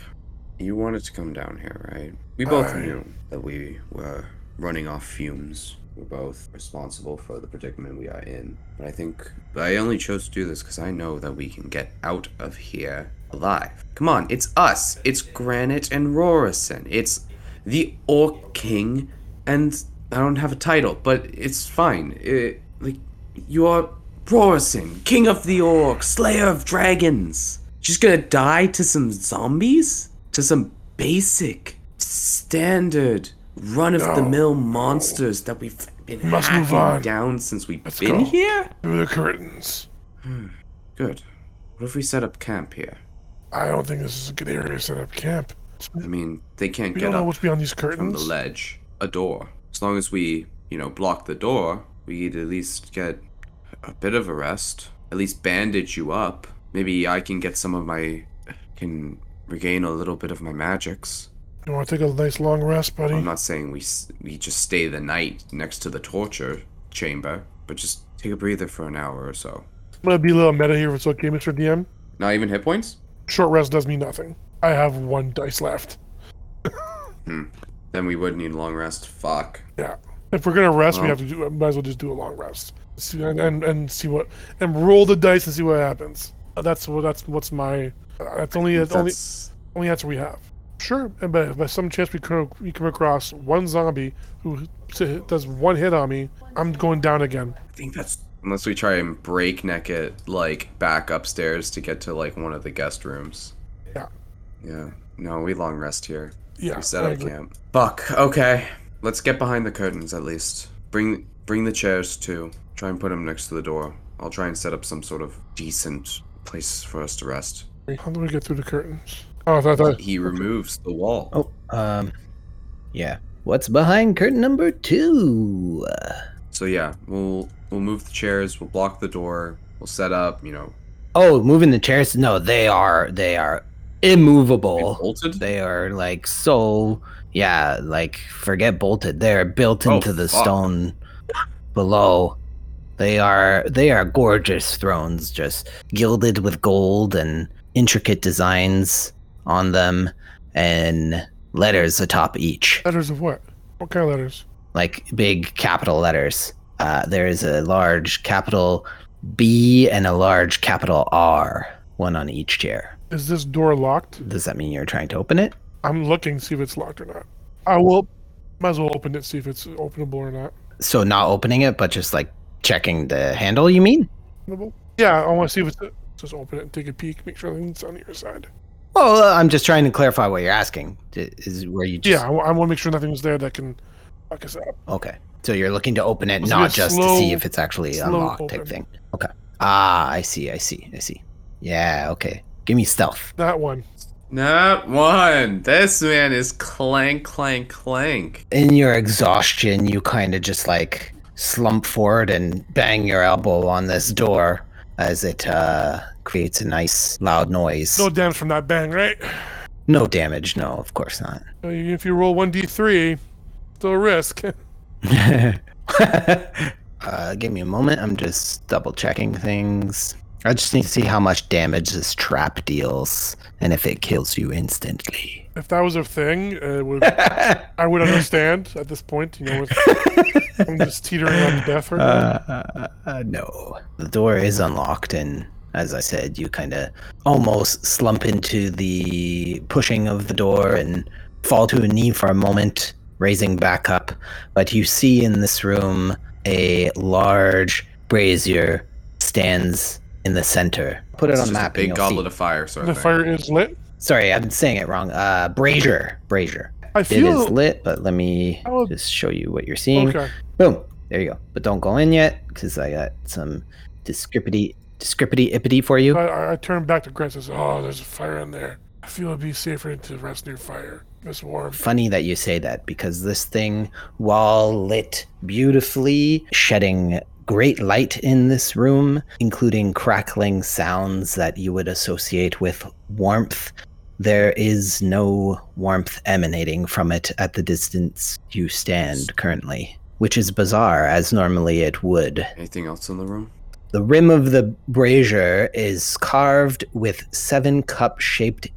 B: you wanted to come down here, right? We both
F: I-
B: knew that we were running off fumes. We're both responsible for the predicament we are in. But I think but I only chose to do this because I know that we can get out of here alive. Come on, it's us. It's Granite and Rorison. It's the Orc King, and I don't have a title, but it's fine. It, like, you are Rorison, King of the Orcs, Slayer of Dragons. Just gonna die to some zombies? To some basic, standard, run of the mill monsters that we've been
F: Must move
B: hacking
F: on.
B: down since we've
G: Let's
B: been
G: go.
B: here?
G: Through the curtains.
B: Good. What if we set up camp here?
F: I don't think this is a good area to set up camp.
B: I mean, they can't
F: We
B: get
F: don't know
B: up.
F: what's beyond these
B: from the
F: curtains.
B: ledge a door. As long as we, you know, block the door, we could at least get a bit of a rest. At least bandage you up. Maybe I can get some of my can regain a little bit of my magics.
F: You want to take a nice long rest, buddy?
B: I'm not saying we s- we just stay the night next to the torture chamber, but just take a breather for an hour or so.
F: I'm gonna be a little meta here if it's okay, Mr. DM.
B: Not even hit points?
F: Short rest does me nothing. I have one dice left.
B: Then we would need a long rest. Fuck.
F: Yeah. If we're gonna rest, we
B: Well-
F: have to do. Might as well just do a long rest. See, and, and and see what and roll the dice and see what happens. Uh, That's what that's what's my. Uh, that's only that's only
B: That's
F: only answer we have. Sure, and by, by some chance we come we come across one zombie who s- does one hit on me. I'm going down again.
B: I think that's unless we try and breakneck it like back upstairs to get to like one of the guest rooms.
F: Yeah.
B: Yeah. No, we long rest here.
F: Yeah,
B: we set
F: I
B: up
F: agree.
B: camp. Fuck. Okay. Let's get behind the curtains at least. Bring bring the chairs too. Try and put them next to the door. I'll try and set up some sort of decent place for us to rest.
F: How do we get through the curtains? Oh, I thought, I thought
B: He removes the wall.
C: Oh, um, yeah. What's behind curtain number two?
B: So yeah, we'll we'll move the chairs. We'll block the door. We'll set up. You know,
C: Oh, moving the chairs. No, they are they are
B: we
C: immovable.
B: bolted.
C: They are like so. Yeah, like forget bolted. They're built
B: Oh,
C: into the
B: fuck.
C: stone below. They are they are gorgeous thrones, just gilded with gold and intricate designs on them, and letters atop each.
F: letters of what? What kind of letters?
C: like big capital letters. Uh, there is a large capital B and a large capital R, one on each chair.
F: Is this door locked?
C: Does that mean you're trying to open it?
F: I'm looking to see if it's locked or not. I will. Might as well open it, see if it's openable or not.
C: So not opening it, but just like checking the handle. You mean?
F: Openable? Yeah, I want to see if it's. Just open it and take a peek, make sure everything's on your side.
C: Well, uh, I'm just trying to clarify what you're asking. D- Is where you
F: Yeah,
C: just
F: I, want to make sure nothing's there that can fuck us up.
C: okay? So you're looking to open it,
F: Must be a
C: not just to see
F: slow-
C: if it's actually
F: slow
C: unlocked type
F: open.
C: thing. Okay. Ah, I see. I see. I see. Yeah. Okay. Give me stealth.
F: That one.
B: Not one. This man is clank, clank, clank.
C: in your exhaustion, you kind of just like slump forward and bang your elbow on this door as it uh, creates a nice loud noise.
F: No
C: No,
F: damage from that bang, right?
C: damage, no, of course not.
F: Uh, If you roll 1d3, still a risk.
C: uh, give me a moment. I'm just double checking things. I just need to see how much damage this trap deals and if it kills you instantly.
F: If that was a thing, uh, it would, I would understand at this point. You know, with- I'm just teetering on death. Right now.
C: uh, uh, no. The door is unlocked, and as I said, you kind of almost slump into the pushing of the door and fall to a knee for a moment, raising back up. But you see in this room a large brazier stands in the center. Put it
B: It's
C: on the
B: just a
C: map. and
B: Big
C: you'll
B: goblet
C: see.
B: of fire,
C: Uh,
B: sort
F: the
B: of thing.
F: fire is lit.
C: Sorry, I'm saying it wrong. Uh, brazier, brazier.
F: I
C: It is
F: feel.
C: lit, but let me
F: I will-
C: just show you what you're seeing.
F: Okay.
C: Boom. There you go. But don't go in yet, because I got some discrepity, discrepity ippity for you.
F: I- I, I turn back to Grant and says,
G: Oh, there's a fire in there.
F: I feel it'd be safer to rest near fire. It's warm.
C: Funny that you say that, because this thing, while lit beautifully, shedding great light in this room, including crackling sounds that you would associate with warmth, there is no warmth emanating from it at the distance you stand currently, which is bizarre, as normally it would.
B: Anything else in the room?
C: The rim of the brazier is carved with seven cup shaped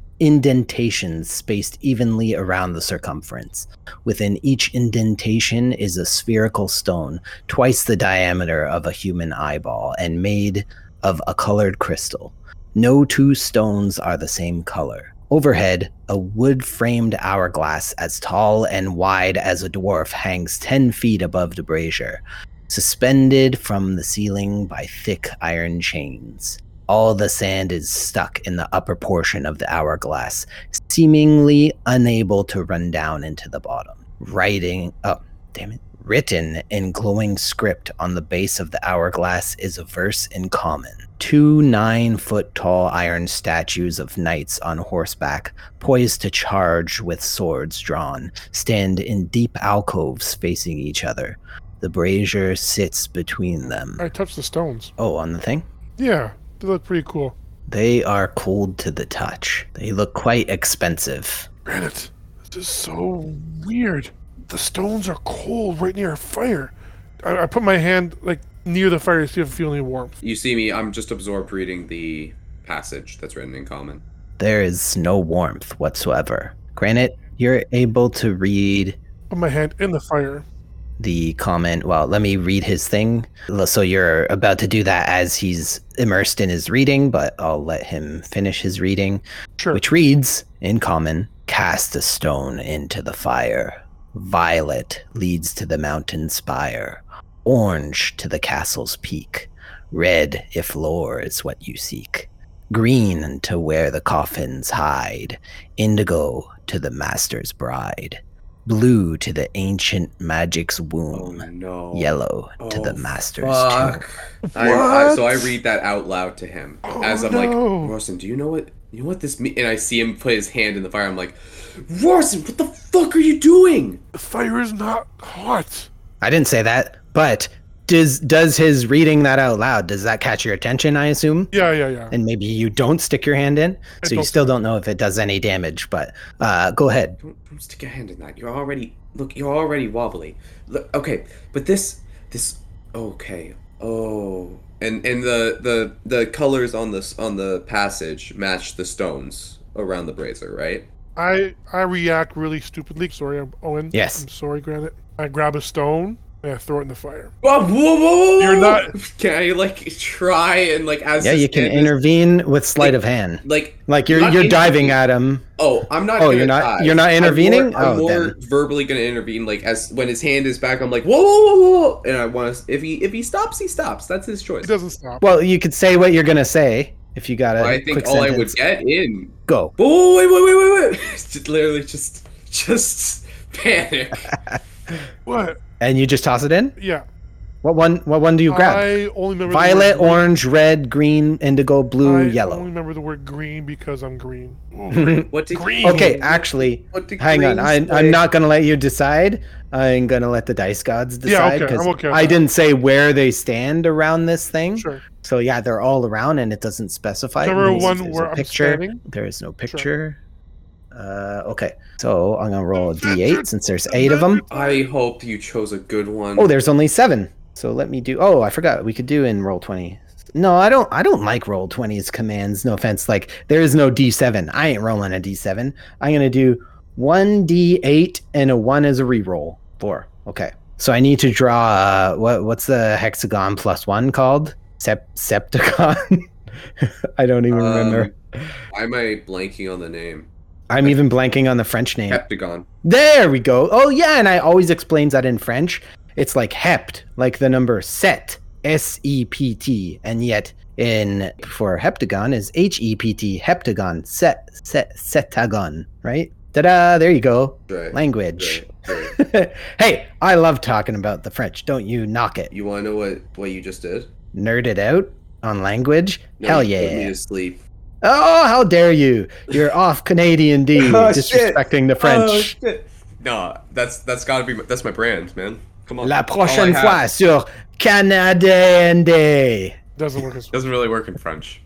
C: indentations spaced evenly around the circumference. Within each indentation is a spherical stone, twice the diameter of a human eyeball and made of a colored crystal. No two stones are the same color. Overhead, a wood framed hourglass as tall and wide as a dwarf hangs 10 feet above the brazier suspended from the ceiling by thick iron chains. All the sand is stuck in the upper portion of the hourglass, seemingly unable to run down into the bottom. Writing, oh, damn it. Written in glowing script on the base of the hourglass is a verse in common. Two nine foot tall iron statues of knights on horseback, poised to charge with swords drawn, stand in deep alcoves facing each other. The brazier sits between them.
F: I touch the stones.
C: Oh, on the thing?
F: Yeah, they look pretty cool.
C: They are cold to the touch. They look quite expensive.
G: Granite,
F: This is so weird. The stones are cold right near a fire. I, I put my hand like near the fire to see if I feel any warmth.
B: You see me, I'm just absorbed reading the passage that's written in common.
C: There is no warmth whatsoever. Granite, you're able to read
F: Put my hand in the fire.
C: the comment. Well, let me read his thing. L- So you're about to do that as he's immersed in his reading, but I'll let him finish his reading.
F: Sure.
C: which reads in common cast a stone into the fire violet leads to the mountain spire orange to the castle's peak red if lore is what you seek green to where the coffins hide indigo to the master's bride blue to the ancient magic's
B: Oh
C: womb
B: no.
C: yellow to the
B: Oh,
C: master's tomb
B: Fuck. I, I, so I read that out loud to him as I'm like,
F: Oh, no.
B: Rorson, do you know what you know what this means? And I see him put his hand in the fire. I'm like, Rorson, what the fuck are you doing?
F: The fire is not hot.
C: i didn't say that but does does his reading that out loud does that catch your attention i assume
F: Yeah, yeah, yeah.
C: and maybe you don't stick your hand in so you
F: don't
C: still don't know if it does any damage but uh go ahead
B: Don't, don't stick your hand in that. You're already look. You're already wobbly. Look, okay, but this this okay. Oh, and and the the the colors on this on the passage match the stones around the brazier, right?
F: I I react really stupidly. Sorry, I'm Owen.
C: Yes.
F: I'm sorry, Granite. I grab a stone and I throw it in the fire.
B: Whoa, whoa, whoa, whoa.
F: You're not-
B: Can I like try and like as
C: yeah
B: this
C: you can
B: kid is-
C: intervene with sleight of hand
B: like
C: like you're
B: Not
C: you're
B: intervene.
C: diving at him
B: Oh, I'm not.
C: Oh,
B: gonna
C: you're not-
B: dive.
C: you're not
B: I'm more-
C: intervening?
B: I'm
C: Oh,
B: more,
C: then.
B: verbally gonna intervene. Like as when his hand is back, I'm like, whoa, whoa, whoa, whoa, and I want to. If he if he stops, he stops. That's his choice.
F: It doesn't stop.
C: well you could say what you're gonna say if you got a
B: I think
C: quick
B: all I would
C: sentence.
B: get in.
C: go
B: Whoa, whoa, wait, wait, wait, wait, wait. just literally just just panic.
F: What?
C: and you just toss it in
F: Yeah.
C: what one what one do you grab
F: I only remember the
C: violet
F: word green.
C: orange red green indigo blue
F: I only
C: yellow
F: remember the word green because I'm green.
B: What did green?
C: okay actually
B: What did
C: Hang on,
B: green
C: I,
B: say?
C: I'm not gonna let you decide. I'm gonna let the dice gods
F: Yeah, okay,
C: decide because
F: I'm okay with
C: I
F: that.
C: didn't say where they stand around this thing.
F: Sure.
C: So yeah, they're all around, and it doesn't specify.
F: Number
C: There's-
F: one
C: there's a
F: where I'm
C: picture.
F: standing?
C: There is no picture. Uh, okay, so I'm gonna roll a d8 since there's eight of them.
B: I hope you chose a good one.
C: Oh, there's only seven. So let me do. Oh, I forgot we could do in roll twenty. No, I don't. I don't like roll 20's commands. No offense. Like there is no d7. I ain't rolling a d7. I'm gonna do one d8 and a one as a reroll. Four. Okay. So I need to draw. Uh, what what's the hexagon plus one called? Sep- septicon. I don't even remember.
B: Um, Why am I blanking on the name?
C: I'm even blanking on the French name.
B: Heptagon.
C: There we go. Oh yeah, and I always explains that in French. It's like hept, like the number set, S E P T, and yet in for heptagon is H E P T, heptagon, set, set, setagon, right? Ta-da! There you go.
B: Right.
C: Language.
B: Right. Sure.
C: hey, I love talking about the French. Don't you knock it.
B: You want to know what what you just did?
C: Nerd it out on language? Hell
B: you Put me
C: yeah.
B: to sleep.
C: Oh, how dare you? You're off Canadian D,
B: Oh, shit.
C: disrespecting the French.
B: Oh, Nah, that's that's gotta be my- that's my brand, man. Come on. All Oh, I
C: La prochaine
B: have.
C: fois sur Canadien D.
F: Doesn't work as
B: Doesn't really work in French.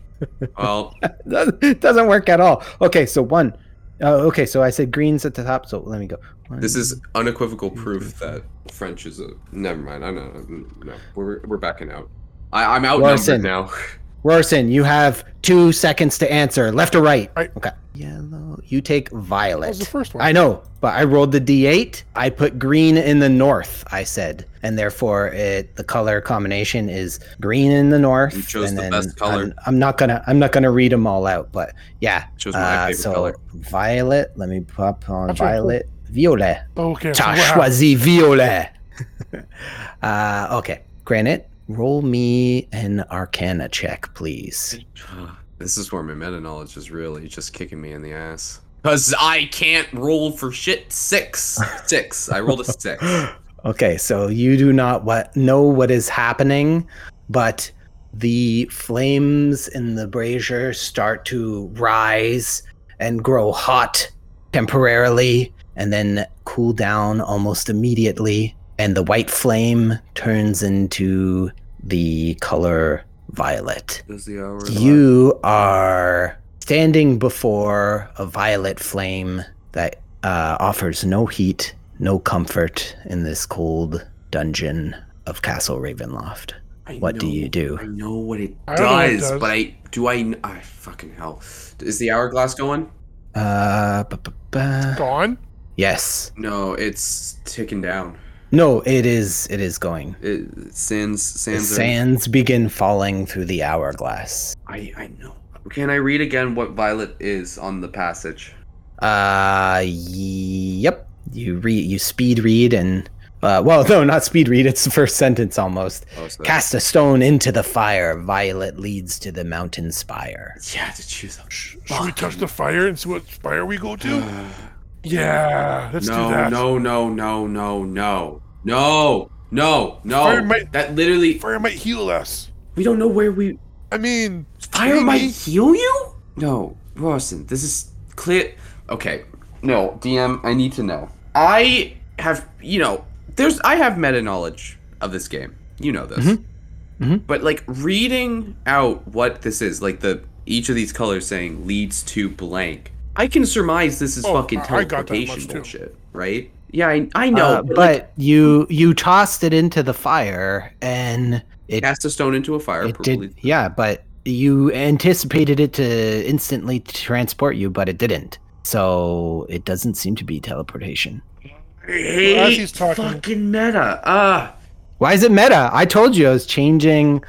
B: Well,
C: Doesn't doesn't work at all. Okay, so one. Oh, okay, so I said greens at the top, so let me go. One,
B: this is unequivocal
C: Mm-hmm.
B: proof that French is a. Never mind. I know. No, we're we're backing out. I, I'm outnumbered
C: Larson.
B: now.
C: Rorson, you have two seconds to answer, left or right.
F: Right.
C: Okay. Yellow. You take
F: that was the
C: violet.
F: first one.
C: I know, but I rolled the d8. I put green in the north. I said, and therefore, it the color combination is green in the north.
B: You chose
C: and
B: the
C: then
B: best color.
C: I'm, I'm not gonna. I'm not gonna read them all out, but yeah.
B: Chose my
C: uh,
B: favorite
C: so
B: color.
C: violet. Let me pop on
F: That's really cool.
C: violet. Violet.
F: Okay. So
C: T'as
F: what happened?
C: choisi violet. uh, okay, granite. Roll me an Arcana check, please.
B: This is where my meta knowledge is really just kicking me in the ass. Cause I can't roll for shit. Six, six. I rolled a six.
C: Okay, so you do not what know what is happening, but the flames in the brazier start to rise and grow hot temporarily and then cool down almost immediately and the white flame turns into the color violet.
B: Does the hour
C: You are standing before a violet flame that uh, offers no heat, no comfort in this cold dungeon of Castle Ravenloft.
B: I
C: What do
B: know-
C: you do?
B: I know what it
F: I
B: does,
F: don't know what it does.
B: but I do I. kn- I fucking hell. Is the hourglass going?
C: Uh, ba- ba- ba.
F: Gone.
C: yes.
B: No, it's ticking down.
C: No, it is. It is going.
B: It, sands,
C: The
B: sands. are-
C: sands begin falling through the hourglass.
B: I I know. Can I read again what Violet is on the passage?
C: Uh, yep. You read. You speed read and. Uh, well, no, not speed read. It's the first sentence almost.
B: Oh, so
C: Cast a stone into the fire. Violet leads to the mountain spire.
B: yeah, to choose. a-
F: Should we touch the fire and see what spire we go to?
B: no,
F: Yeah, let's do that.
B: no, no, no, no, no, no, no,
F: Fire
B: no.
F: might-
B: That literally.
G: Fire might heal us.
B: We don't know where we.
G: I mean,
B: Fire
G: Maybe.
B: might heal you? No, Rawson, this is clear. Okay, no, DM, I need to know. I have, you know, there's, I have meta knowledge of this game. You know this.
C: Mhm. Mhm.
B: But like reading out what this is, like the each of these colors saying leads to blank. I can surmise this is
F: Oh,
B: fucking
F: I- I got that
B: teleportation
F: much too.
B: bullshit, right? Yeah, I, I know.
C: Uh,
B: but
C: but
B: like,
C: you you tossed it into the fire, and it
B: cast a stone into a fire.
C: it
B: probably.
C: did. Yeah, but you anticipated it to instantly transport you, but it didn't. So it doesn't seem to be teleportation.
B: I hate
F: he's talking-
B: fucking meta. Ah.
C: Why is it meta? I told you I was changing.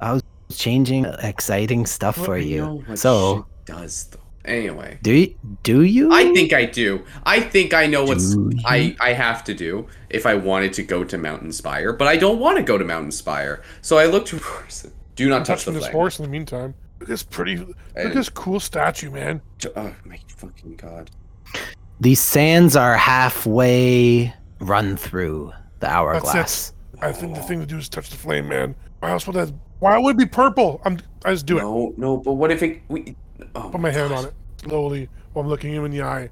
C: I was changing exciting stuff
B: Well,
C: for
B: I know
C: you.
B: what
C: So
B: shit does though. Anyway,
C: do you, do you?
B: I think I do. I think I know what's
C: Do you?
B: I I have to do if I wanted to go to Mountain Spire, but I don't want to go to Mountain Spire. So I look to Do not
F: I'm
B: touch the
F: touching this
B: flag.
F: horse in the meantime. Look at this pretty. Look
B: And-
F: at this cool statue, man.
B: oh my fucking god!
C: These sands are halfway run through the hourglass.
F: I think the thing to do is touch the flame, man. Why else would that? Why would it be purple? I'm. I just do it.
B: No, no. But what if it? We, oh,
F: Put my hand on it slowly while I'm looking him in the eye.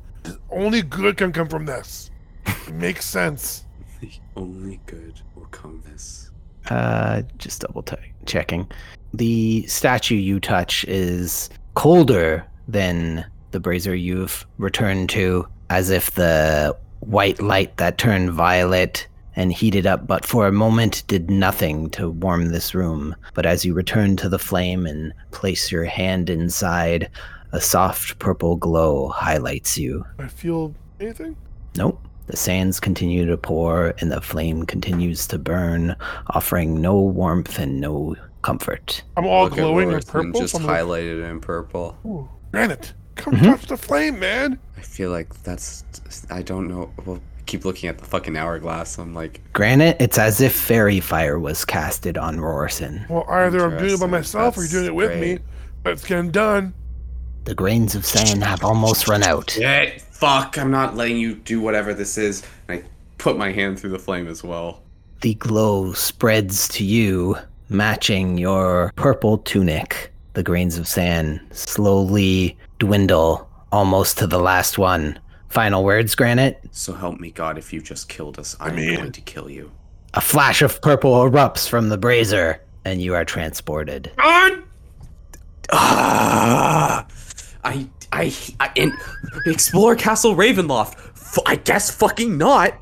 F: Only good can come from this. It makes sense.
B: The only good will come this.
C: Uh, just double t- checking. The statue you touch is colder than the brazier you've returned to, as if the white light that turned violet and heated up but for a moment did nothing to warm this room. But as you return to the flame and place your hand inside, a soft purple glow highlights you.
F: I feel anything.
C: Nope. The sands continue to pour and the flame continues to burn, offering no warmth and no comfort.
F: I'm all
B: Look at
F: glowing and
B: Roarson,
F: purple.
B: Just
F: so I'm like,
B: highlighted in purple.
F: "Ooh, granite, come
C: Mhm.
F: touch the flame, man.
B: I feel like that's. I don't know. Well, I keep looking at the fucking hourglass. I'm like,
C: Granite, it's as if fairy fire was casted on Rorson.
F: Well, either I'm doing it by
B: Interesting.
F: myself or you're
B: That's
F: doing it with me.
B: great.
F: But it's getting done.
C: The grains of sand have almost run out.
B: Shit, fuck, I'm not letting you do whatever this is. And I put my hand through the flame as well.
C: The glow spreads to you, matching your purple tunic. The grains of sand slowly dwindle, almost to the last one. Final words, Granite?
B: So help me God, if you just killed us, I'm
G: mean-
B: going to kill you.
C: A flash of purple erupts from the brazier, and you are transported.
B: Ah! I, I, I in, explore Castle Ravenloft. F- I guess fucking not.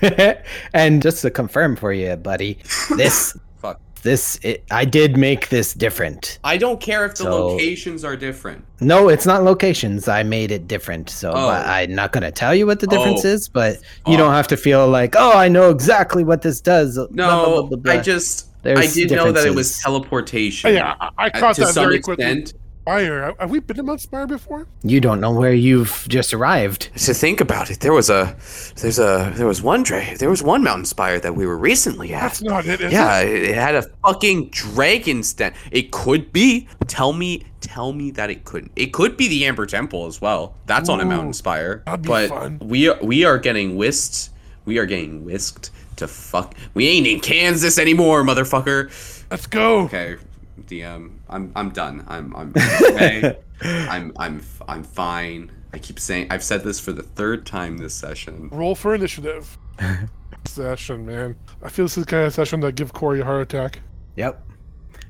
C: and just to confirm for you, buddy, this.
B: Fuck.
C: This it, I did make this different.
B: I don't care if the
C: So-
B: locations are different.
C: No, it's not locations. I made it different. So
B: Oh.
C: but I'm not going to tell you what the difference
B: Oh.
C: is, but you
B: Oh.
C: don't have to feel like, oh, I know exactly what this does. blah, blah, blah,
B: No,
C: blah, blah."
B: I just I
C: There's
B: did know that it was
C: differences.
B: teleportation.
F: Oh, Yeah, I, I
B: uh,
F: caught
B: to
F: that
B: some
F: very quickly.
B: extent.
F: Spire. Have we been to Mount Spire before?
C: You don't know where you've just arrived.
B: To think about it, there was a, there's a, there was one dra- there was one mountain spire that we were recently at.
F: That's not it. is it?
B: Yeah, it it had a fucking dragon stand. It could be. Tell me, tell me that it couldn't. It could be the Amber Temple as well. That's on a mountain spire.
F: that'd be
B: but
F: fun.
B: we are, we are getting whisked. We are getting whisked to fuck. We ain't in Kansas anymore, motherfucker.
F: Let's go.
B: Okay, DM. I'm I'm done. I'm I'm okay. I'm I'm I'm fine. I keep saying I've said this for the third time this session.
F: Roll for initiative. session, man. I feel this is the kind of session that give Corey a heart attack.
C: Yep.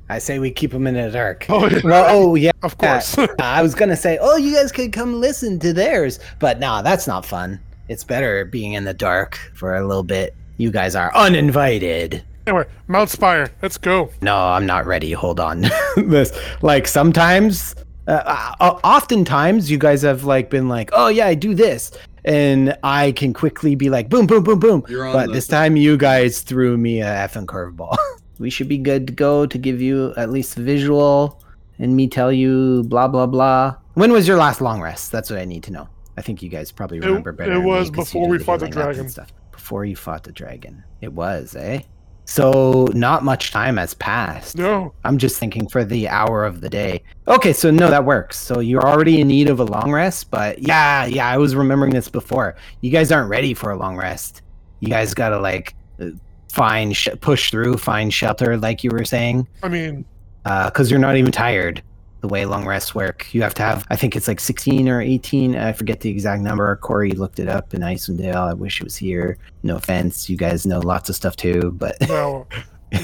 C: I say we keep him in the dark.
F: Oh, yeah.
C: Well, oh yeah.
F: Of course.
C: I was gonna say, oh, you guys could come listen to theirs, but nah, that's not fun. It's better being in the dark for a little bit. You guys are uninvited.
F: anyway, Mount Spire. Let's go.
C: no, I'm not ready. Hold on. this like sometimes, uh, uh, oftentimes, you guys have like been like, oh yeah, I do this, and I can quickly be like, boom, boom, boom, boom.
B: You're on
C: But
B: the-
C: this time, you guys threw me a effing curveball. we should be good to go to give you at least visual, and me tell you blah blah blah. When was your last long rest? That's what I need to know. I think you guys probably
F: It-
C: remember better.
F: it
C: than me
F: was
C: 'cause you
F: before
C: did
F: we fought the
C: healing up and
F: dragon.
C: Stuff. Before you fought the dragon, it was, eh? So not much time has passed.
F: No.
C: I'm just thinking for the hour of the day. Okay, so no, that works. So you're already in need of a long rest, but yeah, yeah, I was remembering this before. You guys aren't ready for a long rest. You guys gotta like uh, find sh- push through, find shelter, like you were saying,
F: I mean,
C: because Uh, you're not even tired. The way long rests work, you have to have. I think it's like 16 or 18. I forget the exact number. Corey looked it up in Icelandale. I wish it was here. No offense, you guys know lots of stuff too, but
F: no.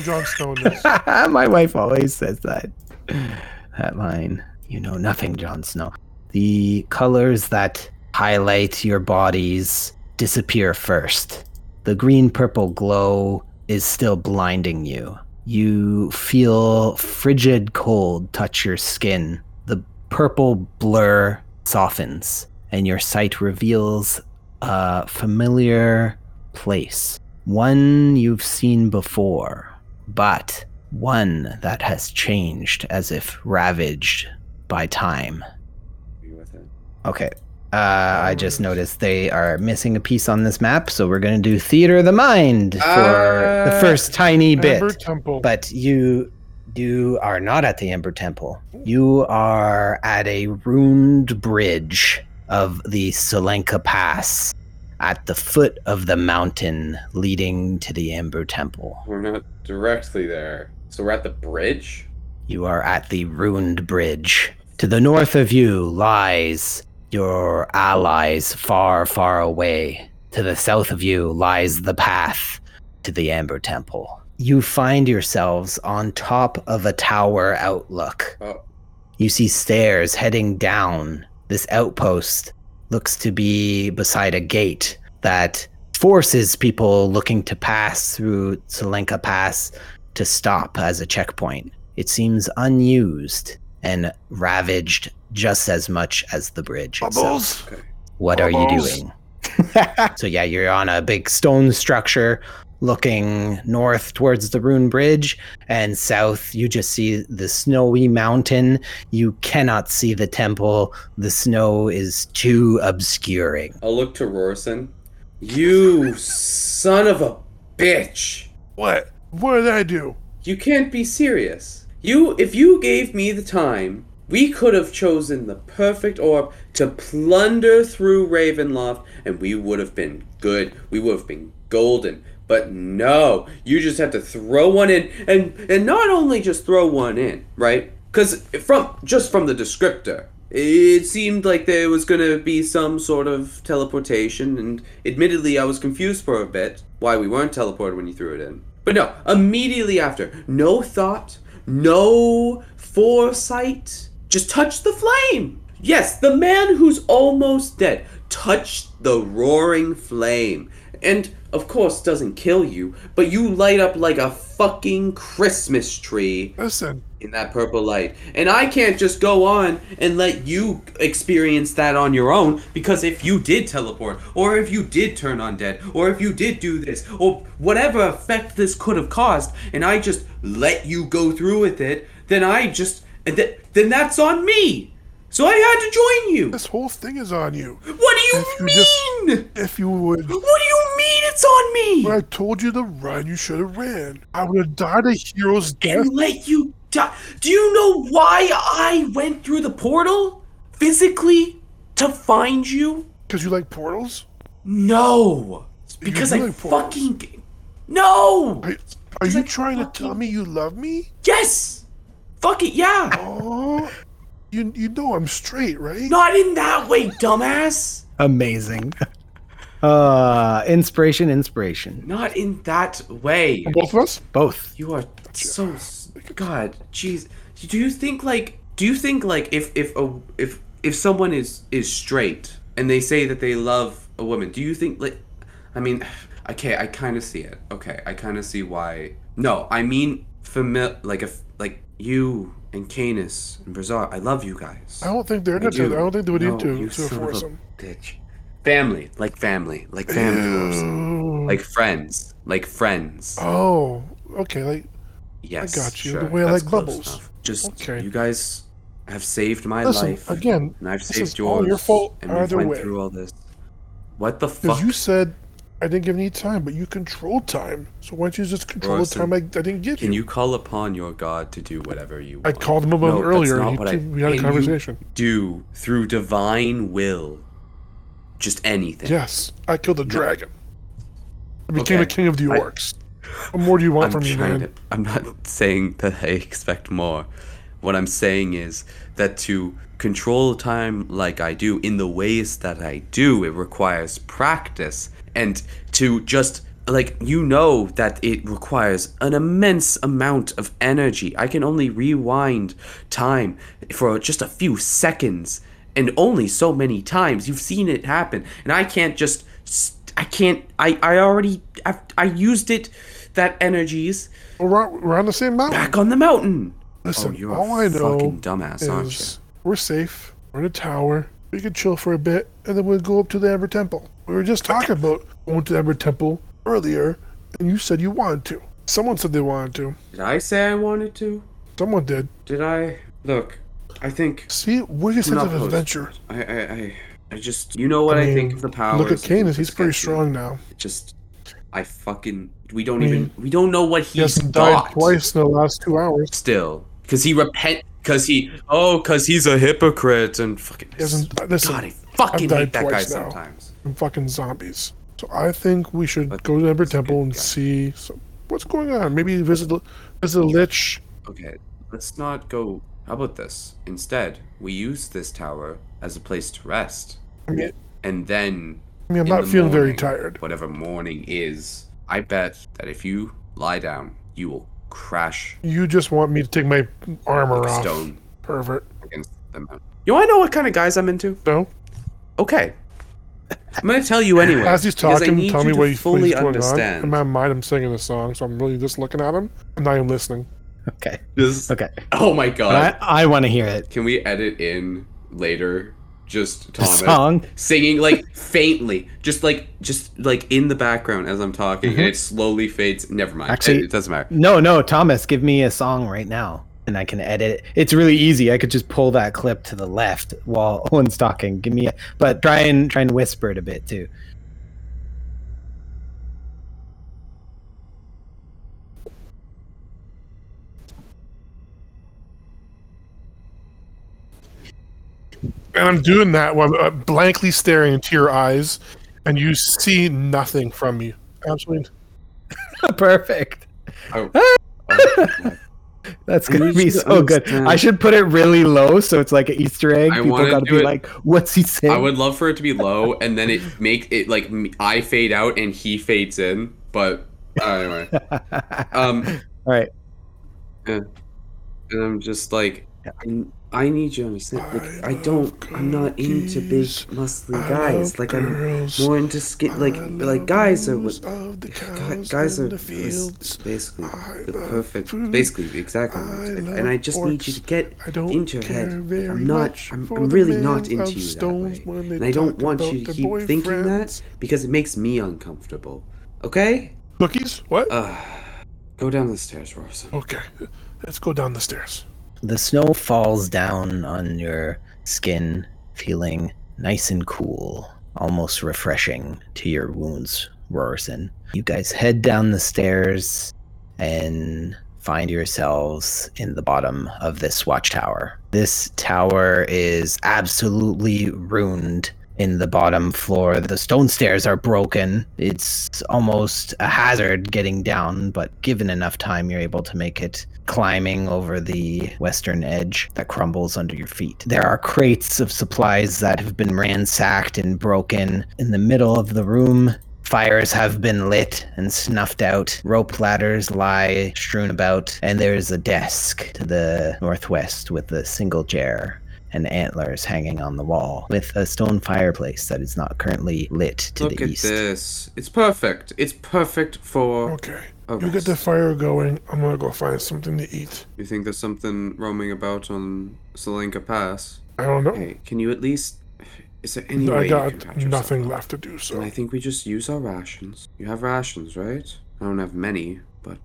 F: John Stone. This.
C: My wife always says that. That line. You know nothing, Jon Snow. The colors that highlight your bodies disappear first. The green purple glow is still blinding you. You feel frigid cold touch your skin. The purple blur softens, and your sight reveals a familiar place. One you've seen before but one that has changed as if ravaged by time.
B: Be with it.
C: Okay. Uh, I just noticed they are missing a piece on this map, so we're gonna do theater of the mind for the
B: Uh,
C: first tiny bit.
F: Amber Temple.
C: But you you are not at the Ember Temple. You are at a ruined bridge of the Solenka Pass at the foot of the mountain leading to the Amber Temple.
B: We're not directly there. So we're at the bridge.
C: You are at the ruined bridge. To the north of you lies your allies far, far away. To the south of you lies the path to the Amber Temple. You find yourselves on top of a tower outlook.
B: Oh.
C: You see stairs heading down. This outpost looks to be beside a gate that forces people looking to pass through Selenka Pass to stop as a checkpoint. It seems unused and ravaged just as much as the bridge. itself.
F: Bubbles.
C: What are you
F: Bubbles.
C: doing? so yeah, you're on a big stone structure looking north towards the Rune Bridge and south you just see the snowy mountain. You cannot see the temple. The snow is too obscuring.
B: I'll look to Rorson. You son of a bitch!
G: What?
F: What did I do?
B: You can't be serious. You, if you gave me the time We could have chosen the perfect orb to plunder through Ravenloft, and we would have been good. We would have been golden. But no, you just have to throw one in, and and not only just throw one in, right? Because from just from the descriptor, it seemed like there was going to be some sort of teleportation, and admittedly, I was confused for a bit why we weren't teleported when you threw it in. But no, immediately after, no thought, no foresight, just touch the flame. Yes, the man who's almost dead touched the roaring flame. And of course, doesn't kill you, but you light up like a fucking Christmas tree
F: Listen,
B: in that purple light. And I can't just go on and let you experience that on your own because if you did teleport, or if you did turn undead, or if you did do this, or whatever effect this could have caused, and I just let you go through with it, then I just. and Th- then that's on me! So I had to join you!
F: this whole thing is on you.
B: What do you
F: If you just-
B: mean?
F: If you would,
B: What do you mean it's on me?
F: when I told you to run, you should have ran. I would have died a hero's death.
B: and let you die. Do you know why I went through the portal physically to find you?
F: Because you like portals?
B: No, It's
F: You
B: because
F: do
B: I
F: like portals.
B: fucking no.
F: Are, are you
B: like
F: trying to
B: fucking-
F: tell me you love me?
B: Yes, fuck it, yeah.
F: Oh, you you know I'm straight, right?
B: Not in that way, dumbass.
C: Amazing. Uh, inspiration, inspiration.
B: Not in that way.
F: Both of us?
C: Both.
B: You are so s- God, jeez. Do you think like do you think like if if a if if someone is is straight and they say that they love a woman, do you think like I mean, okay, I kind of see it. Okay, I kind of see why. No, I mean fami- like if like you and Canis and Brazar, I love you guys.
F: I don't think they're into. I don't think they would
B: no,
F: into
B: you
F: to
B: son
F: a
B: of a
F: foursome.
B: Bitch. Family, like family, like family, like friends, like friends.
F: Oh, okay. Like
B: Yes,
F: got you. The
B: Sure.
F: way I
B: That's
F: like
B: close
F: bubbles.
B: enough. Just
F: Okay.
B: you guys have saved my
F: Listen,
B: life
F: again,
B: and I've
F: this
B: saved
F: is
B: yours.
F: all your fault
B: and we
F: either
B: went
F: way.
B: through all this. What the
F: because
B: fuck?
F: you said I didn't give any time, but you control time. So why don't you just control the
B: Rosen,
F: time I, I didn't give
B: Can
F: you?
B: you call upon your god to do whatever you
F: I
B: want?
F: called him up
B: No, that's
F: earlier.
B: not
F: and
B: what
F: he
B: I-
F: came- we had a
B: can you-
F: conversation.
B: do through divine will. Just anything.
F: Yes, I killed a dragon. I became
B: Okay,
F: a king of the
B: I-
F: orcs. what more do you want
B: I'm
F: from me,
B: trying
F: man?
B: to- I'm not saying that I expect more. What I'm saying is that to control time like I do in the ways that I do, it requires practice. And to just, like, you know that it requires an immense amount of energy. I can only rewind time for just a few seconds and only so many times. You've seen it happen. And I can't just. St- I can't. I, I already. I've, I used it. That energy's
F: Well, we're, on- we're on the same mountain.
B: back on the mountain.
F: Listen,
B: oh, you're
F: all
B: a
F: I know
B: fucking dumbass, aren't you?
F: is we're safe. We're in a tower. We could chill for a bit, and then we'll go up to the Ember Temple. We were just talking about going to the Ember Temple earlier, and you said you wanted to. Someone said they wanted to.
B: Did I say I wanted to?
F: Someone did.
B: Did I? Look, I think
F: See, what your sense
B: not
F: of
B: opposed.
F: adventure.
B: I, I, I, I just. You know what I,
F: mean,
B: think of the power.
F: Look at Canis. He's pretty strong now.
B: Just, I fucking. We don't
F: I mean,
B: even. We don't know what
F: He
B: he's
F: hasn't
B: got.
F: died twice in the last two hours.
B: Still, because he repent. Because he. Oh, because he's a hypocrite and fucking.
F: He hasn't. Listen,
B: God, I fucking
F: I've
B: hate
F: died
B: that guy
F: twice now.
B: sometimes.
F: and fucking zombies. So I think we should
B: But
F: go to Ember
B: that's a good
F: Temple and
B: guy.
F: see so what's going on. Maybe visit the- visit a lich.
B: Okay, let's not go. How about this? Instead, we use this tower as a place to rest.
F: I mean,
B: And then
F: I mean
B: in
F: I'm not
B: the
F: feeling very
B: morning,
F: tired.
B: Whatever morning is, I bet that if you lie down, you will crash
F: You just want me to take my armor
B: like a
F: off,
B: stone
F: pervert.
B: against the mountain. You want to know what kind of guys I'm into?
F: No,
B: Okay. I'm gonna tell you anyway.
F: as he's
B: because I
F: talking,
B: need
F: tell
B: you
F: me
B: to
F: what he's, what
B: fully
F: he's going on.
B: understand.
F: In my mind, I'm singing a song, so I'm really just looking at him. I'm not even listening.
C: Okay.
B: This-
C: Okay.
B: Oh my god!
C: I, I want to hear it.
B: Can we edit in later? Just
C: The
B: Thomas
C: song.
B: singing like faintly, just like just like in the background as I'm talking,
F: Mm-hmm.
B: and it slowly fades. Never mind.
C: Actually-
B: it, it doesn't matter.
C: No, no, Thomas, give me a song right now and I can edit it. It's really easy. I could just pull that clip to the left while Owen's talking. Give me a, but try and try and whisper it a bit too.
F: And I'm doing that while I'm uh, blankly staring into your eyes, and you see nothing from me. Absolutely.
C: Perfect.
B: Oh. Oh, my-
C: That's
B: And
C: gonna
B: you
C: be
B: should
C: so good.
B: understand-
C: I should put it really low so it's like an Easter egg.
B: I
C: People
B: wanna
C: gotta
B: do
C: be
B: it-
C: like, "What's he saying?"
B: I would love for it to be low, and then it make it like m- I fade out and he fades in. But uh, anyway, um,
C: All right.
B: and I'm just like, I, I need you to understand. Like, I don't. I'm not into big,
F: cookies.
B: muscly
F: I
B: guys.
F: love
B: Like, I'm
F: girls.
B: more into skin. Like,
F: I
B: like
F: love
B: guys are
F: news
B: what.
F: of the
B: Gu-
F: cows
B: guys
F: in
B: are
F: the
B: bas-
F: fields.
B: basically
F: I
B: the
F: love
B: perfect
F: food.
B: basically exactly
F: I
B: and
F: love
B: i just need you to
F: orcs.
B: get
F: I don't
B: into your
F: care
B: head like,
F: very
B: i'm not
F: much
B: i'm,
F: for
B: I'm
F: the
B: really not
F: men of
B: into you that
F: stones
B: way
F: when they
B: and i don't
F: talk
B: want
F: about
B: you to
F: their
B: keep thinking that
F: boyfriends.
B: because it makes me uncomfortable okay
F: Cookies? What?
B: uh go down the stairs Rosa.
F: okay. Let's go down the stairs.
C: The snow falls down on your skin, feeling nice and cool, almost refreshing to your wounds, Rorson. You guys head down the stairs and find yourselves in the bottom of this watchtower. This tower is absolutely ruined in the bottom floor. The stone stairs are broken. It's almost a hazard getting down, but given enough time, you're able to make it climbing over the western edge that crumbles under your feet. There are crates of supplies that have been ransacked and broken. In the middle of the room, Fires have been lit and snuffed out. Rope ladders lie strewn about, and there's a desk to the northwest with a single chair and antlers hanging on the wall, with a stone fireplace that is not currently lit to
B: look
C: the
B: at
C: east.
B: this it's perfect it's perfect for
F: Okay.
B: a
F: You get
B: rest.
F: the fire going. I'm gonna go find something to eat.
B: you think there's something roaming about on Selenka pass
F: I don't know.
B: hey can you at least is there any way
F: I
B: you can patch
F: got
B: yourself
F: nothing
B: up?
F: left to do, so
B: And I think we just use our rations. You have rations, right? I don't have many, but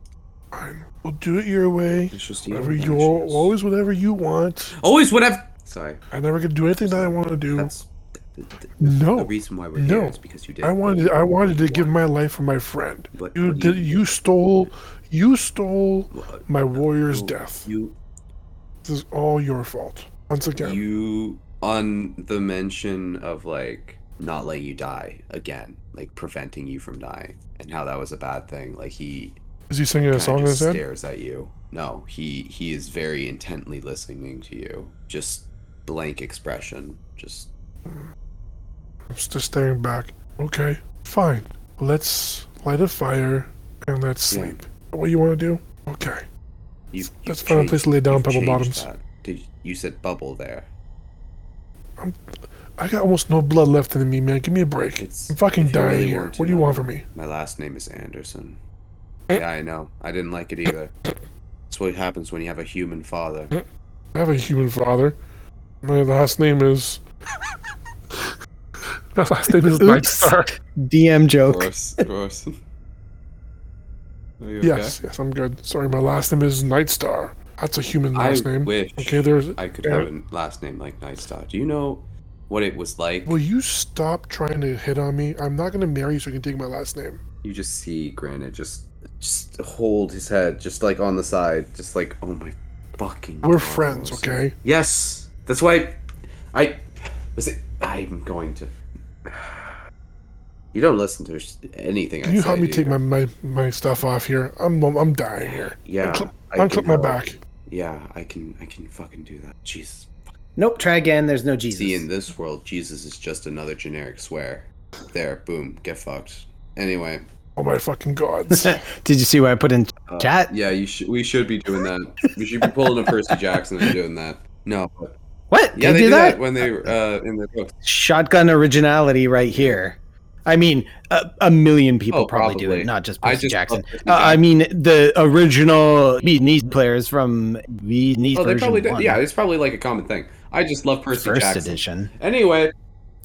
F: fine. We'll do it your way.
B: it's just
F: Whatever
B: eat
F: you
B: our rations.
F: always whatever you want.
B: always whatever. Sorry,
F: I never could do anything that I want to do.
B: that's the, the, the
F: No.
B: reason why we're
F: no.
B: here is because you did.
F: I wanted I wanted to give my life for my friend.
B: But
F: You
B: what
F: did you stole you stole
B: What?
F: my warrior's
B: No,
F: death.
B: You
F: This is all your fault. Once again.
B: you on the mention of like not let you die again, like preventing you from dying, and how that was a bad thing. Like he
F: Is he singing a
B: kinda
F: song in his
B: just
F: head?
B: stares at you. No, he he is very intently listening to you. Just blank expression. Just
F: I'm just staring back. Okay, fine. Let's light a fire and let's
B: Yeah.
F: sleep. What you want to do? Okay.
B: You,
F: Let's find a place to lay down
B: you've
F: pebble
B: changed
F: bottoms.
B: that. Did you said bubble there?
F: I got almost no blood left in me, man. Give me a break.
B: It's
F: I'm fucking
B: if you really
F: dying here.
B: want to
F: What do you
B: know.
F: want from Eh? me?
B: My last name is Anderson. Yeah, I know. I didn't like it either. That's what happens when you have a human father.
F: I have a human father. My last name is. My last name is
C: Oops.
F: Nightstar.
C: DM joke.
B: Ross, Ross. Are you
F: Yes, yes, I'm good. Sorry, my last name is Nightstar. That's a human
B: okay? I
F: last name.
B: wish
F: Okay, there's.
B: I could have a last name like Nightstar. Do you know what it was like?
F: Will you stop trying to hit on me? I'm not gonna marry you so you can take my last name.
B: You just see Granite just just hold his head just like on the side, just like oh my fucking.
F: We're
B: God,
F: friends,
B: Ross.
F: okay?
B: Yes, that's why. I, I was it. I'm going to. You don't listen to sh- anything.
F: Can
B: I
F: you
B: say,
F: help me
B: do
F: take my, my, my stuff off here? I'm I'm dying here.
B: Yeah,
F: unclip-
B: I can
F: Unclip my
B: help.
F: back.
B: Yeah, I can. I can fucking do that. Jesus.
C: Nope, try again. There's no
B: See, in
C: Jesus.
B: this world, Jesus is just another generic swear. There, boom, get fucked. Anyway,
F: Oh my fucking gods!
C: Did you see what I put in
B: uh,
C: chat?
B: Yeah, you should. We should be doing that. we should be pulling a Percy Jackson and doing that. No, but
C: What?
B: yeah,
C: They
B: they
C: do that?
B: when they uh in the book.
C: Shotgun originality right here. I mean, a, a million people
B: Oh,
C: probably, do
B: probably.
C: it, not just
B: I
C: Percy
B: just love
C: Jackson.
B: Percy
C: Uh, I mean, the original Vietnamese players from Vietnamese
B: Oh, they
C: version
B: probably did.
C: one,
B: Yeah, it's probably like a common thing. I just love Percy
C: first
B: Jackson.
C: edition.
B: Anyway,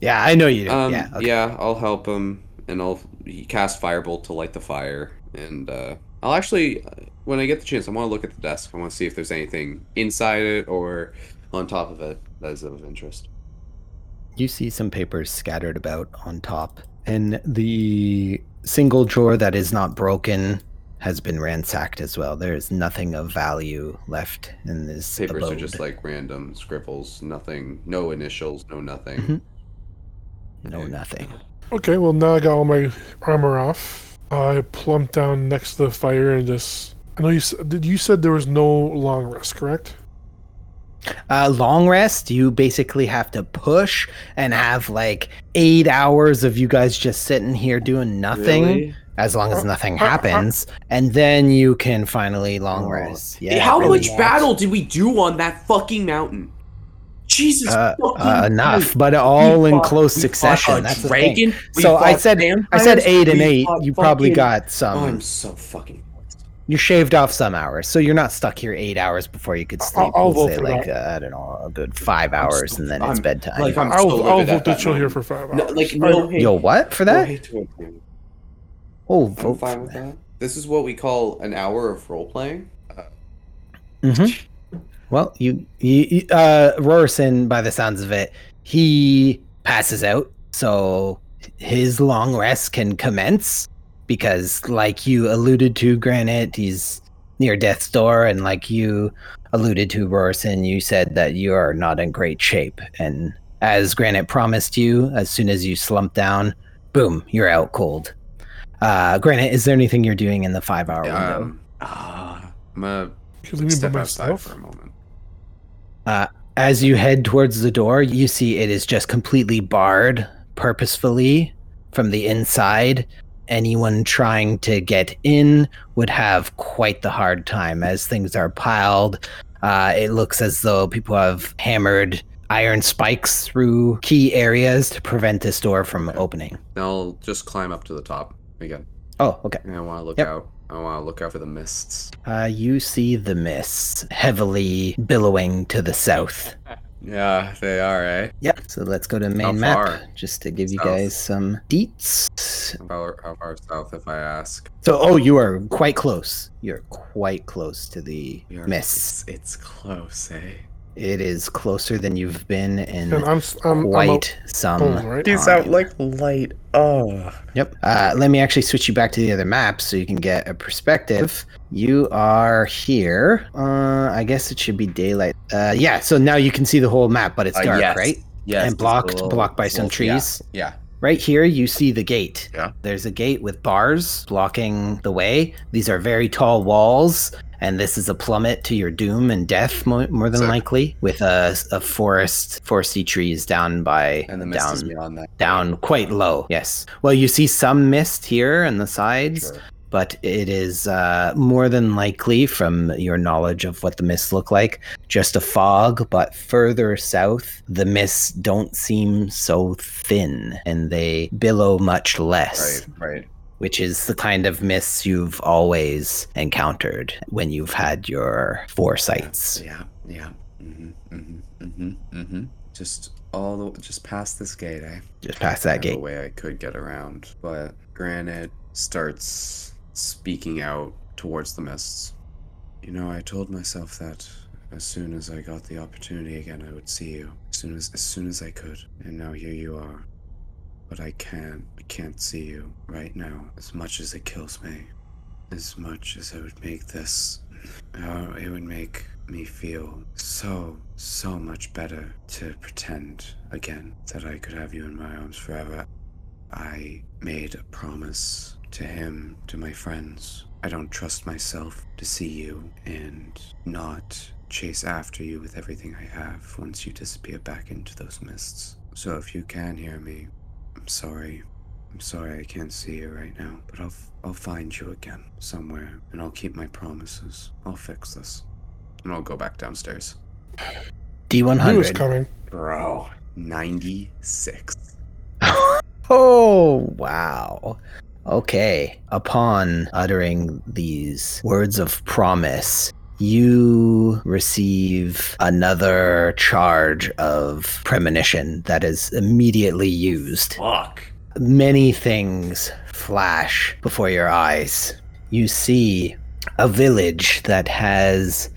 C: Yeah, I know you do.
B: Um,
C: yeah,
B: yeah,
C: okay.
B: I'll help him, and I'll he cast firebolt to light the fire, and uh, I'll actually, uh, when I get the chance, I want to look at the desk. I want to see if there's anything inside it or on top of it that is of interest.
C: You see some papers scattered about on top, and the single drawer that is not broken has been ransacked as well. There is nothing of value left in this
B: Papers
C: abode.
B: are just like random scribbles, nothing, no initials, no nothing.
C: Mhm. no nothing.
F: Okay, well now I got all my armor off. I plump down next to the fire and just. I know you s- did. You said there was no long rest, correct?
C: Uh, long rest, you basically have to push and have like eight hours of you guys just sitting here doing nothing as long as nothing happens, and then you can finally long rest. Yeah,
B: Oh. How
C: really Uh,
B: much
C: long.
B: battle did we do on that fucking mountain? Jesus
C: Uh,
B: fucking
C: uh, enough, but all in close succession. That's the thing.
B: dragon. we
C: So I
B: fought
C: said, I said
B: vampires,
C: eight and
B: we
C: eight.
B: fought
C: You probably
B: fucking-
C: got
B: Oh,
C: some.
B: I'm so fucking.
C: You shaved off some hours, so you're not stuck here eight hours before you could
F: I'll-
C: sleep.
F: I'll
C: we'll
F: vote
C: say
F: for
C: like uh, I don't know, a good five hours,
B: so-
C: and then it's
B: I'm-
C: bedtime.
B: Like I'm
F: I'll,
B: so
F: I'll
B: livid at
F: vote to
B: that
F: chill here
B: mountain.
F: for five hours.
B: No, like no hate.
C: Yo, what for
B: no
C: that?
B: hate towards him.
C: Oh,
B: I'm
C: vote
B: fine
C: for
B: with that. This is what we call an hour of role playing.
C: hmm Well, you, you, you- uh, Rorson, by the sounds of it, he passes out, so his long rest can commence because, like you alluded to, Granite, he's near death's door, and like you alluded to, Rorson, you said that you are not in great shape, and as Granite promised you, as soon as you slump down, boom, you're out cold. Uh, Granite, is there anything you're doing in the five-hour window?
B: Um, ah, I'm gonna
F: You can leave me by
B: step outside
F: myself.
B: for a moment.
C: As you head towards the door, you see it is just completely barred purposefully from the inside. Anyone trying to get in would have quite the hard time as things are piled. Uh, it looks as though people have hammered iron spikes through key areas to prevent this door from opening.
B: I'll just climb up to the top again.
C: Oh, okay.
B: I want to look
C: Yep.
B: out. I want to look out for the mists.
C: Uh, you see the mists heavily billowing to the south.
B: Yeah, they are, eh?
C: Yep. So let's go to main
B: How
C: map
B: far?
C: just to give you
B: South.
C: guys some deets.
B: How far, how far south, if I ask?
C: So, oh, you are quite close. You're quite close to the
B: We are-
C: miss.
B: It's, it's close, eh?
C: It is closer than you've been in
F: And I'm s- I'm, I'm out
C: quite
B: um,
C: some.
F: cold, right?
C: Dude's out
B: like light. Oh.
C: Yep. Uh, let me actually switch you back to the other map so you can get a perspective. You are here. Uh, I guess it should be daylight. Uh, yeah. So now you can see the whole map, but it's
B: Uh,
C: dark,
B: yes.
C: right?
B: Yes.
C: and
B: it's
C: blocked,
B: little-
C: blocked by
B: it's
C: some
B: little- yeah,
C: trees.
B: Yeah.
C: Right here, you see the gate.
B: Yeah.
C: There's a gate with bars blocking the way. These are very tall walls, and this is a plummet to your doom and death, mo- more than
B: Sick.
C: likely, with a, a forest, foresty trees down by
B: And the mist is
C: down
B: beyond that.
C: down quite low. Yes. Well, you see some mist here on the sides,
B: Sure.
C: but it is uh, more than likely, from your knowledge of what the mists look like, just a fog. But further south, the mists don't seem so thin and they billow much less,
B: Right, right.
C: which is the kind of mists you've always encountered when you've had your foresights.
B: Yeah, yeah. Mm-hmm, mm-hmm, mm-hmm, mm-hmm. Just all the just past this gate, eh?
C: Just past that
B: Kind of
C: gate.
B: a way I could get around, but Granite starts speaking out towards the mists. You know, I told myself that as soon as I got the opportunity again, I would see you. As soon as, as soon as I could, and now here you are. But I can't, I can't see you right now. As much as it kills me, as much as I would make this, uh, it would make me feel so, so much better to pretend again that I could have you in my arms forever. I made a promise to him, to my friends. I don't trust myself to see you and not chase after you with everything I have once you disappear back into those mists. So if you can hear me, I'm sorry. I'm sorry I can't see you right now, but I'll f- I'll find you again somewhere, and I'll keep my promises. I'll fix this, and I'll go back downstairs.
F: He was
C: D100.
F: coming.
B: Bro, ninety six.
C: Oh, wow. Okay. Upon uttering these words of promise, you receive another charge of premonition that is immediately used.
B: Fuck.
C: Many things flash before your eyes. You see a village that has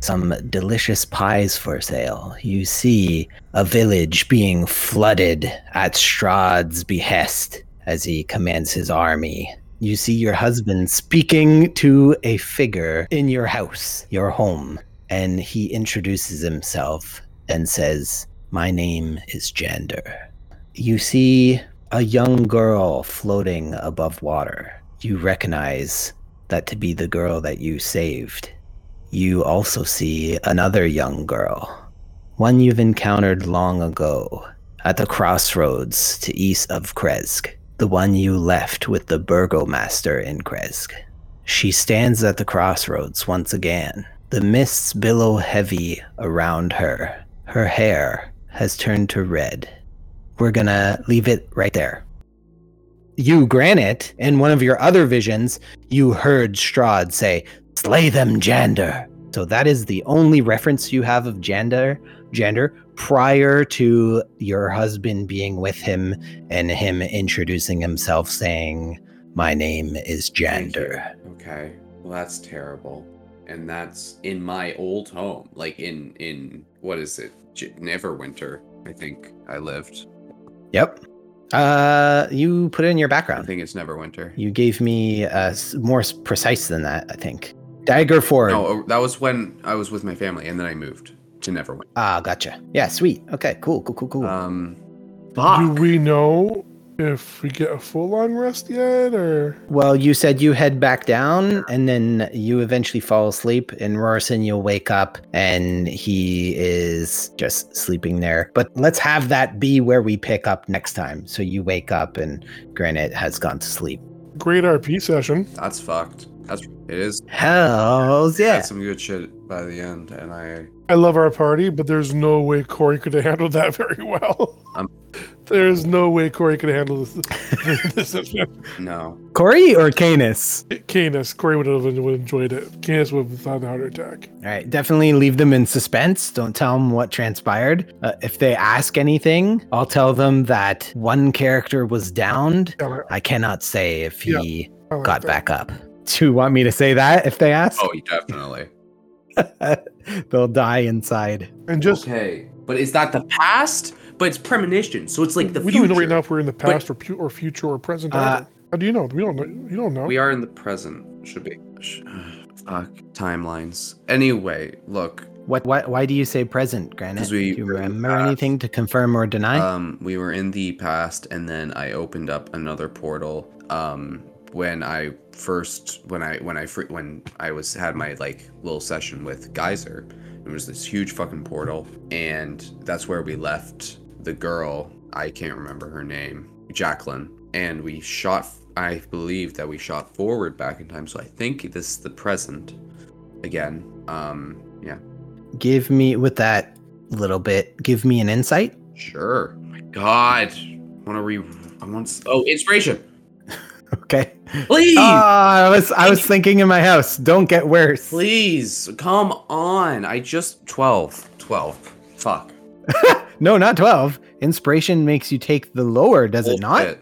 C: some delicious pies for sale. You see a village being flooded at Strahd's behest as he commands his army. you see your husband speaking to a figure in your house, your home, and he introduces himself and says, My name is Jander. You see a young girl floating above water. You recognize that to be the girl that you saved. You also see another young girl, one you've encountered long ago at the crossroads to east of Kresk, the one you left with the burgomaster in Kresk. She stands at the crossroads once again. The mists billow heavy around her. Her hair has turned to red. We're gonna leave it right there. You, Granite, in one of your other visions, you heard Strahd say, Slay them, Jander. So that is the only reference you have of Jander, Jander prior to your husband being with him and him introducing himself saying, My name is
B: Thank you.
C: Jander.
B: Okay. Well, that's terrible. And that's in my old home, like in in what is it, J- Neverwinter? I think I lived.
C: Yep. Uh, you put it in your
B: I
C: background.
B: think it's Neverwinter.
C: You gave me uh, s- more s- precise than that, I think. Dagger Ford.
B: No, oh, that was when I was with my family, and then I moved to Neverwinter.
C: Ah, gotcha. Yeah, sweet. Okay, cool, cool, cool, cool.
B: Um,
F: Do we know if we get a full on rest yet, or
C: well, you said you head back down and then you eventually fall asleep, and Rorson, you'll wake up and he is just sleeping there. But let's have that be where we pick up next time. So you wake up and Granite has gone to sleep.
F: great RP session?
B: that's fucked. That's it is.
C: Hells
B: Yeah.
C: yeah.
B: some good shit by the end, and I
F: I love our party, but there's no way Corey could have handled that very well.
B: Um.
F: there's no way Corey could handle this. this
B: no.
C: Corey or Canis?
F: Canis, Corey would have would have enjoyed it. Canis would have had a heart attack.
C: All right, definitely leave them in suspense. Don't tell them what transpired. Uh, if they ask anything, I'll tell them that one character was downed.
F: Yeah,
C: I cannot say if
F: Yeah,
C: he
F: I like
C: got
F: that.
C: back up. Do you want me to say that if they ask?
B: Oh, definitely.
C: They'll die inside.
F: And just
B: Okay, but is that the past? But it's premonition, so it's like the
F: we
B: future.
F: don't even know right now if we're in the
B: But-
F: past or, pu- or future or present.
C: Uh,
F: either. How do you know? We don't know. You don't know.
B: We are in the present. Should be. Sh- Fuck timelines. Anyway, look.
C: What? Why? Why do you say present, Granite?
B: 'Cause we-
C: do you
B: we're in the
C: remember
B: past.
C: anything to confirm or deny?
B: Um, we were in the past, and then I opened up another portal. Um, when I first, when I, when I, fr- when I was had my like little session with Geyser, there was this huge fucking portal, and that's where we left the girl. I can't remember her name, Jacqueline, and we shot. I believe that we shot forward back in time, so I think this is the present. Again, um, yeah,
C: give me with that little bit. Give me an insight.
B: Sure. my God, I want to re. I want. s- Oh, inspiration,
C: Okay.
B: please,
C: Oh, I was I was thinking in my house. Don't get worse.
B: please, come on. I just 12. 12. Fuck.
C: No, not 12. Inspiration makes you take the lower, does it not?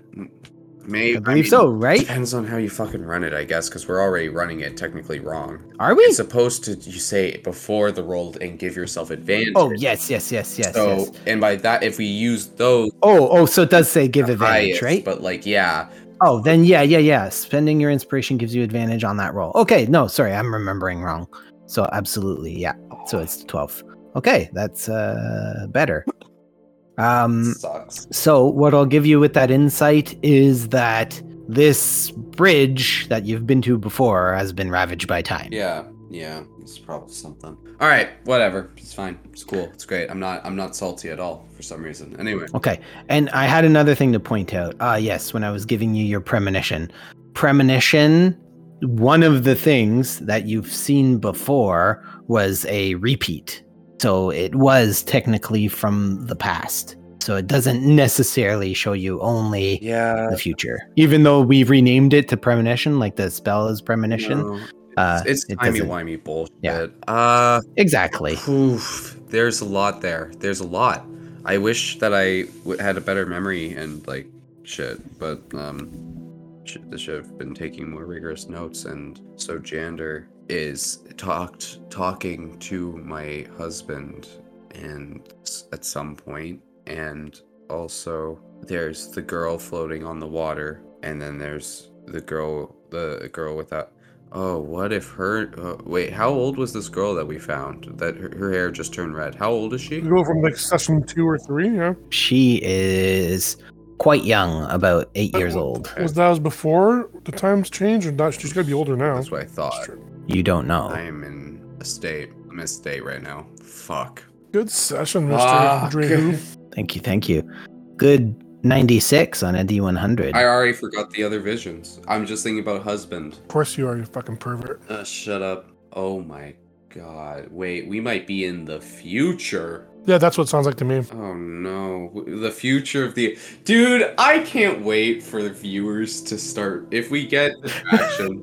B: Maybe.
C: I believe so, right?
B: Depends on how you fucking run it, I guess, because we're already running it technically wrong.
C: Are we?
B: It's supposed to you say it before the roll and give yourself advantage.
C: Oh, yes, yes, yes, yes,
B: so
C: yes.
B: and by that, if we use those
C: Oh, oh, so it does say give advantage,
B: highest,
C: right?
B: but like yeah,
C: Oh, then yeah, yeah, yeah. Spending your inspiration gives you advantage on that roll. Okay, no, sorry, I'm remembering wrong. So absolutely, yeah. So it's 12. Okay, that's uh better. Um
B: sucks.
C: So, what I'll give you with that insight is that this bridge that you've been to before has been ravaged by time.
B: Yeah, yeah, it's probably something. All right, whatever. It's fine. It's cool. It's great. I'm not. I'm not salty at all for some reason. Anyway,
C: Okay. And I had another thing to point out. Ah, yes, when I was giving you your premonition. Premonition, one of the things that you've seen before was a repeat. So it was technically from the past. So it doesn't necessarily show you only
B: yeah.
C: the future. Even though we renamed it to premonition, like the spell is premonition.
B: no,
C: uh,
B: it's
C: it
B: timey
C: doesn't-
B: wimey bullshit.
C: Yeah.
B: Uh,
C: Exactly.
B: oof, there's a lot there. There's a lot. I wish that I w- had a better memory and like shit, but um, sh- I should have been taking more rigorous notes. And so Jander is talked talking to my husband, and s- at some point, and also there's the girl floating on the water, and then there's
E: the girl, the girl with that. Oh, what if her? Uh, wait, how old was this girl that we found? That her, her hair just turned red. How old is she?
F: You go from like session two or three, yeah.
C: She is quite young, about eight years old.
F: Was that was before the times change or not? She's gotta be older now.
E: That's what I thought.
C: You don't
E: I
C: know.
E: am in a state. I'm in a state right now. Fuck.
F: Good session, Mister
E: Fuck.
F: Drehu.
C: Thank you, thank you. Good 96 on a D100.
E: I already forgot the other visions. I'm just thinking about husband.
F: Of course you are, you fucking pervert.
E: Uh, shut up. Oh my god. Wait, we might be in the future.
F: Yeah, that's what it sounds like to me.
E: Oh no. The future of the. Dude, I can't wait for the viewers to start. If we get this action,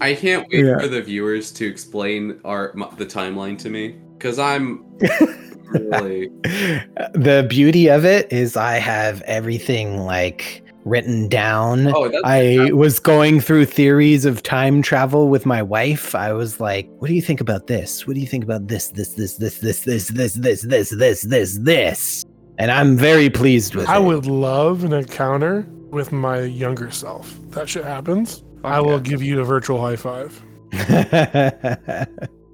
E: I can't wait
H: Yeah.
E: for the viewers to explain our m- the timeline to me. Because I'm really.
C: the beauty of it is I have everything like written down.
E: Oh, that's.
C: I was going through theories of time travel with my wife. I was like, what do you think about this? What do you think about this, this, this, this, this, this, this, this, this, this, this, this? And I'm very pleased with
F: I
C: it.
F: would love an encounter with my younger self. That shit happens. I will give you a virtual high five.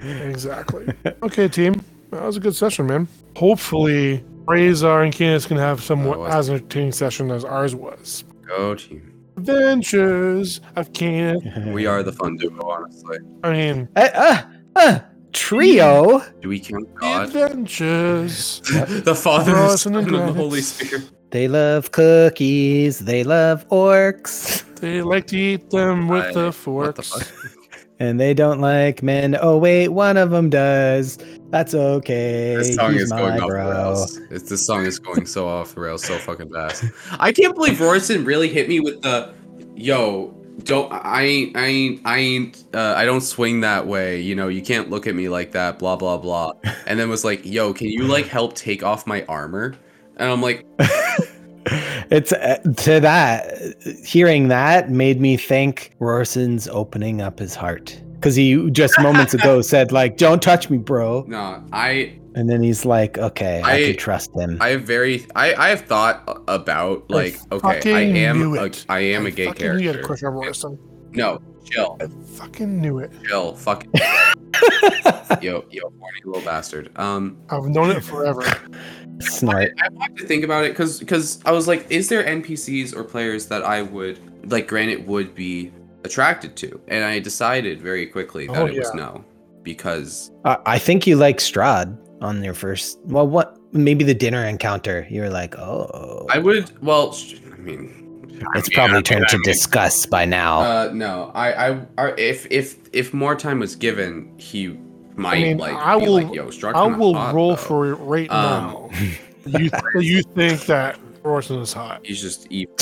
F: Exactly. okay, team. That was a good session, man. Hopefully, Razor and Candace can have somewhat
E: Oh, I-
F: as entertaining session as ours was.
E: Go team.
F: Adventures of Candace.
E: We are the fun duo, honestly.
F: I mean,
C: Uh, uh, uh, trio?
E: Do we count
F: the
E: God?
F: adventures.
E: the Father, the
F: Frozen
E: Son,
F: and
E: and the
F: Granite.
E: Holy Spirit.
C: They love cookies. They love orcs.
F: They like to eat them with
E: I-
F: the
E: What the
F: forks.
E: fuck?
C: And they don't like men. Oh, wait, one of them does. That's okay.
E: This song
C: He's
E: is
C: my
E: going off
C: bro.
E: the rails. It's, this song is going so off the rails so fucking fast. I can't believe Royston really hit me with the, yo, don't I ain't I ain't I ain't uh, I don't swing that way. You know, you can't look at me like that. Blah blah blah. And then was like, yo, can you like help take off my armor? And I'm like,
C: it's uh, to that hearing that made me think Rorson's opening up his heart because he just moments ago said like don't touch me bro
E: nah, I
C: and then he's like okay i,
E: I-
C: can trust him
E: I have very I I have thought about like, okay, I
F: fucking
E: am
F: knew
E: a,
F: it.
E: I am a gay
F: fucking knew you had a
E: character.
F: crush on Royston.
E: No, chill.
F: I fucking knew it.
E: Yo, fuck. yo, yo, horny little bastard. Um,
F: I've known it forever.
C: snort
E: I wanted to think about it because because I was like, is there NPCs or players that I would like? Granite would be attracted to, and I decided very quickly that
F: Oh,
E: it was
F: yeah.
E: no because
C: I, I think you like strad on your first well what maybe the dinner encounter you were like oh
E: I would. Well, sh- I mean,
C: it's
E: I mean,
C: probably
E: I
C: turned to
E: mean,
C: discuss by
F: Oh.
C: now
E: Uh, no, I, I, I, if if if more time was given, he might
F: mean,
E: like.
F: I
E: be
F: will-
E: like, Yo, Struck
F: I
E: kinda
F: will
E: hot,
F: roll
E: though.
F: for it right
E: Um,
F: now. you, you think that Royston is hot?
E: He's just evil.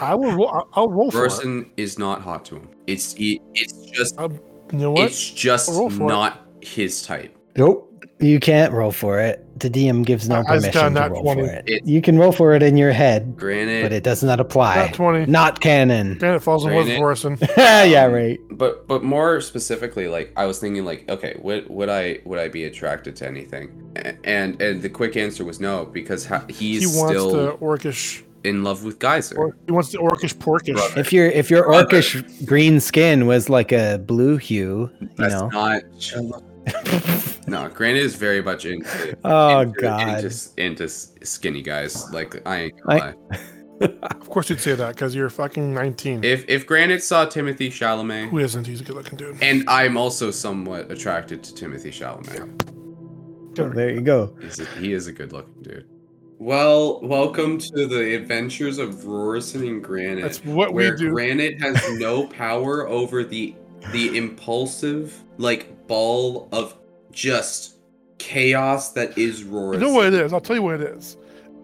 F: I will. Roll, I'll- I'll roll for it.
E: Royston is not hot to him. It's he, it's just
F: You know what?
E: it's just
F: Roll for it.
E: not his type.
C: nope you can't roll for it the dm gives
F: I-
C: no
F: I just got
C: permission to
F: that
C: roll
F: 20.
C: for it.
E: It-
C: you can roll for it in your head
E: Granite,
C: but it does not apply
F: Not twenty.
C: not canon
F: Granite falls in love with
E: Granite.
F: Royston.
C: yeah, right.
E: but but more specifically like i was thinking like okay would would i would i be attracted to anything A- and and the quick answer was no because ha- he's
F: He wants
E: still
F: the orcish.
E: in love with geyser
F: Or, he wants the orcish porkish.
E: Brother.
C: If your if your
E: Brother.
C: orcish green skin was like a blue hue, you
E: that's
C: know.
E: not no granite is very much into
C: oh
E: into,
C: god.
E: into, s- into s- skinny guys like i ain't
C: I-
E: gonna lie.
F: Of course, you'd say that because you're fucking nineteen.
E: if if granite saw timothy chalamet
F: Who isn't? He's a good-looking dude.
E: and i'm also somewhat attracted to timothy chalamet
C: there you go.
E: He's a, he is a good looking dude. Well, welcome to the adventures of Rorison and Granite.
F: That's what we
E: where
F: do.
E: Granite has no power over the the impulsive like ball of just chaos that is Rorison.
F: You know what it is? I'll tell you what it is.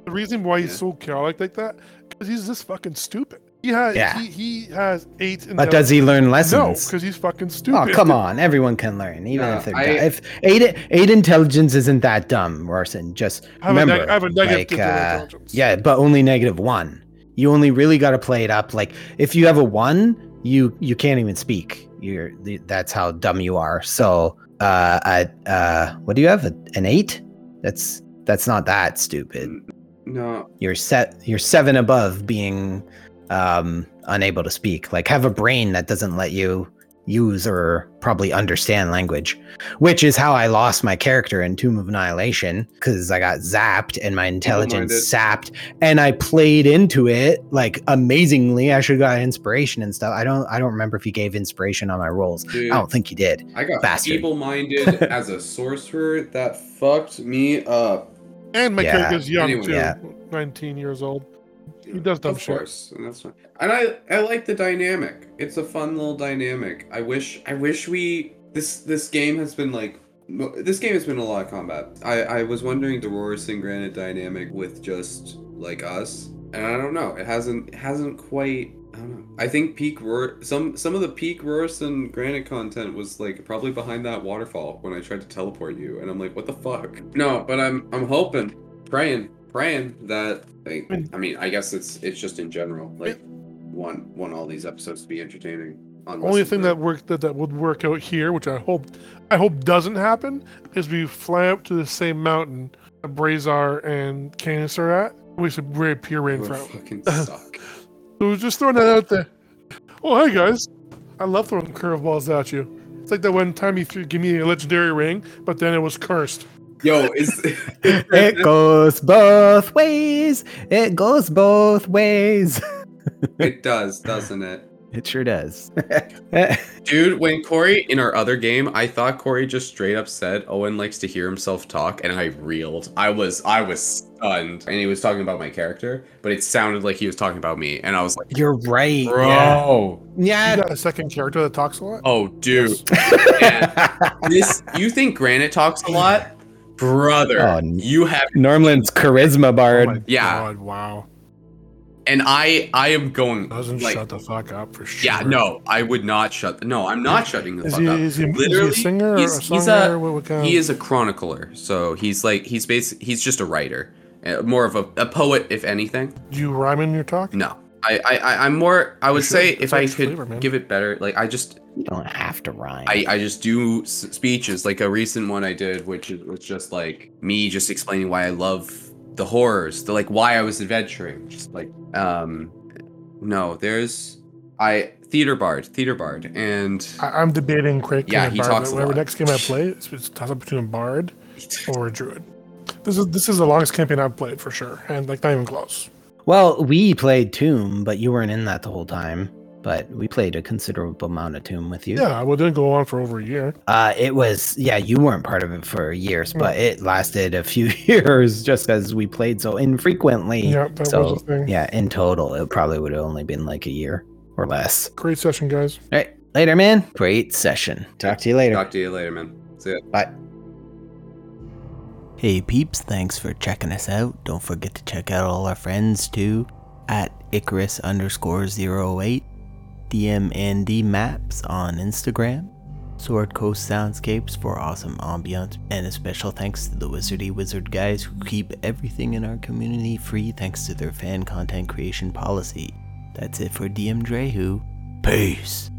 F: The reason why he's
E: Yeah.
F: so chaotic like that because he's just fucking stupid. He has
C: Yeah.
F: he, he has eight.
C: But does he learn
F: No,
C: lessons?
F: because he's fucking stupid.
C: Oh come on! Everyone can learn, even
E: Yeah,
C: if they're
E: I-
C: dumb. if eight eight intelligence isn't that dumb, Orson. Just
F: I have,
C: remember,
F: a neg- I have a negative
C: like, uh,
F: intelligence.
C: yeah, but only negative one. You only really got to play it up. Like if you have a one, you you can't even speak. You're th- that's how dumb you are. So uh, I, uh, what do you have? A, an eight? That's that's not that stupid.
E: No,
C: You're set. You're seven above being um unable to speak, like have a brain that doesn't let you use or probably understand language, which is how I lost my character in Tomb of Annihilation because I got zapped and my intelligence
E: Double-minded.
C: sapped, and I played into it like amazingly. I should have got inspiration and stuff. I don't. I don't remember if he gave inspiration on my rolls.
E: Dude,
C: I don't think he did.
E: I got
C: Oh, bastard.
E: evil-minded as a sorcerer that fucked me up.
F: And my
C: Yeah.
F: character's young
E: Anyway.
F: too,
C: Yeah.
F: 19 years old. He does dumb
E: of
F: shit.
E: course, and that's fine. And I, I like the dynamic. It's a fun little dynamic. I wish, I wish we this this game has been like mo- this game has been a lot of combat. I, I was wondering the Roris and Granite dynamic with just like us, and I don't know. It hasn't it hasn't quite. I don't know. I think peak roar some some of the peak Roris and Granite content was like probably behind that waterfall when I tried to teleport you, and I'm like, what the fuck? No, but I'm I'm hoping, praying, praying that. Like,
C: Mm.
E: I mean, I guess it's it's just in general. Like, want want all these episodes to be entertaining. on
F: Only
E: Wrestle
F: thing
E: Break.
F: that worked that, that would work out here, which I hope I hope doesn't happen, is we fly up to the same mountain that Brazar and Canis are at. We should wear pure rain
E: would
F: from.
E: fucking suck.
F: So we're just throwing that out there. Oh hey guys. I love throwing curveballs at you. It's like that one time you threw give me a legendary ring, but then it was cursed.
E: Yo, is
C: it goes both ways. It goes both ways.
E: it does, doesn't it?
C: It sure does.
E: Dude, when Corey in our other game, I thought Corey just straight up said Owen likes to hear himself talk, and I reeled. I was I was stunned. And he was talking about my character, but it sounded like he was talking about me, and I was like,
C: You're right.
E: Bro.
C: Yeah.
F: You
C: Yeah.
F: got a second character that talks a lot?
E: Oh dude. Man, this you think Granite talks a lot? Brother,
C: Oh, n-
E: you have
C: Norman's charisma
F: Oh
C: bard.
F: my
E: Yeah.
F: God, wow.
E: and I I am going
F: Doesn't
E: like
F: shut the fuck up for sure.
E: yeah, no, I would not shut. No, I'm not shutting the
F: Is
E: fuck
F: he,
E: up.
F: is, he, is he
E: Literally,
F: a singer
E: he's-
F: or a
E: he's
F: songwriter?
E: a-
F: what, what kind
E: he
F: of-
E: is a chronicler so he's like he's basic he's just a writer Uh, more of a, a poet if anything
F: Do you rhyme in your talk?
E: no i i I- i'm more i would
F: should.
E: say if
F: That's
E: i
F: extra
E: could
F: flavor, man.
E: give it better like i just
C: You don't have to rhyme.
E: I, I just do s- speeches like a recent one I did, which is- was just like me just explaining why I love the horrors, the like why I was adventuring. Just like, um, no, there's I theater bard, theater bard, and
F: I, I'm debating Quake
E: Yeah,
F: and
E: he
F: Bard.
E: talks a
F: Whatever
E: lot.
F: next game I play, it's, it's toss up between a Bard or a Druid. This is this is the longest campaign I've played for sure, and like not even close.
C: well, we played Tomb, but you weren't in that the whole time. But we played a considerable amount of Tomb with you.
F: Yeah, well, it didn't go on for over a year.
C: Uh, it was, yeah, you weren't part of it for years, but it lasted a few years just because we played so infrequently.
F: Yeah, that
C: so,
F: was a thing.
C: yeah, in total, it probably would have only been like a year or less.
F: Great session, guys.
C: All right. Later, man. Great session. Talk to you later.
E: talk to you later, man. See ya.
A: Hey peeps, thanks for checking us out. Don't forget to check out all our friends too at Icarus underscore 08, DMND Maps on Instagram, Sword Coast Soundscapes for awesome ambiance, and a special thanks to the Wizardy Wizard guys who keep everything in our community free thanks to their fan content creation policy. That's it for DM Drehu. Peace.